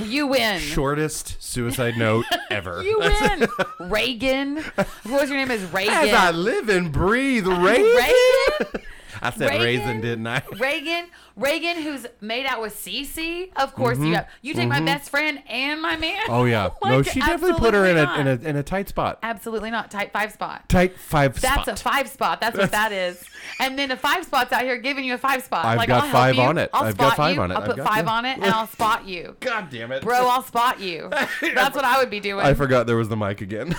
Speaker 3: You win.
Speaker 2: Shortest suicide note ever.
Speaker 3: You win. Reagan. What's your name is
Speaker 2: As I
Speaker 3: Reagan.
Speaker 2: live and breathe, raisin.
Speaker 3: Reagan.
Speaker 2: I said
Speaker 3: Reagan?
Speaker 2: raisin, didn't I?
Speaker 3: Reagan. Reagan, who's made out with Cece. Of course you have. You take my best friend and my man.
Speaker 2: Mm-hmm. Oh yeah, no,
Speaker 3: Like,
Speaker 2: she definitely put her in a,
Speaker 3: absolutely
Speaker 2: in
Speaker 3: not.
Speaker 2: a in a tight spot,
Speaker 3: Absolutely not. Type five spot.
Speaker 2: tight five
Speaker 3: That's
Speaker 2: spot.
Speaker 3: a five spot. That's what that is. And then a five spot's out here giving you a five spot.
Speaker 2: I've
Speaker 3: like,
Speaker 2: got
Speaker 3: I'll help
Speaker 2: five
Speaker 3: you.
Speaker 2: on it.
Speaker 3: I'll
Speaker 2: I've got
Speaker 3: spot
Speaker 2: five
Speaker 3: you.
Speaker 2: on it.
Speaker 3: I'll
Speaker 2: I've
Speaker 3: put
Speaker 2: got-
Speaker 3: five
Speaker 2: yeah.
Speaker 3: on it and I'll spot you.
Speaker 2: God damn it,
Speaker 3: Bro, I'll spot you. That's what I would be doing.
Speaker 2: I forgot there was the mic again.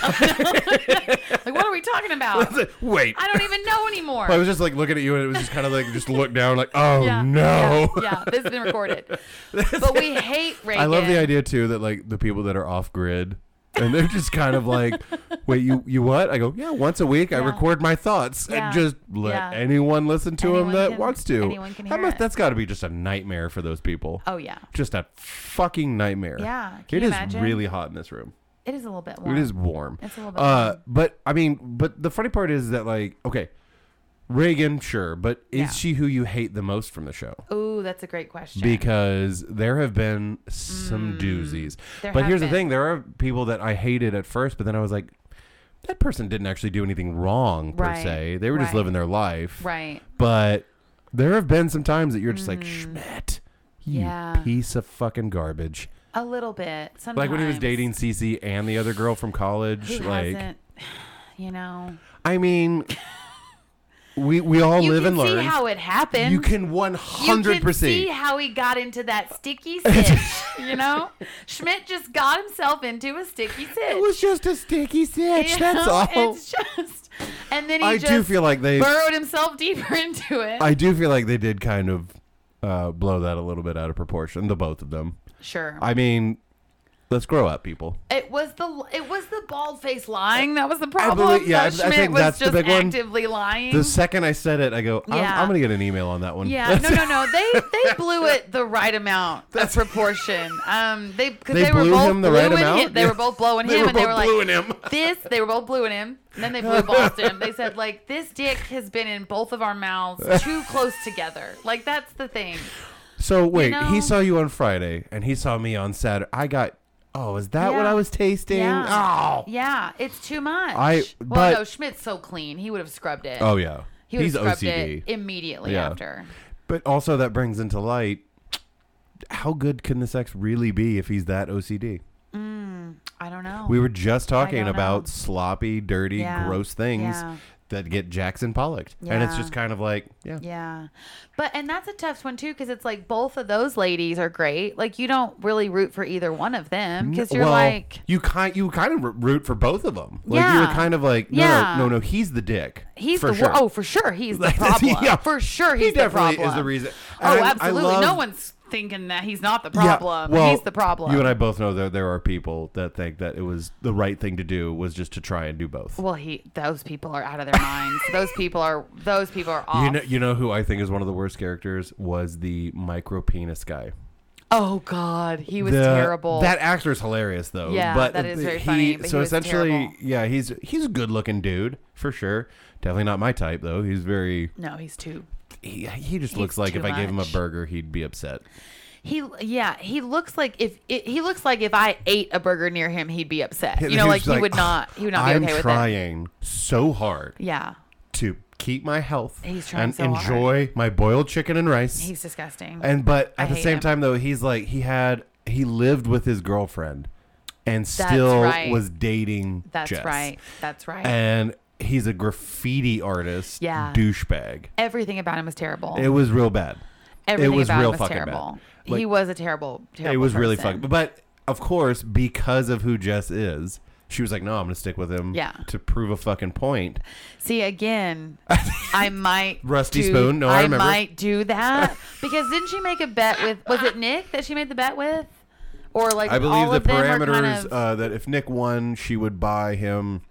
Speaker 3: Like, what are we talking about?
Speaker 2: Wait,
Speaker 3: I don't even know anymore.
Speaker 2: I was just like looking at you, and it was just kind of like just look down, like oh
Speaker 3: Yeah,
Speaker 2: no.
Speaker 3: Yeah, yeah, this has been recorded. But we hate Reagan.
Speaker 2: I love the idea too that like the people that are off grid. And they're just kind of like, wait, you you what? I go, yeah. Once a week, I
Speaker 3: Yeah.
Speaker 2: record my thoughts
Speaker 3: Yeah.
Speaker 2: and just let
Speaker 3: Yeah.
Speaker 2: anyone listen to
Speaker 3: Anyone
Speaker 2: them that
Speaker 3: can-
Speaker 2: wants to.
Speaker 3: anyone can
Speaker 2: How
Speaker 3: hear
Speaker 2: much-
Speaker 3: it.
Speaker 2: That's got to be just a nightmare for those people.
Speaker 3: Oh yeah,
Speaker 2: just a fucking nightmare.
Speaker 3: Yeah, can
Speaker 2: it
Speaker 3: you
Speaker 2: is
Speaker 3: imagine?
Speaker 2: really hot in this room.
Speaker 3: it is a little bit warm.
Speaker 2: It is warm.
Speaker 3: It's a little bit
Speaker 2: Uh, but I mean, but the funny part is that like, okay, Reagan, sure, but is
Speaker 3: Yeah.
Speaker 2: she who you hate the most from the show?
Speaker 3: Ooh, that's a great question.
Speaker 2: Because there have been some doozies.
Speaker 3: Mm. there
Speaker 2: But
Speaker 3: have
Speaker 2: here's the
Speaker 3: been.
Speaker 2: thing: there are people that I hated at first, but then I was like, that person didn't actually do anything wrong per
Speaker 3: Right,
Speaker 2: se. They were just
Speaker 3: right.
Speaker 2: living their life.
Speaker 3: right. Mm.
Speaker 2: But there have been some times that you're just like, Schmidt, you
Speaker 3: Yeah.
Speaker 2: piece of fucking garbage.
Speaker 3: A little bit. Sometimes.
Speaker 2: Like when he was dating Cece and the other girl from college.
Speaker 3: Who
Speaker 2: like,
Speaker 3: hasn't? You know.
Speaker 2: I mean, we we all
Speaker 3: You
Speaker 2: live
Speaker 3: can
Speaker 2: and
Speaker 3: see
Speaker 2: learn.
Speaker 3: how it happened.
Speaker 2: you can one
Speaker 3: You
Speaker 2: hundred
Speaker 3: can see
Speaker 2: percent.
Speaker 3: how he got into that sticky sitch. you know, Schmidt just got himself into a sticky sitch.
Speaker 2: It was just a sticky sitch.
Speaker 3: You
Speaker 2: that's
Speaker 3: know?
Speaker 2: all.
Speaker 3: It's just, and then he
Speaker 2: I
Speaker 3: just
Speaker 2: do feel like they.
Speaker 3: burrowed himself deeper into it.
Speaker 2: I do feel like they did kind of uh, blow that a little bit out of proportion. The both of them.
Speaker 3: sure.
Speaker 2: I mean, Let's grow up, people.
Speaker 3: It was the it was the bald face lying that was the problem.
Speaker 2: believe- yeah, I- I
Speaker 3: that Schmidt
Speaker 2: think
Speaker 3: was
Speaker 2: that's the
Speaker 3: just
Speaker 2: big one.
Speaker 3: actively lying.
Speaker 2: The second I said it, I go, I'm,
Speaker 3: Yeah.
Speaker 2: I'm gonna get an email on that one.
Speaker 3: yeah, no, no, no. They they blew it the right amount
Speaker 2: That's-
Speaker 3: of proportion. Um, they because
Speaker 2: They
Speaker 3: they, were
Speaker 2: blew
Speaker 3: both
Speaker 2: him the right
Speaker 3: blowing
Speaker 2: amount?
Speaker 3: him- They
Speaker 2: Yeah.
Speaker 3: were both blowing
Speaker 2: They
Speaker 3: him,
Speaker 2: were
Speaker 3: and they
Speaker 2: both
Speaker 3: were like
Speaker 2: blueing him.
Speaker 3: this. They were both blueing him. And then they blew balls to him. They said like this dick has been in both of our mouths too close together. Like that's the thing.
Speaker 2: So wait, he
Speaker 3: know-
Speaker 2: saw you on Friday, and he saw me on Saturday. I got. Oh, is that what
Speaker 3: Yeah.
Speaker 2: I was tasting?
Speaker 3: Yeah.
Speaker 2: Oh.
Speaker 3: Yeah, it's too much.
Speaker 2: I-
Speaker 3: well,
Speaker 2: but-
Speaker 3: no, Schmidt's so clean. He would have scrubbed it.
Speaker 2: Oh yeah.
Speaker 3: he would
Speaker 2: He's
Speaker 3: have scrubbed
Speaker 2: OCD.
Speaker 3: it immediately
Speaker 2: Yeah.
Speaker 3: after.
Speaker 2: But also that brings into light how good can the sex really be if he's that OCD?
Speaker 3: I don't know.
Speaker 2: We were just talking
Speaker 3: don't
Speaker 2: about
Speaker 3: know.
Speaker 2: sloppy, dirty,
Speaker 3: Yeah.
Speaker 2: gross things
Speaker 3: Yeah.
Speaker 2: that get Jackson Pollocked. And it's
Speaker 3: Yeah.
Speaker 2: just kind of like, yeah.
Speaker 3: Yeah. But and that's a tough one too because it's like both of those ladies are great. Like you don't really root for either one of them because you're
Speaker 2: well,
Speaker 3: like
Speaker 2: you kind you kind of r- root for both of them. Like you were
Speaker 3: Yeah.
Speaker 2: kind of like, no,
Speaker 3: Yeah.
Speaker 2: no, no, no, he's the dick.
Speaker 3: he's
Speaker 2: for
Speaker 3: the
Speaker 2: sure.
Speaker 3: one oh for sure he's the
Speaker 2: Like, that's-
Speaker 3: problem.
Speaker 2: yeah.
Speaker 3: For sure
Speaker 2: He
Speaker 3: he's the
Speaker 2: definitely
Speaker 3: problem.
Speaker 2: is the reason.
Speaker 3: Oh,
Speaker 2: And I- I
Speaker 3: absolutely. no
Speaker 2: love-
Speaker 3: one's thinking that he's not the
Speaker 2: Yeah,
Speaker 3: problem. he's the problem.
Speaker 2: You and I both know that there are people that think that it was the right thing to do was just to try and do both.
Speaker 3: well, he those people are out of their minds. those people are those people are off.
Speaker 2: You know, you know who I think is one of the worst characters was the micro penis guy.
Speaker 3: oh God, he was
Speaker 2: The-
Speaker 3: terrible.
Speaker 2: That actor is hilarious though.
Speaker 3: Yeah,
Speaker 2: but
Speaker 3: that is very
Speaker 2: he-
Speaker 3: funny, but
Speaker 2: so
Speaker 3: he was
Speaker 2: essentially,
Speaker 3: terrible.
Speaker 2: yeah, he's he's a good looking dude for sure. Definitely not my type though. He's very
Speaker 3: no, he's too
Speaker 2: he, he just looks like
Speaker 3: too
Speaker 2: if I gave him a
Speaker 3: much.
Speaker 2: burger, he'd be upset.
Speaker 3: He yeah, he looks like if it, he looks like if I ate a burger near him, he'd be upset. You
Speaker 2: He
Speaker 3: know,
Speaker 2: was
Speaker 3: like he would not he would not be
Speaker 2: I'm
Speaker 3: okay with
Speaker 2: trying so hard
Speaker 3: it. Yeah,
Speaker 2: to keep my health
Speaker 3: He's trying
Speaker 2: and
Speaker 3: so hard.
Speaker 2: enjoy my boiled chicken and rice.
Speaker 3: he's disgusting.
Speaker 2: And but at
Speaker 3: I
Speaker 2: the
Speaker 3: hate
Speaker 2: same
Speaker 3: him.
Speaker 2: time though, he's like he had he lived with his girlfriend and still
Speaker 3: right.
Speaker 2: was dating
Speaker 3: That's
Speaker 2: Jess.
Speaker 3: right. That's right.
Speaker 2: And he's a graffiti artist
Speaker 3: Yeah.
Speaker 2: douchebag.
Speaker 3: Everything about him was terrible.
Speaker 2: It was real bad.
Speaker 3: Everything
Speaker 2: was
Speaker 3: about
Speaker 2: real
Speaker 3: him was
Speaker 2: fucking bad.
Speaker 3: terrible.
Speaker 2: Like-
Speaker 3: he was a terrible, terrible.
Speaker 2: it was really
Speaker 3: person.
Speaker 2: fucked. But of course, because of who Jess is, she was like, "No, I'm going to stick with him
Speaker 3: Yeah.
Speaker 2: to prove a fucking point."
Speaker 3: See again, I might
Speaker 2: Rusty
Speaker 3: do-
Speaker 2: spoon? No, I remember.
Speaker 3: might do that because didn't she make a bet with? Was it Nick that she made the bet with? Or like
Speaker 2: I believe
Speaker 3: all
Speaker 2: the
Speaker 3: of them are
Speaker 2: parameters
Speaker 3: kind of
Speaker 2: uh, that if Nick won, she would buy him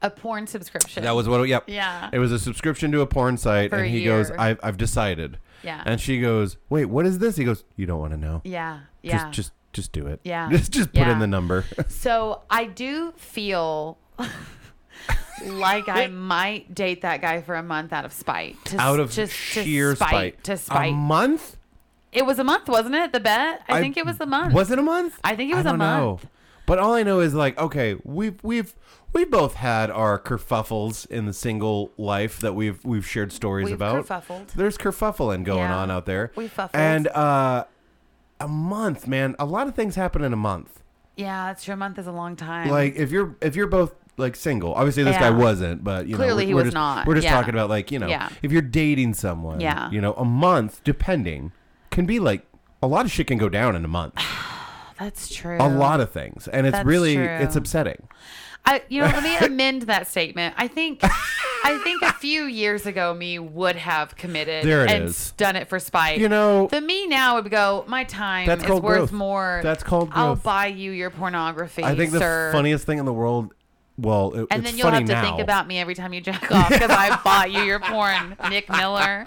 Speaker 3: a porn subscription.
Speaker 2: That was what. Yep.
Speaker 3: Yeah.
Speaker 2: It was a subscription to a porn site,
Speaker 3: For a
Speaker 2: and he
Speaker 3: year.
Speaker 2: goes, "I've I've decided."
Speaker 3: Yeah.
Speaker 2: And she goes, "Wait, what is this?" He goes, "You don't want to know.
Speaker 3: yeah, yeah.
Speaker 2: Just just just do it.
Speaker 3: Yeah.
Speaker 2: Just just put in
Speaker 3: Yeah.
Speaker 2: the number.
Speaker 3: So I do feel like I might date that guy for a month out of spite. To,
Speaker 2: Out of
Speaker 3: just to
Speaker 2: sheer spite. Um,
Speaker 3: To spite.
Speaker 2: A month?
Speaker 3: it was a month, wasn't it? The bet. I, think it was the month.
Speaker 2: Was it a month?
Speaker 3: I think it was a
Speaker 2: don't know.
Speaker 3: month.
Speaker 2: But all I know is like, okay, we've we've we both had our kerfuffles in the single life that we've we've shared stories
Speaker 3: We've
Speaker 2: about.
Speaker 3: kerfuffled.
Speaker 2: There's kerfuffling going
Speaker 3: Yeah.
Speaker 2: on out there.
Speaker 3: We fuffled.
Speaker 2: And uh, a month, man. A lot of things happen in a month.
Speaker 3: yeah, that's true. A month is a long time.
Speaker 2: like if you're if you're both like single obviously this guy
Speaker 3: Yeah.
Speaker 2: wasn't but you know
Speaker 3: Clearly
Speaker 2: we're-
Speaker 3: he
Speaker 2: we're
Speaker 3: was
Speaker 2: just,
Speaker 3: not.
Speaker 2: we're just
Speaker 3: Yeah.
Speaker 2: talking about like you know
Speaker 3: Yeah.
Speaker 2: if you're dating someone
Speaker 3: Yeah.
Speaker 2: you know a month depending can be like a lot of shit can go down in a month
Speaker 3: that's true.
Speaker 2: a lot of things and it's
Speaker 3: That's
Speaker 2: really
Speaker 3: true.
Speaker 2: it's upsetting
Speaker 3: I, you know, let me amend that statement. I think, I think a few years ago, me would have committed
Speaker 2: There it
Speaker 3: and
Speaker 2: is.
Speaker 3: done it for spite.
Speaker 2: You know-
Speaker 3: the me now would go. My time
Speaker 2: That's
Speaker 3: is
Speaker 2: called
Speaker 3: worth
Speaker 2: growth.
Speaker 3: more.
Speaker 2: That's called
Speaker 3: I'll
Speaker 2: growth."
Speaker 3: buy you your pornography,
Speaker 2: i think the
Speaker 3: sir.
Speaker 2: funniest thing in the world well it,
Speaker 3: and
Speaker 2: it's
Speaker 3: then you'll
Speaker 2: funny
Speaker 3: have to
Speaker 2: now.
Speaker 3: think about me every time you jack off because I bought you your porn, Nick Miller.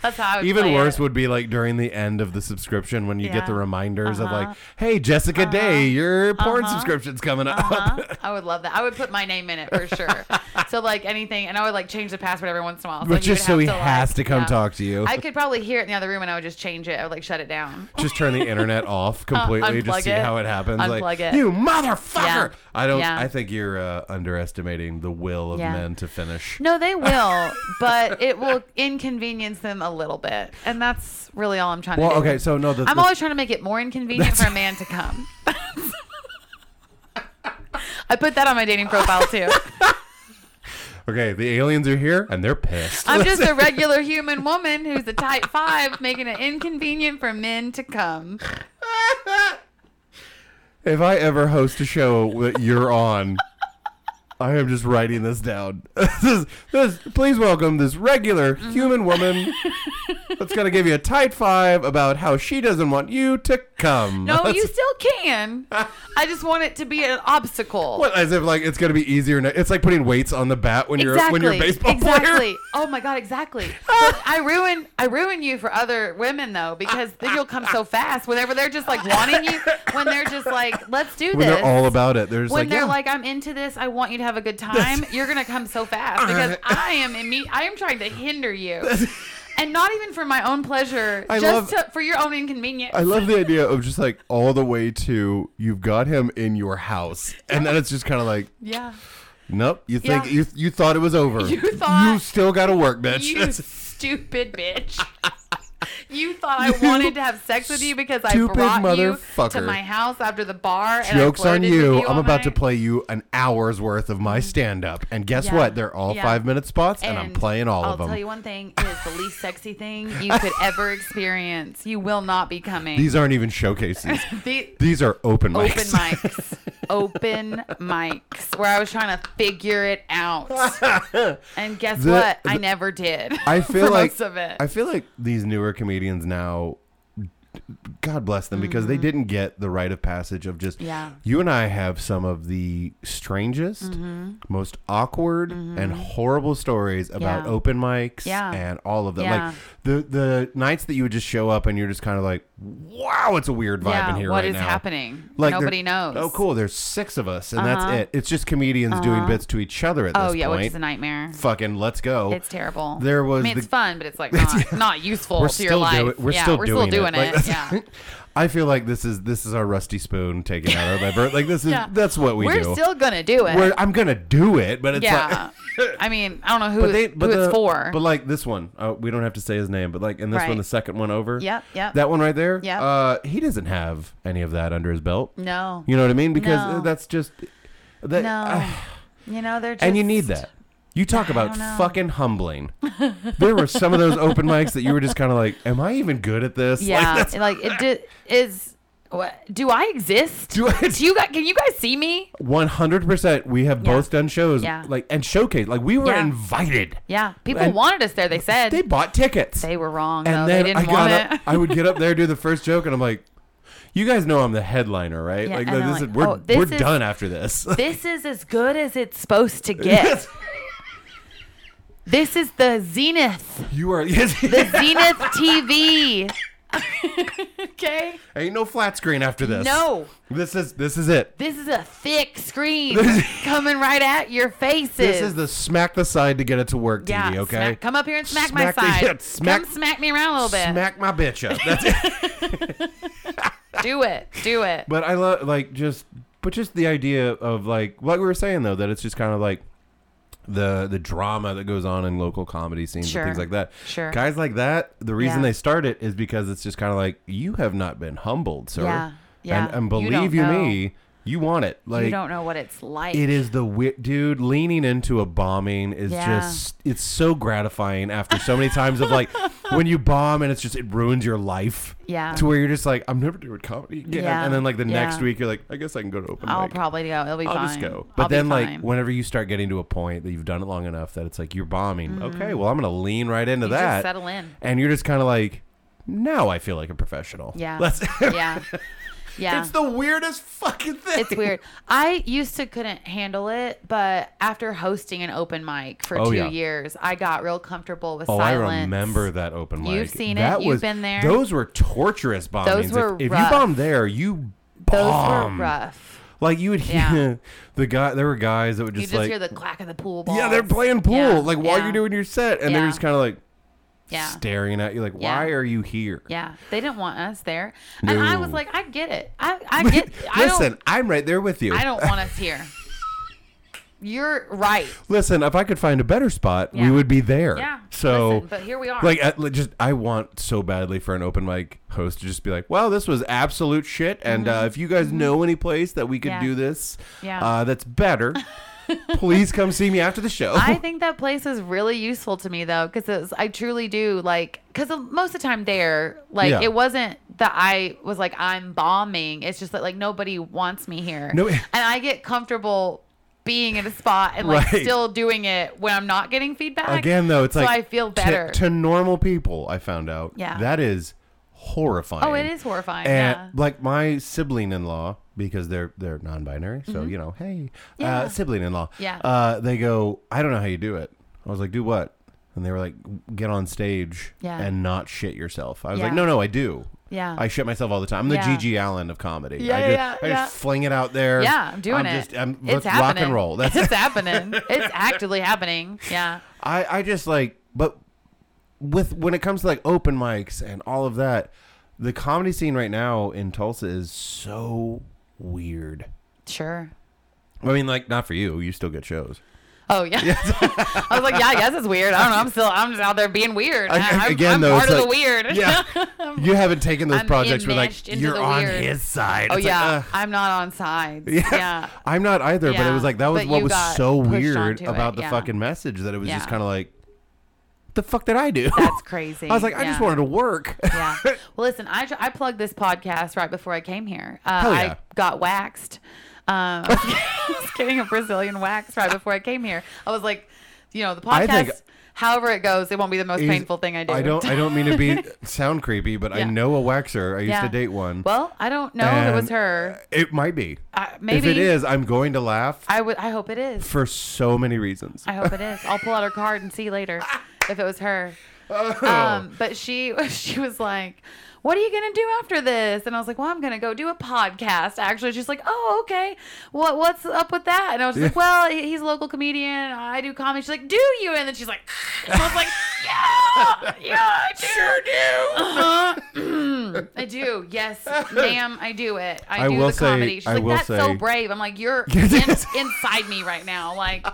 Speaker 3: That's how I would
Speaker 2: even
Speaker 3: play
Speaker 2: worse
Speaker 3: it.
Speaker 2: would be like during the end of the subscription when you get
Speaker 3: Yeah.
Speaker 2: the reminders of
Speaker 3: Uh-huh. Uh-huh.
Speaker 2: like hey jessica day your porn subscription's coming up
Speaker 3: Huh? I would love that. I would put my name in it for sure. so like anything, and I would like change the password every once in a while.
Speaker 2: But
Speaker 3: like, you would
Speaker 2: just so
Speaker 3: have
Speaker 2: he
Speaker 3: like-
Speaker 2: has to come
Speaker 3: yeah.
Speaker 2: talk to you
Speaker 3: I could probably hear it in the other room, and I would just change it. I would like shut it down.
Speaker 2: just turn the internet off completely
Speaker 3: Uh, unplug
Speaker 2: just see
Speaker 3: it.
Speaker 2: how it happens like
Speaker 3: Unplug it.
Speaker 2: you motherfucker
Speaker 3: Yeah.
Speaker 2: i don't
Speaker 3: Yeah.
Speaker 2: i think you're uh, underestimating the will of
Speaker 3: Yeah.
Speaker 2: men to finish
Speaker 3: No, they will, but it will inconvenience them a little bit, and that's really all I'm trying
Speaker 2: well
Speaker 3: to do.
Speaker 2: okay so no the,
Speaker 3: I'm
Speaker 2: the-
Speaker 3: always trying to make it more inconvenient for a man to come. I put that on my dating profile too.
Speaker 2: okay the aliens are here and they're pissed
Speaker 3: I'm just a regular human woman who's a type five, making it inconvenient for men to come.
Speaker 2: if i ever host a show that you're on i am just writing
Speaker 3: Mm-hmm.
Speaker 2: this down this is this please welcome this regular human woman That's gonna give you a tight five about how she doesn't want you to come.
Speaker 3: No,
Speaker 2: That's-
Speaker 3: you still can. I just want it to be an obstacle.
Speaker 2: What, as if like it's gonna be easier. Now. It's like putting weights on the bat when you're when you're a baseball
Speaker 3: exactly.
Speaker 2: player.
Speaker 3: Oh my god, exactly. But I ruin I ruin you for other women though because then you'll come so fast whenever they're just like wanting you when they're just like let's do
Speaker 2: When
Speaker 3: this.
Speaker 2: they're all about it, there's
Speaker 3: when
Speaker 2: like,
Speaker 3: they're
Speaker 2: yeah.
Speaker 3: like I'm into this, I want you to have a good time. You're gonna come so fast because I am in me. I am trying to hinder you. And not even for my own pleasure,
Speaker 2: I
Speaker 3: just
Speaker 2: love-
Speaker 3: to, for your own inconvenience.
Speaker 2: I love the idea of just like all the way to you've got him in your house, and then it's just kind of like,
Speaker 3: yeah.
Speaker 2: nope. You think
Speaker 3: Yeah.
Speaker 2: you you thought it was over.
Speaker 3: You thought-
Speaker 2: you still got to work, bitch.
Speaker 3: You
Speaker 2: That's-
Speaker 3: stupid bitch. You thought I
Speaker 2: You
Speaker 3: wanted to have sex with you because I
Speaker 2: stupid
Speaker 3: brought you to
Speaker 2: motherfucker.
Speaker 3: my house after the bar. and I
Speaker 2: Jokes on
Speaker 3: flirted with
Speaker 2: you. I'm
Speaker 3: all
Speaker 2: about to
Speaker 3: night.
Speaker 2: play you an hour's worth of my stand up. And guess
Speaker 3: Yeah.
Speaker 2: what? They're all
Speaker 3: Yeah.
Speaker 2: five minute spots, and, I'm playing all
Speaker 3: I'll
Speaker 2: of them.
Speaker 3: tell you one thing: it is the least sexy thing you could ever experience. You will not be coming.
Speaker 2: These aren't even showcases.
Speaker 3: The-
Speaker 2: These are open mics.
Speaker 3: open mics, open mics, where I was trying to figure it out. And guess
Speaker 2: The-
Speaker 3: what? I
Speaker 2: the-
Speaker 3: never did.
Speaker 2: I feel
Speaker 3: for
Speaker 2: like
Speaker 3: most of it.
Speaker 2: I feel like these newer comedians now God bless them because they didn't get the rite of passage of just
Speaker 3: Mm-hmm. Yeah.
Speaker 2: you and I have some of the strangest,
Speaker 3: Mm-hmm.
Speaker 2: most awkward and horrible stories about
Speaker 3: Yeah.
Speaker 2: open mics
Speaker 3: Yeah.
Speaker 2: and all of them.
Speaker 3: Yeah.
Speaker 2: Like the the nights that you would just show up and you're just kind of like, Wow, it's a weird vibe
Speaker 3: yeah,
Speaker 2: in here
Speaker 3: what
Speaker 2: right
Speaker 3: is
Speaker 2: now.
Speaker 3: happening?
Speaker 2: Like they're-
Speaker 3: Nobody knows.
Speaker 2: Oh, cool. There's six of us, and
Speaker 3: Uh-huh.
Speaker 2: that's it. It's just comedians doing bits to each other at
Speaker 3: Oh
Speaker 2: this
Speaker 3: yeah,
Speaker 2: point.
Speaker 3: which is a nightmare.
Speaker 2: Fucking let's go.
Speaker 3: It's terrible.
Speaker 2: There was
Speaker 3: I mean, it's
Speaker 2: the-
Speaker 3: fun, but it's like not, not useful to your life.
Speaker 2: doing- we're
Speaker 3: yeah,
Speaker 2: still
Speaker 3: we're
Speaker 2: doing
Speaker 3: still doing
Speaker 2: it.
Speaker 3: it.
Speaker 2: Like,
Speaker 3: yeah.
Speaker 2: I feel like this is this is our rusty spoon taking out our liver. Like this is
Speaker 3: Yeah.
Speaker 2: that's what we
Speaker 3: are
Speaker 2: do.
Speaker 3: still gonna do it.
Speaker 2: We're- I'm gonna do it, but it's
Speaker 3: yeah.
Speaker 2: like
Speaker 3: I mean, I don't know who,
Speaker 2: but they
Speaker 3: it-
Speaker 2: but
Speaker 3: who
Speaker 2: the-
Speaker 3: it's for.
Speaker 2: But like this one, uh, we don't have to say his name, but like in this one,
Speaker 3: Right.
Speaker 2: the second one over.
Speaker 3: Yep, yep.
Speaker 2: That one right there.
Speaker 3: Yep.
Speaker 2: Uh, he doesn't have any of that under his belt.
Speaker 3: no.
Speaker 2: You know what I mean? Because
Speaker 3: No.
Speaker 2: uh, that's just that.
Speaker 3: no.
Speaker 2: uh,
Speaker 3: you know they're just
Speaker 2: and you need that. You talk about
Speaker 3: don't know.
Speaker 2: fucking humbling. there were some of those open mics that you were just kind of like, "Am I even good at this?" Like,
Speaker 3: Yeah.
Speaker 2: that's-
Speaker 3: Like, it di- is. What, do I exist?
Speaker 2: Do I-
Speaker 3: you guys? Can you guys see me?
Speaker 2: One hundred percent. We have
Speaker 3: Yeah.
Speaker 2: both done shows,
Speaker 3: Yeah.
Speaker 2: like and showcase. Like we were
Speaker 3: Yeah.
Speaker 2: invited.
Speaker 3: Yeah. People
Speaker 2: And-
Speaker 3: wanted us there. They said
Speaker 2: They
Speaker 3: they,
Speaker 2: bought tickets,
Speaker 3: were wrong.
Speaker 2: and
Speaker 3: though.
Speaker 2: then I
Speaker 3: they didn't
Speaker 2: got
Speaker 3: want
Speaker 2: up.
Speaker 3: it.
Speaker 2: I would get up there, do the first joke, and I'm like, "You guys know I'm the headliner, right?
Speaker 3: Yeah,
Speaker 2: like
Speaker 3: and
Speaker 2: this
Speaker 3: I'm
Speaker 2: is
Speaker 3: like,
Speaker 2: we're
Speaker 3: oh, this
Speaker 2: we're
Speaker 3: is-
Speaker 2: done after this."
Speaker 3: this is as good as it's supposed to get. this is the zenith.
Speaker 2: you are. Yes,
Speaker 3: The Zenith TV. okay.
Speaker 2: ain't no flat screen after this.
Speaker 3: No.
Speaker 2: This is this is it.
Speaker 3: This is a thick screen
Speaker 2: This is-
Speaker 3: coming right at your faces.
Speaker 2: This is the smack the side to get it to work
Speaker 3: yeah,
Speaker 2: TV. Okay.
Speaker 3: smack- come up here and smack,
Speaker 2: Smack the-
Speaker 3: my side.
Speaker 2: yeah, smack-
Speaker 3: come smack me around a little bit.
Speaker 2: Smack my bitch up. That's it.
Speaker 3: Do it. Do it.
Speaker 2: But I love like just but just the idea of like what we were saying though that it's just kind of like the the drama that goes on in local comedy scenes
Speaker 3: Sure.
Speaker 2: and things like that.
Speaker 3: Sure.
Speaker 2: Guys like that, the reason
Speaker 3: Yeah.
Speaker 2: they start it is because it's just kind of like you have not been humbled, sir.
Speaker 3: Yeah. Yeah.
Speaker 2: And, and
Speaker 3: You
Speaker 2: believe
Speaker 3: don't
Speaker 2: you,
Speaker 3: know.
Speaker 2: me, you want it. Like
Speaker 3: you don't know what it's like.
Speaker 2: it is the wi- dude leaning into a bombing is
Speaker 3: Yeah.
Speaker 2: just it's so gratifying after so many times of like when you bomb and it's just it ruins your life
Speaker 3: Yeah.
Speaker 2: to where you're just like I'm never doing comedy again
Speaker 3: Yeah.
Speaker 2: and then like the next
Speaker 3: Yeah.
Speaker 2: week you're like I guess I can go to open
Speaker 3: I'll
Speaker 2: mic
Speaker 3: probably go. It'll be
Speaker 2: I'll
Speaker 3: fine.
Speaker 2: just go
Speaker 3: I'll
Speaker 2: but
Speaker 3: be
Speaker 2: then like
Speaker 3: fine.
Speaker 2: whenever you start getting to a point that you've done it long enough that it's like you're bombing okay well I'm gonna lean right into
Speaker 3: Mm-hmm. You just
Speaker 2: that
Speaker 3: settle in.
Speaker 2: and you're just kind of like now I feel like a professional
Speaker 3: Yeah.
Speaker 2: Let's-
Speaker 3: yeah. Yeah.
Speaker 2: it's the weirdest fucking thing
Speaker 3: it's weird. I used to couldn't handle it, but after hosting an open mic for
Speaker 2: Oh,
Speaker 3: two
Speaker 2: yeah.
Speaker 3: years, I got real comfortable with
Speaker 2: Oh,
Speaker 3: silence.
Speaker 2: I remember that open mic.
Speaker 3: You've seen it.
Speaker 2: That
Speaker 3: You've
Speaker 2: was-
Speaker 3: been there.
Speaker 2: Those were torturous bombings. If-
Speaker 3: were
Speaker 2: if, you
Speaker 3: rough.
Speaker 2: bombed there, you
Speaker 3: Those
Speaker 2: bombed.
Speaker 3: were rough.
Speaker 2: Like you would hear
Speaker 3: Yeah.
Speaker 2: the guy. There were guys that would
Speaker 3: You
Speaker 2: just,
Speaker 3: just
Speaker 2: like,
Speaker 3: hear the clack of the pool ball.
Speaker 2: yeah, they're playing pool. Like while you're doing your set, and they're
Speaker 3: Yeah.
Speaker 2: just kind of like
Speaker 3: Yeah.
Speaker 2: staring at you, like,
Speaker 3: Yeah.
Speaker 2: why are you here?
Speaker 3: Yeah, they didn't want us there, and I was
Speaker 2: No.
Speaker 3: like, I get it. I, I get. I
Speaker 2: Listen,
Speaker 3: don't.
Speaker 2: I'm right there with you.
Speaker 3: I don't want us here. You're right.
Speaker 2: Listen, if I could find a better spot, we
Speaker 3: Yeah.
Speaker 2: would be there.
Speaker 3: Yeah.
Speaker 2: So,
Speaker 3: Listen, but here we are.
Speaker 2: Like, at, like, just I want so badly for an open mic host to just be like, "Well, this was absolute shit," and uh, if you guys know any place that we could
Speaker 3: Mm-hmm. Yeah.
Speaker 2: do this,
Speaker 3: Yeah.
Speaker 2: uh, that's better. please come see me after the show.
Speaker 3: I think that place is really useful to me though, because I truly do like, because most of the time there, like,
Speaker 2: Yeah.
Speaker 3: it wasn't that I was like I'm bombing. It's just that like nobody wants me here,
Speaker 2: No-
Speaker 3: and I get comfortable being in a spot and like
Speaker 2: Right.
Speaker 3: still doing it when I'm not getting feedback.
Speaker 2: Again, though, it's
Speaker 3: so
Speaker 2: like
Speaker 3: I feel
Speaker 2: to-
Speaker 3: better.
Speaker 2: to, normal people. I found out.
Speaker 3: Yeah.
Speaker 2: that is horrifying.
Speaker 3: oh, it is horrifying.
Speaker 2: And
Speaker 3: yeah.
Speaker 2: like my sibling in law, because they're they're non-binary, so you know, hey,
Speaker 3: Mm-hmm. Yeah.
Speaker 2: uh, sibling in law.
Speaker 3: Yeah.
Speaker 2: Uh, they go, I don't know how you do it. I was like, do what? And they were like, get on stage
Speaker 3: Yeah.
Speaker 2: and not shit yourself. I was like,
Speaker 3: Yeah.
Speaker 2: no, no, I do.
Speaker 3: Yeah.
Speaker 2: I shit myself all the time. I'm the
Speaker 3: Yeah.
Speaker 2: Gigi Allen of comedy.
Speaker 3: Yeah,
Speaker 2: I just,
Speaker 3: yeah,
Speaker 2: I
Speaker 3: yeah.
Speaker 2: just fling it out there.
Speaker 3: yeah, I'm doing
Speaker 2: I'm
Speaker 3: it.
Speaker 2: Just, I'm,
Speaker 3: it's
Speaker 2: let's
Speaker 3: happening.
Speaker 2: rock and roll. That's
Speaker 3: it's happening. It's actively happening. Yeah.
Speaker 2: I, I just like, but with when it comes to like open mics and all of that, the comedy scene right now in Tulsa is so weird.
Speaker 3: Sure.
Speaker 2: I mean, like not for you. You still get shows.
Speaker 3: Oh yeah. I was like, yeah, I guess it's weird. I don't know. I'm still, I'm just out there being weird. I,
Speaker 2: I-
Speaker 3: am
Speaker 2: again,
Speaker 3: I'm
Speaker 2: though,
Speaker 3: part
Speaker 2: it's
Speaker 3: of the
Speaker 2: like-
Speaker 3: weird.
Speaker 2: Yeah. You haven't taken those
Speaker 3: I'm
Speaker 2: projects where
Speaker 3: enmeshed
Speaker 2: like
Speaker 3: into
Speaker 2: you're
Speaker 3: the
Speaker 2: on
Speaker 3: weird.
Speaker 2: his side.
Speaker 3: oh
Speaker 2: It's like,
Speaker 3: yeah.
Speaker 2: ugh.
Speaker 3: I'm not on sides.
Speaker 2: Yeah.
Speaker 3: Yeah.
Speaker 2: I'm not either, but it
Speaker 3: Yeah,
Speaker 2: was like that was
Speaker 3: but
Speaker 2: what
Speaker 3: you
Speaker 2: was
Speaker 3: got
Speaker 2: so
Speaker 3: pushed
Speaker 2: weird
Speaker 3: onto it,
Speaker 2: about the
Speaker 3: yeah.
Speaker 2: fucking message that it was just
Speaker 3: Yeah.
Speaker 2: kind of like, the fuck did I do?
Speaker 3: That's crazy.
Speaker 2: I was like, I just
Speaker 3: Yeah.
Speaker 2: wanted to work.
Speaker 3: yeah. Well, listen, I, tr- I plugged this podcast right before I came here. Uh,
Speaker 2: Hell yeah.
Speaker 3: I got waxed. Um, I was getting a Brazilian wax right before I came here. I was like, you know, the
Speaker 2: I
Speaker 3: podcast,
Speaker 2: think-
Speaker 3: however it goes, it won't be the most
Speaker 2: is-
Speaker 3: painful thing I do.
Speaker 2: I don't. I don't mean to be sound creepy, but I
Speaker 3: Yeah.
Speaker 2: know a waxer. I used to
Speaker 3: Yeah.
Speaker 2: date one.
Speaker 3: well, I don't know if it was
Speaker 2: And
Speaker 3: her.
Speaker 2: It might be.
Speaker 3: Uh, maybe.
Speaker 2: If it is, I'm going to laugh
Speaker 3: I would. I hope it is.
Speaker 2: for so many reasons.
Speaker 3: I hope it is. I'll pull out her card and see later if it was her. Um, but she she was like, "What are you gonna do after this?" And I was like, "Well, I'm gonna go do a podcast." Actually, she's like, "Oh, okay. What what's up with that?" And I was just like, "Well, he- he's a local comedian. I do comedy." She's like, "Do you?" And then she's like, and "I was like, yeah, yeah, I do. Sure do. I do. Yes, ma'am, I do it. I,
Speaker 2: I
Speaker 3: do
Speaker 2: will
Speaker 3: the
Speaker 2: say-
Speaker 3: comedy." She's
Speaker 2: I
Speaker 3: like,
Speaker 2: will
Speaker 3: "That's so
Speaker 2: say-
Speaker 3: brave." I'm like, "You're in, inside me right now. Like,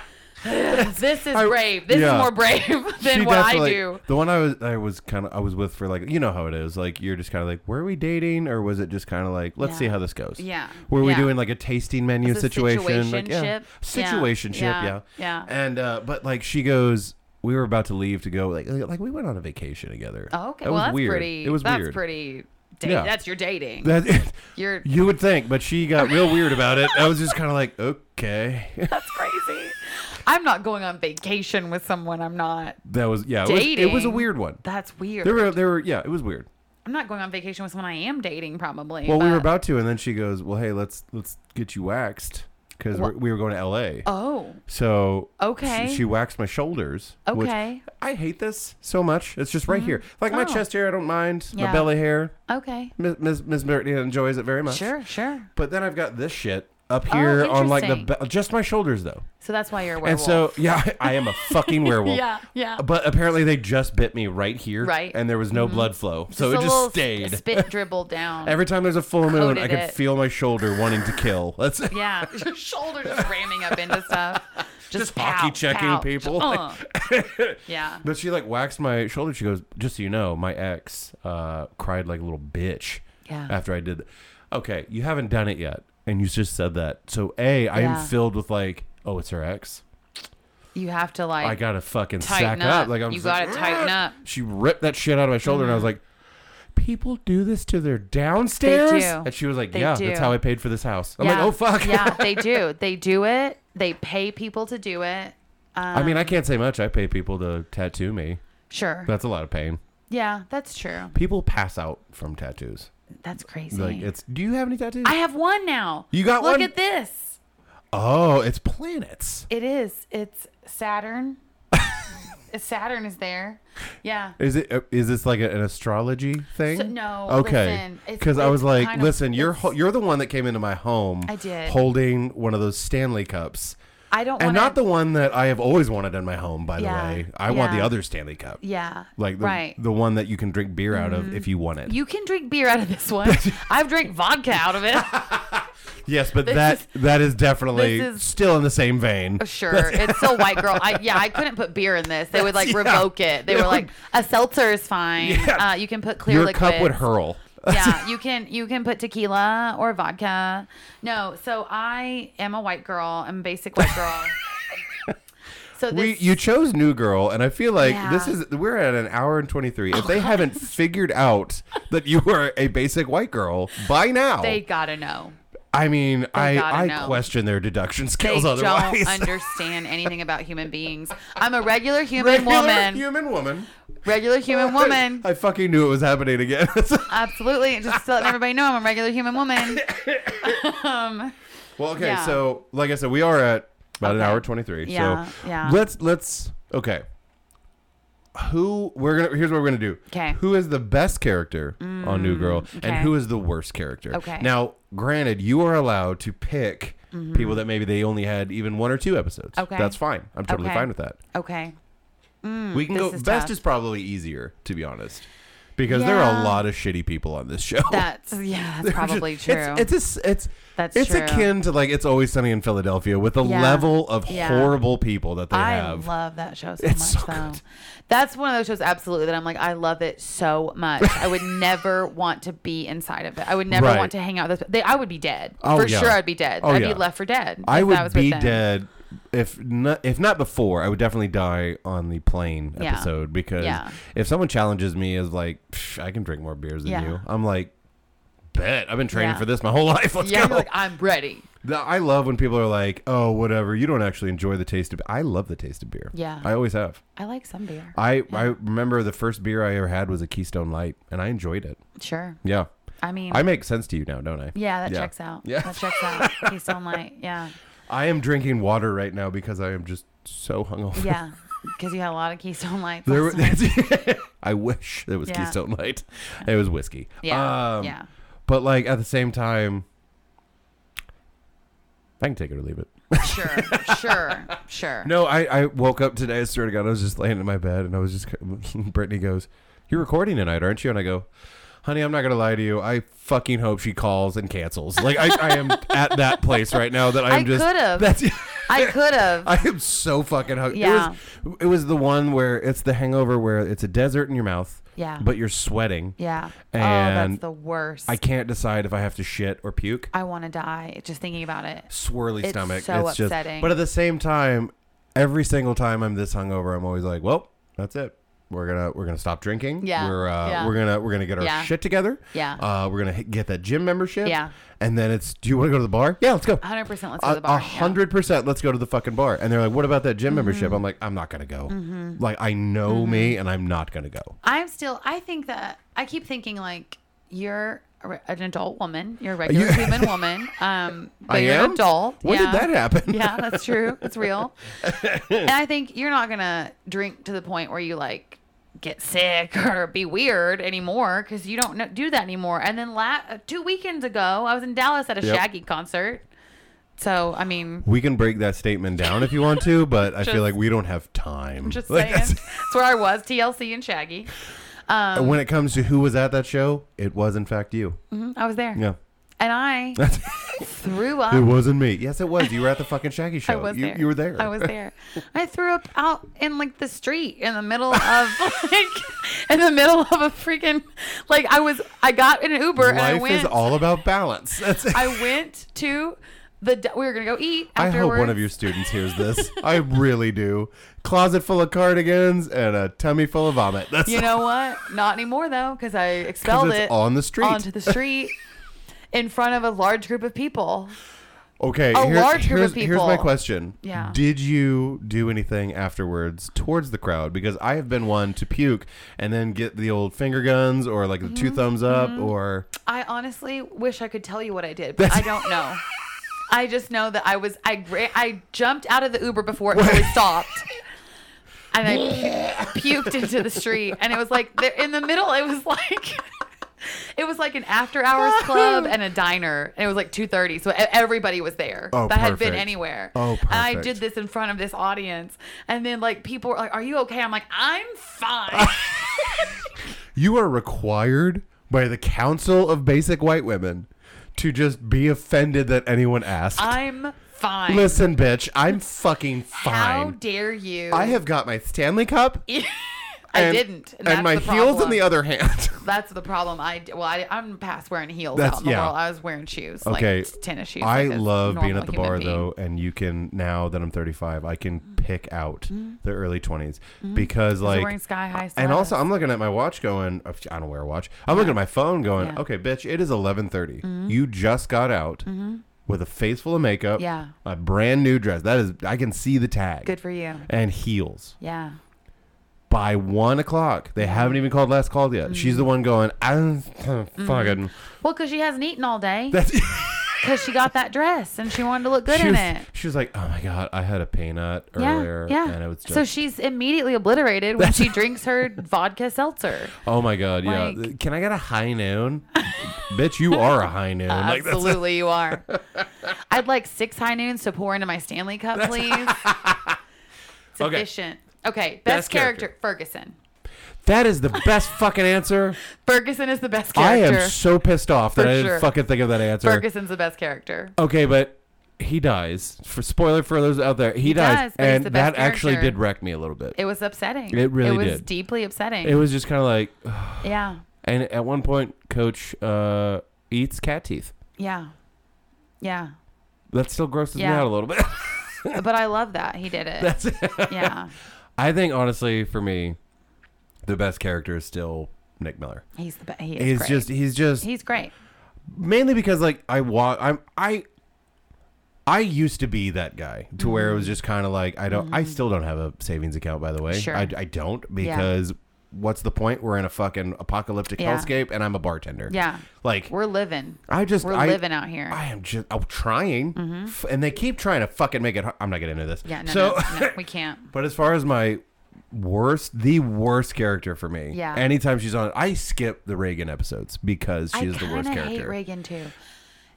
Speaker 3: this is brave. This
Speaker 2: yeah.
Speaker 3: is more brave than
Speaker 2: She
Speaker 3: what I
Speaker 2: definitely-
Speaker 3: do.
Speaker 2: The one I was I was kind of I was with for like you know how it is like you're just kind of like were we dating or was it just kind of like let's
Speaker 3: Yeah.
Speaker 2: see how this goes
Speaker 3: Yeah.
Speaker 2: were we
Speaker 3: Yeah.
Speaker 2: doing like a tasting menu
Speaker 3: It's a
Speaker 2: situation like,
Speaker 3: situationship. Yeah.
Speaker 2: situationship yeah.
Speaker 3: Yeah.
Speaker 2: yeah
Speaker 3: Yeah.
Speaker 2: and uh, but like she goes we were about to leave to go like like we went on a vacation together
Speaker 3: Oh, okay.
Speaker 2: That
Speaker 3: well,
Speaker 2: was
Speaker 3: that's
Speaker 2: weird
Speaker 3: pretty.
Speaker 2: it was
Speaker 3: that's
Speaker 2: weird
Speaker 3: pretty. Date.
Speaker 2: Yeah.
Speaker 3: That's your dating.
Speaker 2: that
Speaker 3: You're.
Speaker 2: you would think but she got real weird about it I was just kind of like okay
Speaker 3: That's crazy. I'm not going on vacation with someone. I'm not.
Speaker 2: that was yeah it was, it was a
Speaker 3: Dating.
Speaker 2: weird one
Speaker 3: That's weird.
Speaker 2: there were there were yeah it was weird
Speaker 3: I'm not going on vacation with someone I am dating. Probably.
Speaker 2: Well, we were
Speaker 3: but-
Speaker 2: about to, and then she goes, "Well, hey, let's let's get you waxed because we were going to L.A."
Speaker 3: Oh.
Speaker 2: so
Speaker 3: Okay.
Speaker 2: she, she waxed my shoulders. which-
Speaker 3: Okay.
Speaker 2: I hate this so much. It's just right here, like my
Speaker 3: Oh.
Speaker 2: chest hair. I don't mind my
Speaker 3: Yeah.
Speaker 2: belly hair.
Speaker 3: Okay.
Speaker 2: Miss Miss, Miss Brittany enjoys it very much.
Speaker 3: Sure. Sure.
Speaker 2: But then I've got this shit up here on like the
Speaker 3: interesting.
Speaker 2: be- just my shoulders though,
Speaker 3: So that's why you're a
Speaker 2: and so
Speaker 3: werewolf.
Speaker 2: yeah, I am a fucking werewolf.
Speaker 3: yeah. Yeah.
Speaker 2: But apparently they just bit me right here,
Speaker 3: Right. Mm-hmm.
Speaker 2: And there was no blood flow, so
Speaker 3: a
Speaker 2: it just
Speaker 3: little
Speaker 2: stayed.
Speaker 3: Sp- spit dribbled down.
Speaker 2: Every time there's a full moon,
Speaker 3: Coated
Speaker 2: I can
Speaker 3: it.
Speaker 2: feel my shoulder wanting to kill. That's
Speaker 3: Yeah, your shoulder just ramming up into stuff. Just,
Speaker 2: Just hockey checking people.
Speaker 3: Uh. yeah.
Speaker 2: But she like waxed my shoulder. She goes, "Just so you know, my ex uh, cried like a little bitch
Speaker 3: Yeah.
Speaker 2: after I did." Th- okay, you haven't done it yet, and you just said that. So a, I
Speaker 3: Yeah.
Speaker 2: am filled with like, oh, it's her ex.
Speaker 3: You have to like
Speaker 2: I gotta fucking sack
Speaker 3: tighten up.
Speaker 2: up. Like I'm
Speaker 3: you
Speaker 2: just
Speaker 3: got to
Speaker 2: like, "Ah!"
Speaker 3: tighten up.
Speaker 2: She ripped that shit out of my shoulder, and I was like, "People do this to their downstairs."
Speaker 3: do.
Speaker 2: And she was like,
Speaker 3: They
Speaker 2: "Yeah,
Speaker 3: do.
Speaker 2: that's how I paid for this house." I'm
Speaker 3: yeah.
Speaker 2: like, "Oh fuck."
Speaker 3: yeah, they do. They do it. They pay people to do it. Um,
Speaker 2: I mean, I can't say much. I pay people to tattoo me.
Speaker 3: sure.
Speaker 2: That's a lot of pain.
Speaker 3: yeah, that's true.
Speaker 2: People pass out from tattoos.
Speaker 3: That's crazy.
Speaker 2: Like it's. Do you have any tattoos?
Speaker 3: I have one now.
Speaker 2: You got
Speaker 3: Look
Speaker 2: one?
Speaker 3: at this.
Speaker 2: oh, it's planets.
Speaker 3: It is. It's Saturn. Saturn is there. Yeah.
Speaker 2: Is it? uh, Is this like a- an astrology thing?
Speaker 3: So- no,
Speaker 2: Okay.
Speaker 3: listen, it's-
Speaker 2: Because I was
Speaker 3: it's
Speaker 2: like,
Speaker 3: kind of-
Speaker 2: listen, you're
Speaker 3: it's-
Speaker 2: ho- you're the one that came into my home.
Speaker 3: I did.
Speaker 2: Holding one of those Stanley cups.
Speaker 3: I don't
Speaker 2: And
Speaker 3: want
Speaker 2: not the one that I have always wanted in my home, by
Speaker 3: Yeah,
Speaker 2: the way. I want the
Speaker 3: yeah.
Speaker 2: other Stanley cup.
Speaker 3: Yeah.
Speaker 2: Like the,
Speaker 3: right.
Speaker 2: the one that you can drink beer out of if you want it.
Speaker 3: You can drink beer out of this one. I've drank vodka out of it.
Speaker 2: yes, but that
Speaker 3: is-
Speaker 2: that is definitely
Speaker 3: this is-
Speaker 2: still in the same vein.
Speaker 3: Sure, it's still white girl. I, yeah, I couldn't put beer in this. They would like
Speaker 2: Yeah.
Speaker 3: revoke it. They
Speaker 2: It
Speaker 3: were like, a seltzer is fine.
Speaker 2: Yeah.
Speaker 3: Uh, you can put clear
Speaker 2: Your
Speaker 3: liquid.
Speaker 2: cup would hurl.
Speaker 3: yeah, you can you can put tequila or vodka. No, so I am a white girl. I'm a basic white girl. so this,
Speaker 2: We you chose New Girl, and I feel like this
Speaker 3: Yeah. Oh,
Speaker 2: is we're at an hour and twenty three. If they haven't figured out that you are a basic white girl by now,
Speaker 3: they gotta know.
Speaker 2: I mean, I
Speaker 3: gotta
Speaker 2: I
Speaker 3: know.
Speaker 2: question their deduction
Speaker 3: They
Speaker 2: skills
Speaker 3: don't
Speaker 2: otherwise.
Speaker 3: understand anything about human beings. I'm a regular human
Speaker 2: Regular
Speaker 3: woman.
Speaker 2: Human woman.
Speaker 3: regular human woman.
Speaker 2: I fucking knew it was happening again.
Speaker 3: Absolutely. Just letting everybody know I'm a regular human woman.
Speaker 2: well, okay,
Speaker 3: Yeah.
Speaker 2: so like I said, we are at about an
Speaker 3: Okay.
Speaker 2: hour twenty three.
Speaker 3: Yeah,
Speaker 2: so
Speaker 3: yeah.
Speaker 2: let's let's okay. Who we're gonna here's what we're gonna do.
Speaker 3: 'Kay.
Speaker 2: Who is the best character on New Girl and
Speaker 3: Mm, okay.
Speaker 2: who is the worst character?
Speaker 3: Okay. Mm-hmm.
Speaker 2: Now, granted, you are allowed to pick people that maybe they only had even one or two episodes.
Speaker 3: Okay.
Speaker 2: That's fine. I'm totally
Speaker 3: Okay.
Speaker 2: fine with that.
Speaker 3: Okay.
Speaker 2: we can
Speaker 3: this
Speaker 2: go
Speaker 3: is
Speaker 2: best
Speaker 3: tough.
Speaker 2: is probably easier, to be honest. Because there are
Speaker 3: Yeah.
Speaker 2: a lot of shitty people on this show.
Speaker 3: That's yeah, that's
Speaker 2: They're just-
Speaker 3: probably true.
Speaker 2: Oh. it's- It's a s- it's
Speaker 3: That's
Speaker 2: it's
Speaker 3: true.
Speaker 2: akin to like it's always sunny in Philadelphia with the
Speaker 3: Yeah.
Speaker 2: level of
Speaker 3: Yeah.
Speaker 2: horrible people that they
Speaker 3: I
Speaker 2: have.
Speaker 3: love that show so
Speaker 2: It's
Speaker 3: much
Speaker 2: so
Speaker 3: though.
Speaker 2: good.
Speaker 3: That's one of those shows absolutely that I'm like, I love it so much. I would never want to be inside of it. I would never
Speaker 2: Right.
Speaker 3: want to hang out with those they, I would be dead.
Speaker 2: Oh,
Speaker 3: for
Speaker 2: yeah.
Speaker 3: sure I'd be dead.
Speaker 2: Oh,
Speaker 3: I'd
Speaker 2: yeah.
Speaker 3: be left for dead.
Speaker 2: I
Speaker 3: if that
Speaker 2: would
Speaker 3: was with
Speaker 2: be
Speaker 3: them.
Speaker 2: dead if not if not before. I would definitely die on the plane
Speaker 3: Yeah.
Speaker 2: episode because
Speaker 3: Yeah.
Speaker 2: if someone challenges me as like "Psh, I can drink more beers than
Speaker 3: Yeah.
Speaker 2: you, I'm like. Bet I've been training
Speaker 3: Yeah.
Speaker 2: for this my whole life. Let's
Speaker 3: Yeah,
Speaker 2: go.
Speaker 3: you're like, I'm ready.
Speaker 2: The- I love when people are like, "Oh, whatever." You don't actually enjoy the taste of. I love the taste of beer.
Speaker 3: Yeah.
Speaker 2: I always have.
Speaker 3: I like some beer.
Speaker 2: I I remember the first beer I ever had was a Keystone Light, and I enjoyed it.
Speaker 3: Sure.
Speaker 2: Yeah.
Speaker 3: I mean
Speaker 2: I make sense to you now, don't I?
Speaker 3: yeah, that checks out.
Speaker 2: Yeah.
Speaker 3: That checks out. Keystone Light. Yeah.
Speaker 2: I am drinking water right now because I am just so hungover.
Speaker 3: Yeah. Because you had a lot of Keystone Lights.
Speaker 2: There,
Speaker 3: last night.
Speaker 2: were- I wish there was
Speaker 3: Yeah.
Speaker 2: Keystone Light. It was whiskey.
Speaker 3: Yeah.
Speaker 2: Um,
Speaker 3: yeah.
Speaker 2: But like at the same time, I can take it or leave it.
Speaker 3: Sure. sure. Sure.
Speaker 2: No, I, I woke up today. I swear to God, I was just laying in my bed and I was just. Brittany goes, "You're recording tonight, aren't you?" And I go, "Honey, I'm not gonna lie to you. I fucking hope she calls and cancels. Like I, I am at that place right now that I'm
Speaker 3: I
Speaker 2: just.
Speaker 3: could've.
Speaker 2: That's.
Speaker 3: I could have.
Speaker 2: I am so fucking hungry.
Speaker 3: Yeah.
Speaker 2: It was, it was the one where it's the hangover where it's a desert in your mouth.
Speaker 3: Yeah.
Speaker 2: But you're sweating.
Speaker 3: Yeah. oh,
Speaker 2: And
Speaker 3: that's the worst.
Speaker 2: I
Speaker 3: I,
Speaker 2: can't decide if I have to shit or puke.
Speaker 3: want to die just thinking about it.
Speaker 2: Swirly
Speaker 3: It's
Speaker 2: stomach.
Speaker 3: so
Speaker 2: it's
Speaker 3: upsetting.
Speaker 2: Just, but at the same time, every single time I'm this hungover, I'm always like, well, that's it. We're gonna we're gonna stop drinking.
Speaker 3: Yeah.
Speaker 2: We're uh,
Speaker 3: Yeah.
Speaker 2: we're gonna we're gonna get our
Speaker 3: Yeah.
Speaker 2: shit together.
Speaker 3: Yeah.
Speaker 2: Uh, we're gonna hit, get that gym membership.
Speaker 3: Yeah.
Speaker 2: And then it's do you want to go to the bar? Yeah, let's go.
Speaker 3: 100% let's go to
Speaker 2: A
Speaker 3: the bar. Mm-hmm.
Speaker 2: a hundred percent. Let's go to the fucking bar. And they're like, "What about that gym membership?" I'm like, "I'm not gonna go. Like, I know me, and I'm not gonna go."
Speaker 3: Yeah. I'm still, I think that, I keep thinking like, you're a re- an adult woman. You're a regular
Speaker 2: You-
Speaker 3: human woman. Um,
Speaker 2: I
Speaker 3: but you're
Speaker 2: am.
Speaker 3: an adult.
Speaker 2: When
Speaker 3: Yeah.
Speaker 2: did that happen?
Speaker 3: yeah, that's true. It's real. and I think you're not going to drink to the point where you like get sick or be weird anymore because you don't kn- do that anymore. And then la- uh, two weekends ago, I was in Dallas at a
Speaker 2: Yep.
Speaker 3: Shaggy concert. So, I mean,
Speaker 2: We can break that statement down if you want to, but I feel
Speaker 3: Just-
Speaker 2: like we don't have time.
Speaker 3: just
Speaker 2: Like,
Speaker 3: saying. um,
Speaker 2: that's-
Speaker 3: That's where I was, TLC and Shaggy.
Speaker 2: when it comes to who was at that show, it was in fact you.
Speaker 3: Mhm, I was there.
Speaker 2: Yeah.
Speaker 3: And I
Speaker 2: That's-
Speaker 3: threw
Speaker 2: it
Speaker 3: up.
Speaker 2: wasn't me. Yes, it was. You were at the fucking Shaggy show.
Speaker 3: I was
Speaker 2: you,
Speaker 3: there.
Speaker 2: you were there.
Speaker 3: I was there. I threw up out in like the street in the middle of like in the middle of a freaking like I was I got in an Uber and I
Speaker 2: Life
Speaker 3: went
Speaker 2: is all about balance. That's it.
Speaker 3: I went to the d- we were gonna go eat
Speaker 2: I
Speaker 3: afterwards.
Speaker 2: hope one of your students hears this. I really do. Closet full of cardigans and a tummy full of vomit. That's
Speaker 3: You know what? Not anymore though, because I expelled
Speaker 2: it's
Speaker 3: it
Speaker 2: on the street.
Speaker 3: onto the street in front of a large group of people.
Speaker 2: Okay,
Speaker 3: a
Speaker 2: here-
Speaker 3: large group
Speaker 2: here's,
Speaker 3: of
Speaker 2: here's my
Speaker 3: people.
Speaker 2: question.
Speaker 3: Yeah.
Speaker 2: Did you do anything afterwards towards the crowd? Because I have been one to puke and then get the old finger guns or like the two
Speaker 3: Mm-hmm.
Speaker 2: thumbs up or
Speaker 3: I honestly wish I could tell you what I did, but I don't know. I just know that I was I gra- I jumped out of the Uber before it really stopped. And I pu- puked into the street and it was like there in the middle it was like it was like an after hours club and a diner and it was like 2:30 so e- everybody was there
Speaker 2: Oh,
Speaker 3: that had been
Speaker 2: perfect.
Speaker 3: anywhere.
Speaker 2: Oh,
Speaker 3: And I
Speaker 2: perfect.
Speaker 3: did this in front of this audience and then like people were like are you okay? I'm like I'm fine.
Speaker 2: you are required by the Council of Basic White Women to just be offended that anyone asked.
Speaker 3: I'm fine.
Speaker 2: Listen, bitch, I'm fucking
Speaker 3: How
Speaker 2: fine.
Speaker 3: dare you?
Speaker 2: I have got my Stanley Cup.
Speaker 3: I
Speaker 2: And-
Speaker 3: didn't. And, that's
Speaker 2: and my
Speaker 3: the
Speaker 2: heels, on
Speaker 3: problem.
Speaker 2: the other hand.
Speaker 3: That's the problem. I d- well, I, I'm past wearing heels
Speaker 2: That's-
Speaker 3: out in the
Speaker 2: yeah.
Speaker 3: world. I was wearing shoes,
Speaker 2: Okay.
Speaker 3: like tennis shoes.
Speaker 2: I
Speaker 3: like a
Speaker 2: love being
Speaker 3: normal
Speaker 2: at the
Speaker 3: human
Speaker 2: bar
Speaker 3: being. Mm.
Speaker 2: though, and you can now that I'm 35, I can pick out the early 20s because like
Speaker 3: wearing sky high
Speaker 2: And also,
Speaker 3: stilettos.
Speaker 2: I'm looking at my watch, going, oh, I don't wear a watch. I'm looking at my phone, going,
Speaker 3: Yeah. Mm-hmm.
Speaker 2: okay, bitch, it is 11:30. You just got out with a face full of makeup,
Speaker 3: Yeah.
Speaker 2: a brand new dress. That is, I can see the tag.
Speaker 3: Good for you.
Speaker 2: And heels.
Speaker 3: Yeah.
Speaker 2: By one o'clock,
Speaker 3: Mm-hmm.
Speaker 2: they haven't even called last call yet. She's the one going, I'm
Speaker 3: Mm-hmm.
Speaker 2: fucking.
Speaker 3: Well, because she hasn't eaten all day.
Speaker 2: That's.
Speaker 3: Because she got that dress and she wanted to look good
Speaker 2: she
Speaker 3: in
Speaker 2: was,
Speaker 3: it.
Speaker 2: She was like, "Oh my god, I had a peanut
Speaker 3: Yeah,
Speaker 2: earlier,
Speaker 3: yeah.
Speaker 2: and it was just,
Speaker 3: so she's immediately obliterated when she drinks her vodka seltzer.
Speaker 2: oh my god, yeah.
Speaker 3: like-
Speaker 2: Can I get a high noon? Bitch, you are a high noon. Like, that's-
Speaker 3: Absolutely, you are. I'd like six high noons to pour into my Stanley cup, please. it's
Speaker 2: Okay.
Speaker 3: efficient. Okay, best,
Speaker 2: Best character.
Speaker 3: character, Ferguson.
Speaker 2: that is the best fucking answer.
Speaker 3: Ferguson is the best
Speaker 2: I
Speaker 3: character.
Speaker 2: am so pissed off that
Speaker 3: For
Speaker 2: I didn't
Speaker 3: sure.
Speaker 2: fucking think of that answer.
Speaker 3: Ferguson's the best character.
Speaker 2: Okay, but he dies. For spoiler for those out there, he, dies,
Speaker 3: dies, but he's
Speaker 2: and
Speaker 3: the
Speaker 2: that
Speaker 3: best
Speaker 2: actually
Speaker 3: character.
Speaker 2: did wreck me a little bit. It,
Speaker 3: It was upsetting.
Speaker 2: It really
Speaker 3: It was
Speaker 2: did.
Speaker 3: deeply upsetting.
Speaker 2: was just kind of like,
Speaker 3: yeah,
Speaker 2: and at one point, Coach uh, eats cat teeth.
Speaker 3: yeah, yeah.
Speaker 2: That still grosses me
Speaker 3: Yeah.
Speaker 2: out a little bit.
Speaker 3: but I love that he did it.
Speaker 2: That's
Speaker 3: yeah,
Speaker 2: I think honestly, for me, the best character is still Nick Miller.
Speaker 3: he's the best. He is
Speaker 2: He's
Speaker 3: great.
Speaker 2: just he's just
Speaker 3: he's great.
Speaker 2: mainly because like I wa I'm I I used to be that guy to where it
Speaker 3: Mm-hmm.
Speaker 2: was just kind of like I don't I still don't have a savings account by the way.
Speaker 3: Sure.
Speaker 2: I I don't because what's the point? We're in a fucking apocalyptic
Speaker 3: Yeah.
Speaker 2: hellscape and I'm a bartender.
Speaker 3: Yeah,
Speaker 2: Like
Speaker 3: we're living.
Speaker 2: I just
Speaker 3: We're
Speaker 2: I,
Speaker 3: living out here. Mm-hmm.
Speaker 2: I am just I'm trying F- and they keep trying to fucking make it har- I'm not getting into this.
Speaker 3: yeah, no,
Speaker 2: so
Speaker 3: no, no, we can't.
Speaker 2: But as far as my worst, the worst character for me.
Speaker 3: Yeah.
Speaker 2: Anytime she's on, I skip the Reagan episodes because
Speaker 3: I
Speaker 2: she is the worst
Speaker 3: kinda hate
Speaker 2: character.
Speaker 3: Reagan too.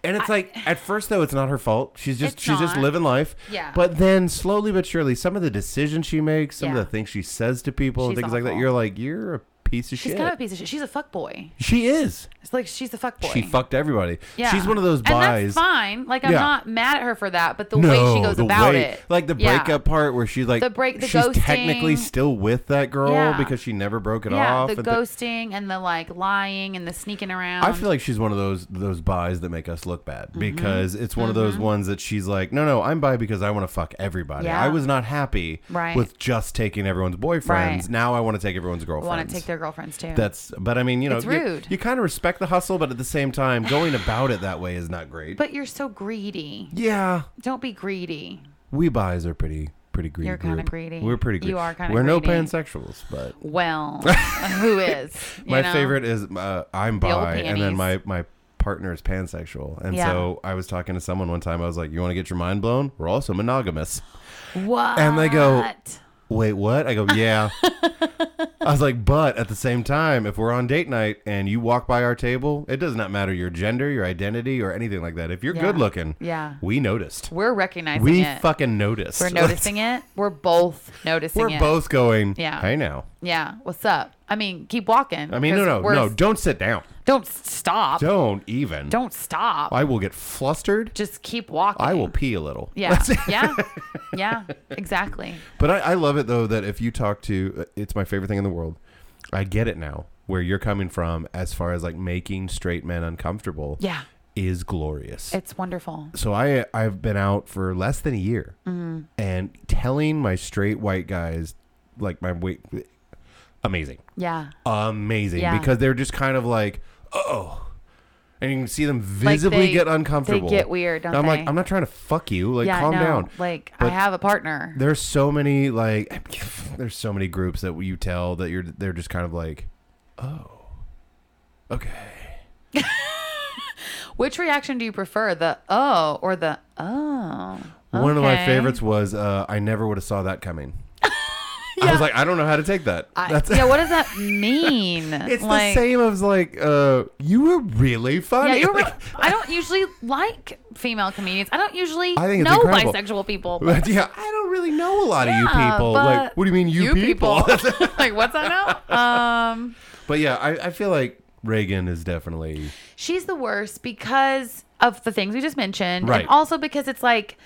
Speaker 2: and it's like at first though, it's not her fault. She's just
Speaker 3: It's
Speaker 2: she's just
Speaker 3: not.
Speaker 2: living life.
Speaker 3: Yeah.
Speaker 2: But then slowly but surely, some of the decisions she makes, some
Speaker 3: Yeah.
Speaker 2: of the things she says to people, and
Speaker 3: She's
Speaker 2: things like that,
Speaker 3: awful.
Speaker 2: you're like, you're a piece of
Speaker 3: She's
Speaker 2: shit.
Speaker 3: kind of a piece of shit. She's a fuck boy.
Speaker 2: she is.
Speaker 3: It's like she's a fuck boy.
Speaker 2: She fucked everybody.
Speaker 3: Yeah.
Speaker 2: She's one of those
Speaker 3: And that's
Speaker 2: buys.
Speaker 3: fine. Like I'm
Speaker 2: Yeah.
Speaker 3: not mad at her for that, but the way she goes
Speaker 2: the
Speaker 3: about
Speaker 2: way-
Speaker 3: it,
Speaker 2: Like the
Speaker 3: Yeah.
Speaker 2: breakup part where she's like
Speaker 3: The break- the
Speaker 2: she's technically
Speaker 3: ghosting.
Speaker 2: still with that girl
Speaker 3: Yeah.
Speaker 2: because she never broke it
Speaker 3: yeah,
Speaker 2: off.
Speaker 3: the
Speaker 2: and thi-
Speaker 3: ghosting and the like lying and the sneaking around.
Speaker 2: I feel like she's one of those those buys that make us look bad
Speaker 3: Mm-hmm.
Speaker 2: because it's one of those ones that she's like, no, no, I'm bi because I want to fuck everybody.
Speaker 3: Yeah.
Speaker 2: I was not happy
Speaker 3: Right.
Speaker 2: with just taking everyone's boyfriends.
Speaker 3: Right.
Speaker 2: Now I want to take everyone's
Speaker 3: I
Speaker 2: girlfriends.
Speaker 3: want to take their girlfriends too.
Speaker 2: That's, but I mean, you know,
Speaker 3: It's
Speaker 2: you-
Speaker 3: rude.
Speaker 2: You, kind of respect the hustle, but at the same time, going about it that way is not great.
Speaker 3: but you're so greedy.
Speaker 2: yeah,
Speaker 3: Don't be greedy.
Speaker 2: we buys are pretty pretty greedy.
Speaker 3: You're kinda
Speaker 2: group.
Speaker 3: greedy.
Speaker 2: We're pretty greedy.
Speaker 3: You are kinda
Speaker 2: We're no
Speaker 3: greedy.
Speaker 2: pansexuals, but
Speaker 3: Well, who is? you
Speaker 2: my
Speaker 3: know?
Speaker 2: favorite is uh, I'm
Speaker 3: old
Speaker 2: bi, and then
Speaker 3: panties.
Speaker 2: my my partner is pansexual, and
Speaker 3: Yeah.
Speaker 2: so I was talking to someone one time. I was like, "You want to get your mind blown? We're also monogamous."
Speaker 3: What?
Speaker 2: And they go- Wait, what? I go, "Yeah." I was like, "But at the same time, if we're on date night and you walk by our table, it does not matter your gender, your identity, or anything like that. If you're
Speaker 3: Yeah.
Speaker 2: good looking,
Speaker 3: Yeah.
Speaker 2: we noticed.
Speaker 3: We're recognizing
Speaker 2: We
Speaker 3: it.
Speaker 2: fucking noticed.
Speaker 3: We're noticing it. We're both noticing
Speaker 2: We're
Speaker 3: it.
Speaker 2: both going.
Speaker 3: Yeah.
Speaker 2: Hey now.
Speaker 3: Yeah. What's up? I mean, keep walking.
Speaker 2: I mean, no,
Speaker 3: 'cause
Speaker 2: no,
Speaker 3: we're-
Speaker 2: no. Don't sit down.
Speaker 3: Don't stop. Don't,
Speaker 2: Don't even.
Speaker 3: stop.
Speaker 2: I will get flustered.
Speaker 3: Just keep walking.
Speaker 2: I will pee a little.
Speaker 3: Yeah. yeah. Yeah. Exactly.
Speaker 2: But I, I love it though that if you talk to, uh, it's my favorite thing in the world. I get it now where you're coming from as far as like making straight men uncomfortable.
Speaker 3: Yeah.
Speaker 2: is glorious.
Speaker 3: It's wonderful.
Speaker 2: so I I've been out for less than a year,
Speaker 3: Mm-hmm.
Speaker 2: and telling my straight white guys like my weight, amazing,
Speaker 3: Yeah.
Speaker 2: amazing
Speaker 3: Yeah.
Speaker 2: because they're just kind of like oh. And you can see them visibly
Speaker 3: they-
Speaker 2: get uncomfortable.
Speaker 3: they get weird, don't
Speaker 2: And I'm
Speaker 3: they?
Speaker 2: like, I'm not trying to fuck you. Like,
Speaker 3: yeah.
Speaker 2: calm
Speaker 3: no.
Speaker 2: down.
Speaker 3: Like I
Speaker 2: But-
Speaker 3: have a partner.
Speaker 2: there's so many like there's so many groups that you tell that you're they're just kind of like oh okay
Speaker 3: Which reaction do you prefer? The oh or the oh?
Speaker 2: one of my
Speaker 3: okay.
Speaker 2: favorites was uh, i never would have saw that coming i was like i don't know how to take that
Speaker 3: I-
Speaker 2: that's
Speaker 3: yeah. What does that mean?
Speaker 2: it's the same as like uh, you were really
Speaker 3: Yeah,
Speaker 2: funny
Speaker 3: you're right. I don't usually like female comedians. I don't usually
Speaker 2: I think it's
Speaker 3: know
Speaker 2: incredible.
Speaker 3: bisexual people.
Speaker 2: But yeah, I don't really know a lot of you
Speaker 3: Yeah,
Speaker 2: people.
Speaker 3: but
Speaker 2: Like, what do you mean, you, people?
Speaker 3: like, what's that now? Um,
Speaker 2: but yeah, I, I feel like Reagan is definitely
Speaker 3: she's the worst because of the things we just mentioned,
Speaker 2: Right.
Speaker 3: and also because it's like,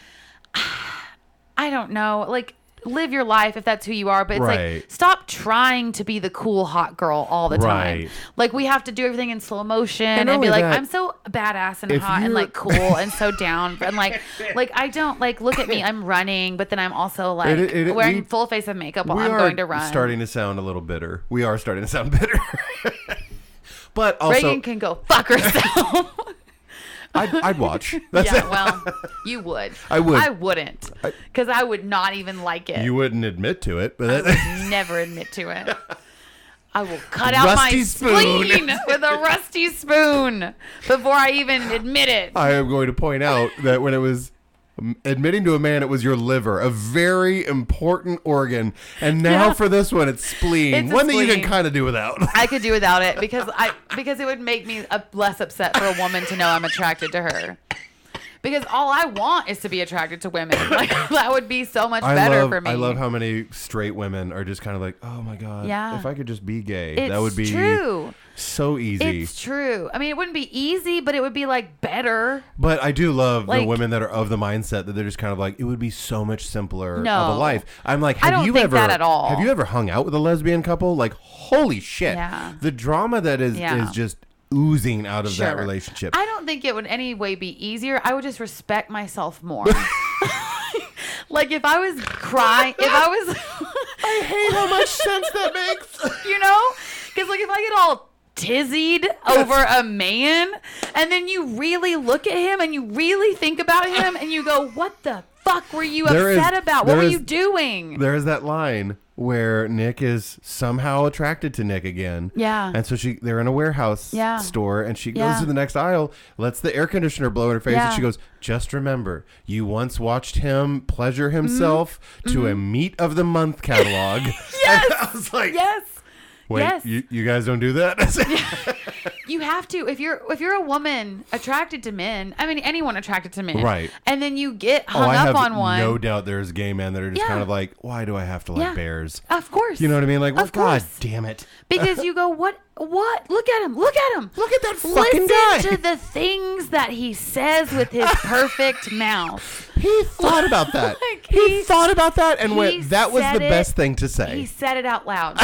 Speaker 3: I don't know, like live your life if that's who you are. But it's
Speaker 2: Right.
Speaker 3: like stop trying to be the cool hot girl all the
Speaker 2: Right.
Speaker 3: time. Like we have to do everything in slow motion and,
Speaker 2: only
Speaker 3: be like,
Speaker 2: that-
Speaker 3: I'm so badass and
Speaker 2: If
Speaker 3: hot
Speaker 2: you're-
Speaker 3: and like cool and so down and like like I don't like look at me. I'm running, but then I'm also like
Speaker 2: It- it-
Speaker 3: wearing
Speaker 2: we-
Speaker 3: full face of makeup while
Speaker 2: we
Speaker 3: I'm
Speaker 2: are
Speaker 3: going to run.
Speaker 2: starting to sound a little bitter. We are starting to sound bitter. but also,
Speaker 3: Reagan can go fuck herself.
Speaker 2: I'd, I'd watch. That's
Speaker 3: yeah,
Speaker 2: it.
Speaker 3: well, you would.
Speaker 2: I would.
Speaker 3: I wouldn't, because I would not even like it.
Speaker 2: You wouldn't admit to it, but that,
Speaker 3: never admit to it. I will cut out
Speaker 2: Rusty
Speaker 3: my
Speaker 2: spoon.
Speaker 3: spleen with a rusty spoon before I even admit it.
Speaker 2: I am going to point out that when it was um, admitting to a man, it was your liver, a very important organ, and now
Speaker 3: Yeah.
Speaker 2: for this one, it's spleen,
Speaker 3: It's a
Speaker 2: one that you can
Speaker 3: spleen.
Speaker 2: kind of do without.
Speaker 3: I could do without it because I because it would make me uh, less upset for a woman to know I'm attracted to her. Because all I want is to be attracted to women. Like that would be so much
Speaker 2: I
Speaker 3: better
Speaker 2: love,
Speaker 3: for me.
Speaker 2: I love how many straight women are just kind of like, oh my god,
Speaker 3: Yeah.
Speaker 2: if I could just be gay,
Speaker 3: it's
Speaker 2: that would be
Speaker 3: true.
Speaker 2: so easy.
Speaker 3: It's true. I mean, it wouldn't be easy, but it would be like better.
Speaker 2: But I do love the
Speaker 3: Like-
Speaker 2: women that are of the mindset that they're just kind of like, it would be so much simpler of a
Speaker 3: No.
Speaker 2: life. I'm like,
Speaker 3: I
Speaker 2: have
Speaker 3: don't
Speaker 2: you
Speaker 3: think
Speaker 2: ever
Speaker 3: that at all.
Speaker 2: have you ever hung out with a lesbian couple? Like, holy shit,
Speaker 3: Yeah.
Speaker 2: the drama that is
Speaker 3: Yeah.
Speaker 2: is just oozing out of that
Speaker 3: Sure.
Speaker 2: relationship.
Speaker 3: I don't think it would any way be easier. I would just respect myself more. like if I was crying, if I was,
Speaker 2: I hate how much sense that makes.
Speaker 3: you know, because like if I get all tizzied over a man, and then you really look at him and you really think about him, and you go, "What the fuck were you
Speaker 2: There is-
Speaker 3: upset about? What
Speaker 2: there
Speaker 3: were
Speaker 2: is-
Speaker 3: you doing?"
Speaker 2: there is that line where Nick is somehow attracted to Nick again.
Speaker 3: Yeah.
Speaker 2: And so she they're in a warehouse
Speaker 3: Yeah.
Speaker 2: store and she goes
Speaker 3: Yeah.
Speaker 2: to the next aisle, lets the air conditioner blow in her face, and
Speaker 3: Yeah.
Speaker 2: she goes, Just remember, you once watched him pleasure
Speaker 3: Mm-hmm.
Speaker 2: himself to a meat of the month catalog. yes. I was like,
Speaker 3: yes.
Speaker 2: Wait,
Speaker 3: yes.
Speaker 2: you, you guys don't do that?
Speaker 3: you have to if you're if you're a woman attracted to men i mean anyone attracted to men
Speaker 2: Right.
Speaker 3: and then you get
Speaker 2: oh,
Speaker 3: hung
Speaker 2: I
Speaker 3: up
Speaker 2: have
Speaker 3: on one
Speaker 2: no doubt there's gay men that are just
Speaker 3: Yeah.
Speaker 2: kind of like, Why do I have to like bears?
Speaker 3: Of course.
Speaker 2: You know what I mean? Like, well,
Speaker 3: Of
Speaker 2: God
Speaker 3: course.
Speaker 2: damn it.
Speaker 3: Because you go, what? What? Look at him! Look at him!
Speaker 2: Look at that fucking
Speaker 3: Listen
Speaker 2: guy.
Speaker 3: to the things that he says with his perfect mouth.
Speaker 2: He thought about that.
Speaker 3: Like,
Speaker 2: he,
Speaker 3: he-
Speaker 2: thought about that and went,
Speaker 3: he
Speaker 2: that was
Speaker 3: said
Speaker 2: the
Speaker 3: it.
Speaker 2: best thing to
Speaker 3: He
Speaker 2: say.
Speaker 3: said it out loud.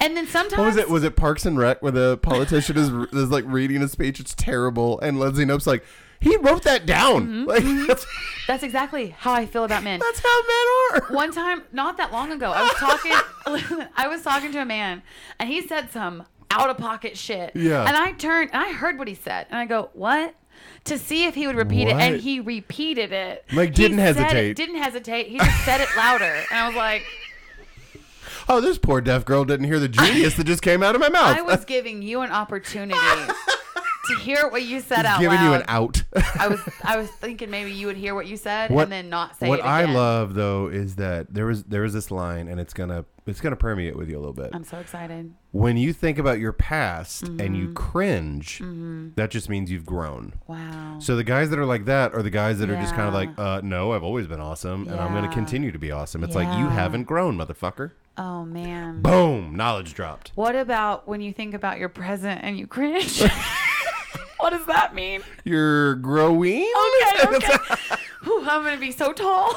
Speaker 3: and then sometimes
Speaker 2: What was it? Was it Parks and Rec where the politician is, is like reading a speech? It's terrible. And Lindsay Nope's like, he wrote that down.
Speaker 3: Mm-hmm,
Speaker 2: Like, that's,
Speaker 3: that's exactly how I feel about men.
Speaker 2: that's how men are.
Speaker 3: One time, not that long ago, I was talking. I was talking to a man, and he said some out of pocket shit.
Speaker 2: Yeah.
Speaker 3: And I turned and I heard what he said, and I go, "What?" To see if he would repeat it, and
Speaker 2: What?
Speaker 3: he repeated it.
Speaker 2: Like,
Speaker 3: He
Speaker 2: didn't
Speaker 3: said it-
Speaker 2: hesitate.
Speaker 3: didn't hesitate. He just said it louder, and I was like,
Speaker 2: Oh, this poor deaf girl didn't hear the genius that just came out of my mouth.
Speaker 3: "I was giving you an opportunity to hear what you said out
Speaker 2: giving
Speaker 3: loud."
Speaker 2: you an out.
Speaker 3: I was, I was thinking maybe you would hear what you said and then not say
Speaker 2: what
Speaker 3: it again.
Speaker 2: I love though is that there was there is this line and it's gonna it's gonna permeate with you a little bit.
Speaker 3: I'm so excited.
Speaker 2: when you think about your past and
Speaker 3: Mm-hmm.
Speaker 2: you cringe, that just means you've grown.
Speaker 3: Wow.
Speaker 2: So the guys that are like that are the guys that are just kind of
Speaker 3: Yeah.
Speaker 2: like, uh, no, I've always been awesome, and I'm going to
Speaker 3: Yeah.
Speaker 2: continue to be awesome. It's like you
Speaker 3: Yeah.
Speaker 2: haven't grown, motherfucker.
Speaker 3: Oh man.
Speaker 2: Boom, knowledge dropped.
Speaker 3: What about when you think about your present and you cringe? what does that mean?
Speaker 2: You're growing.
Speaker 3: Okay, okay. Whew, I'm gonna be so tall.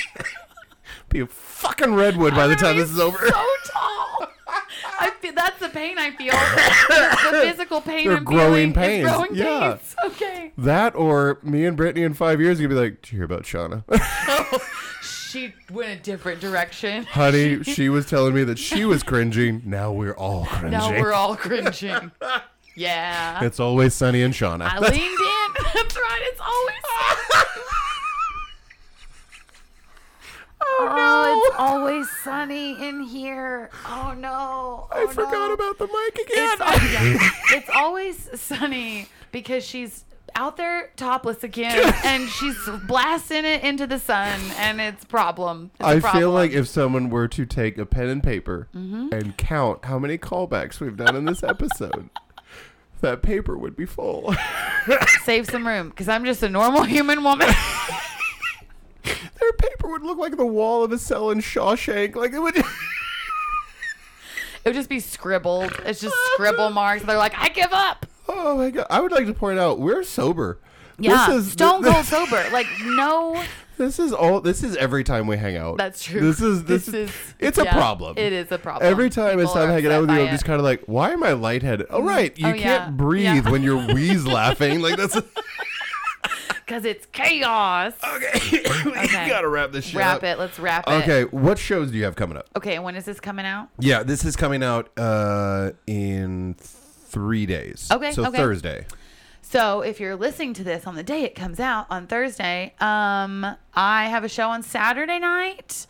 Speaker 2: be a fucking redwood by the
Speaker 3: I'm gonna
Speaker 2: time
Speaker 3: be
Speaker 2: this is over.
Speaker 3: So tall. I feel that's the pain I feel. The, the physical pain.
Speaker 2: They're
Speaker 3: I'm
Speaker 2: growing
Speaker 3: feeling is
Speaker 2: pains,
Speaker 3: Growing
Speaker 2: yeah.
Speaker 3: pains. Okay.
Speaker 2: that or me and Brittany in five years are gonna be like, "Did you hear about Shauna,
Speaker 3: She went a different direction.
Speaker 2: honey? she was telling me that she was cringing. Now we're all cringing.
Speaker 3: Now we're all cringing. Yeah.
Speaker 2: it's always Sunny and Shauna.
Speaker 3: I leaned in. That's right. It's always. Oh, it's always sunny in here. Oh no.
Speaker 2: I forgot about the mic again.
Speaker 3: it's, yeah. It's always sunny because she's out there topless again and she's blasting it into the sun and it's problem. It's a
Speaker 2: I feel
Speaker 3: problem. Mm-hmm.
Speaker 2: like if someone were to take a pen and paper and count how many callbacks we've done in this episode, that paper would be full.
Speaker 3: save some room because I'm just a normal human woman.
Speaker 2: Their paper would look like the wall of a cell in Shawshank. Like it would.
Speaker 3: it would just be scribbled. It's just scribble marks. They're like, I give up.
Speaker 2: Oh my god! I would like to point out we're sober.
Speaker 3: Yeah,
Speaker 2: This is
Speaker 3: stone cold sober. Like no
Speaker 2: This is all. This is every time we hang out.
Speaker 3: That's true.
Speaker 2: This is this,
Speaker 3: This
Speaker 2: is,
Speaker 3: is-
Speaker 2: It's a
Speaker 3: yeah,
Speaker 2: problem.
Speaker 3: It is a problem.
Speaker 2: Every time
Speaker 3: People
Speaker 2: it's time
Speaker 3: are
Speaker 2: hanging out
Speaker 3: upset
Speaker 2: with you,
Speaker 3: by
Speaker 2: I'm just
Speaker 3: it.
Speaker 2: kind of like, why am I lightheaded? Oh right, you
Speaker 3: Oh,
Speaker 2: can't
Speaker 3: yeah.
Speaker 2: breathe
Speaker 3: Yeah.
Speaker 2: when you're wheeze laughing. Like that's
Speaker 3: Cause it's chaos.
Speaker 2: okay. we
Speaker 3: Okay.
Speaker 2: gotta wrap this shit
Speaker 3: wrap
Speaker 2: up.
Speaker 3: it. Let's wrap it.
Speaker 2: Okay, what shows do you have coming up?
Speaker 3: Okay. and When is this coming out?
Speaker 2: Yeah, this is coming out uh in three days.
Speaker 3: Okay,
Speaker 2: so
Speaker 3: okay.
Speaker 2: Thursday.
Speaker 3: So if you're listening to this on the day it comes out on Thursday, um, I have a show on Saturday night,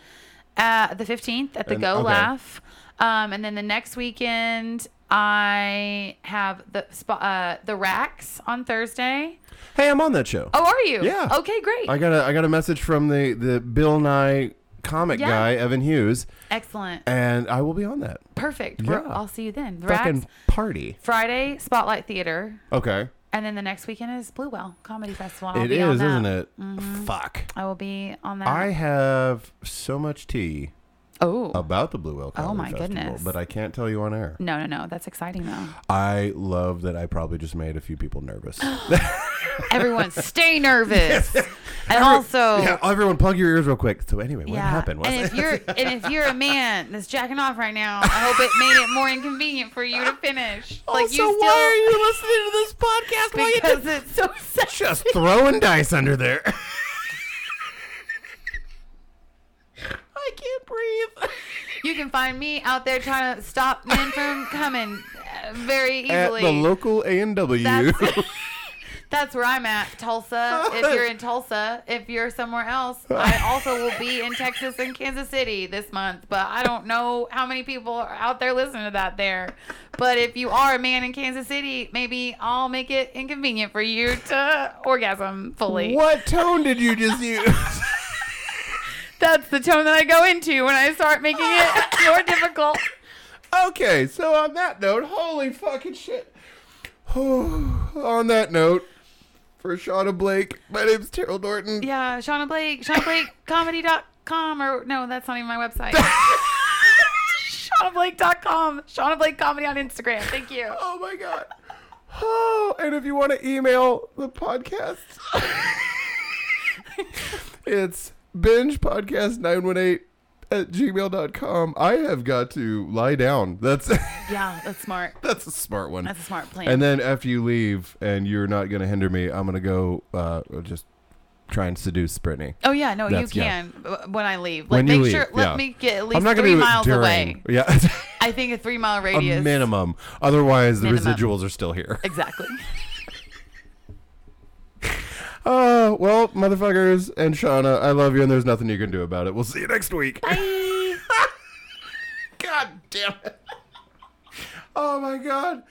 Speaker 3: uh, the 15th at the
Speaker 2: And-
Speaker 3: Go
Speaker 2: okay.
Speaker 3: Laugh, um, and then the next weekend I have the spa, uh, the Racks on Thursday.
Speaker 2: Hey, I'm on that show.
Speaker 3: Oh, are you?
Speaker 2: Yeah.
Speaker 3: Okay, great.
Speaker 2: I got a I got a message from the the Bill Nye comic
Speaker 3: Yeah.
Speaker 2: guy Evan Hughes,
Speaker 3: Excellent.
Speaker 2: and I will be on that
Speaker 3: Perfect. We're-
Speaker 2: Yeah.
Speaker 3: I'll see you then. The Racks
Speaker 2: fucking party.
Speaker 3: Friday Spotlight Theater,
Speaker 2: Okay,
Speaker 3: and then the next weekend is Blue Well Comedy Festival. I'll
Speaker 2: it
Speaker 3: be on
Speaker 2: is,
Speaker 3: that. Mm-hmm.
Speaker 2: isn't it? Fuck.
Speaker 3: I will be on that.
Speaker 2: I have so much tea
Speaker 3: oh.
Speaker 2: about the Blue Whale Comedy
Speaker 3: my
Speaker 2: Festival,
Speaker 3: goodness.
Speaker 2: but I can't tell you on air.
Speaker 3: no, no, no. That's exciting though.
Speaker 2: I love that I probably just made a few people nervous.
Speaker 3: Everyone, stay nervous. And also,
Speaker 2: yeah,
Speaker 3: yeah.
Speaker 2: everyone, plug your ears real quick. So anyway, what happened? What's
Speaker 3: Oh. and if you're and if you're a man that's jacking off right now, I hope it made it more inconvenient for you to finish. Like
Speaker 2: also,
Speaker 3: you
Speaker 2: why are you listening to this podcast? Why
Speaker 3: still
Speaker 2: are you
Speaker 3: because it's so sexy.
Speaker 2: just throwing dice under there? I can't breathe.
Speaker 3: You can find me out there trying to stop men from coming uh, very
Speaker 2: At
Speaker 3: easily.
Speaker 2: the local A and W.
Speaker 3: That's- That's where I'm at, Tulsa. If you're in Tulsa, if you're somewhere else, I also will be in Texas and Kansas City this month. But I don't know how many people are out there listening to that there. But if you are a man in Kansas City, maybe I'll make it inconvenient for you to orgasm fully.
Speaker 2: What tone did you just use?
Speaker 3: That's the tone that I go into when I start making it more difficult.
Speaker 2: Okay, so on that note, holy fucking shit. on that note, for Shauna Blake, my name's Terrell Norton.
Speaker 3: Yeah, Shauna Blake, ShaunaBlakeComedy.com, or no, that's not even my website. ShaunaBlake.com, Shauna Blake Comedy on Instagram. Thank you.
Speaker 2: Oh my god. Oh, and if you want to email the podcast, it's bingepodcast918 at gmail.com. I have got to lie down. That's
Speaker 3: Yeah, that's smart.
Speaker 2: that's a smart one.
Speaker 3: That's a smart plan.
Speaker 2: And then after you leave and you're not going to hinder me, I'm going to go uh, just try and seduce Brittany.
Speaker 3: oh yeah, no, you
Speaker 2: That's- yeah.
Speaker 3: can w- when I leave. Like
Speaker 2: When
Speaker 3: make
Speaker 2: you
Speaker 3: sure
Speaker 2: leave,
Speaker 3: let
Speaker 2: yeah.
Speaker 3: me get at
Speaker 2: I'm
Speaker 3: least
Speaker 2: not gonna
Speaker 3: three
Speaker 2: do it
Speaker 3: miles
Speaker 2: during.
Speaker 3: away.
Speaker 2: Yeah,
Speaker 3: I think a three mile
Speaker 2: a
Speaker 3: radius.
Speaker 2: minimum. Otherwise, the
Speaker 3: Minimum.
Speaker 2: residuals are still here.
Speaker 3: Exactly.
Speaker 2: Uh, well, motherfuckers and Shauna, I love you, and there's nothing you can do about it. We'll see you next week.
Speaker 3: Bye.
Speaker 2: God damn it! Oh my god.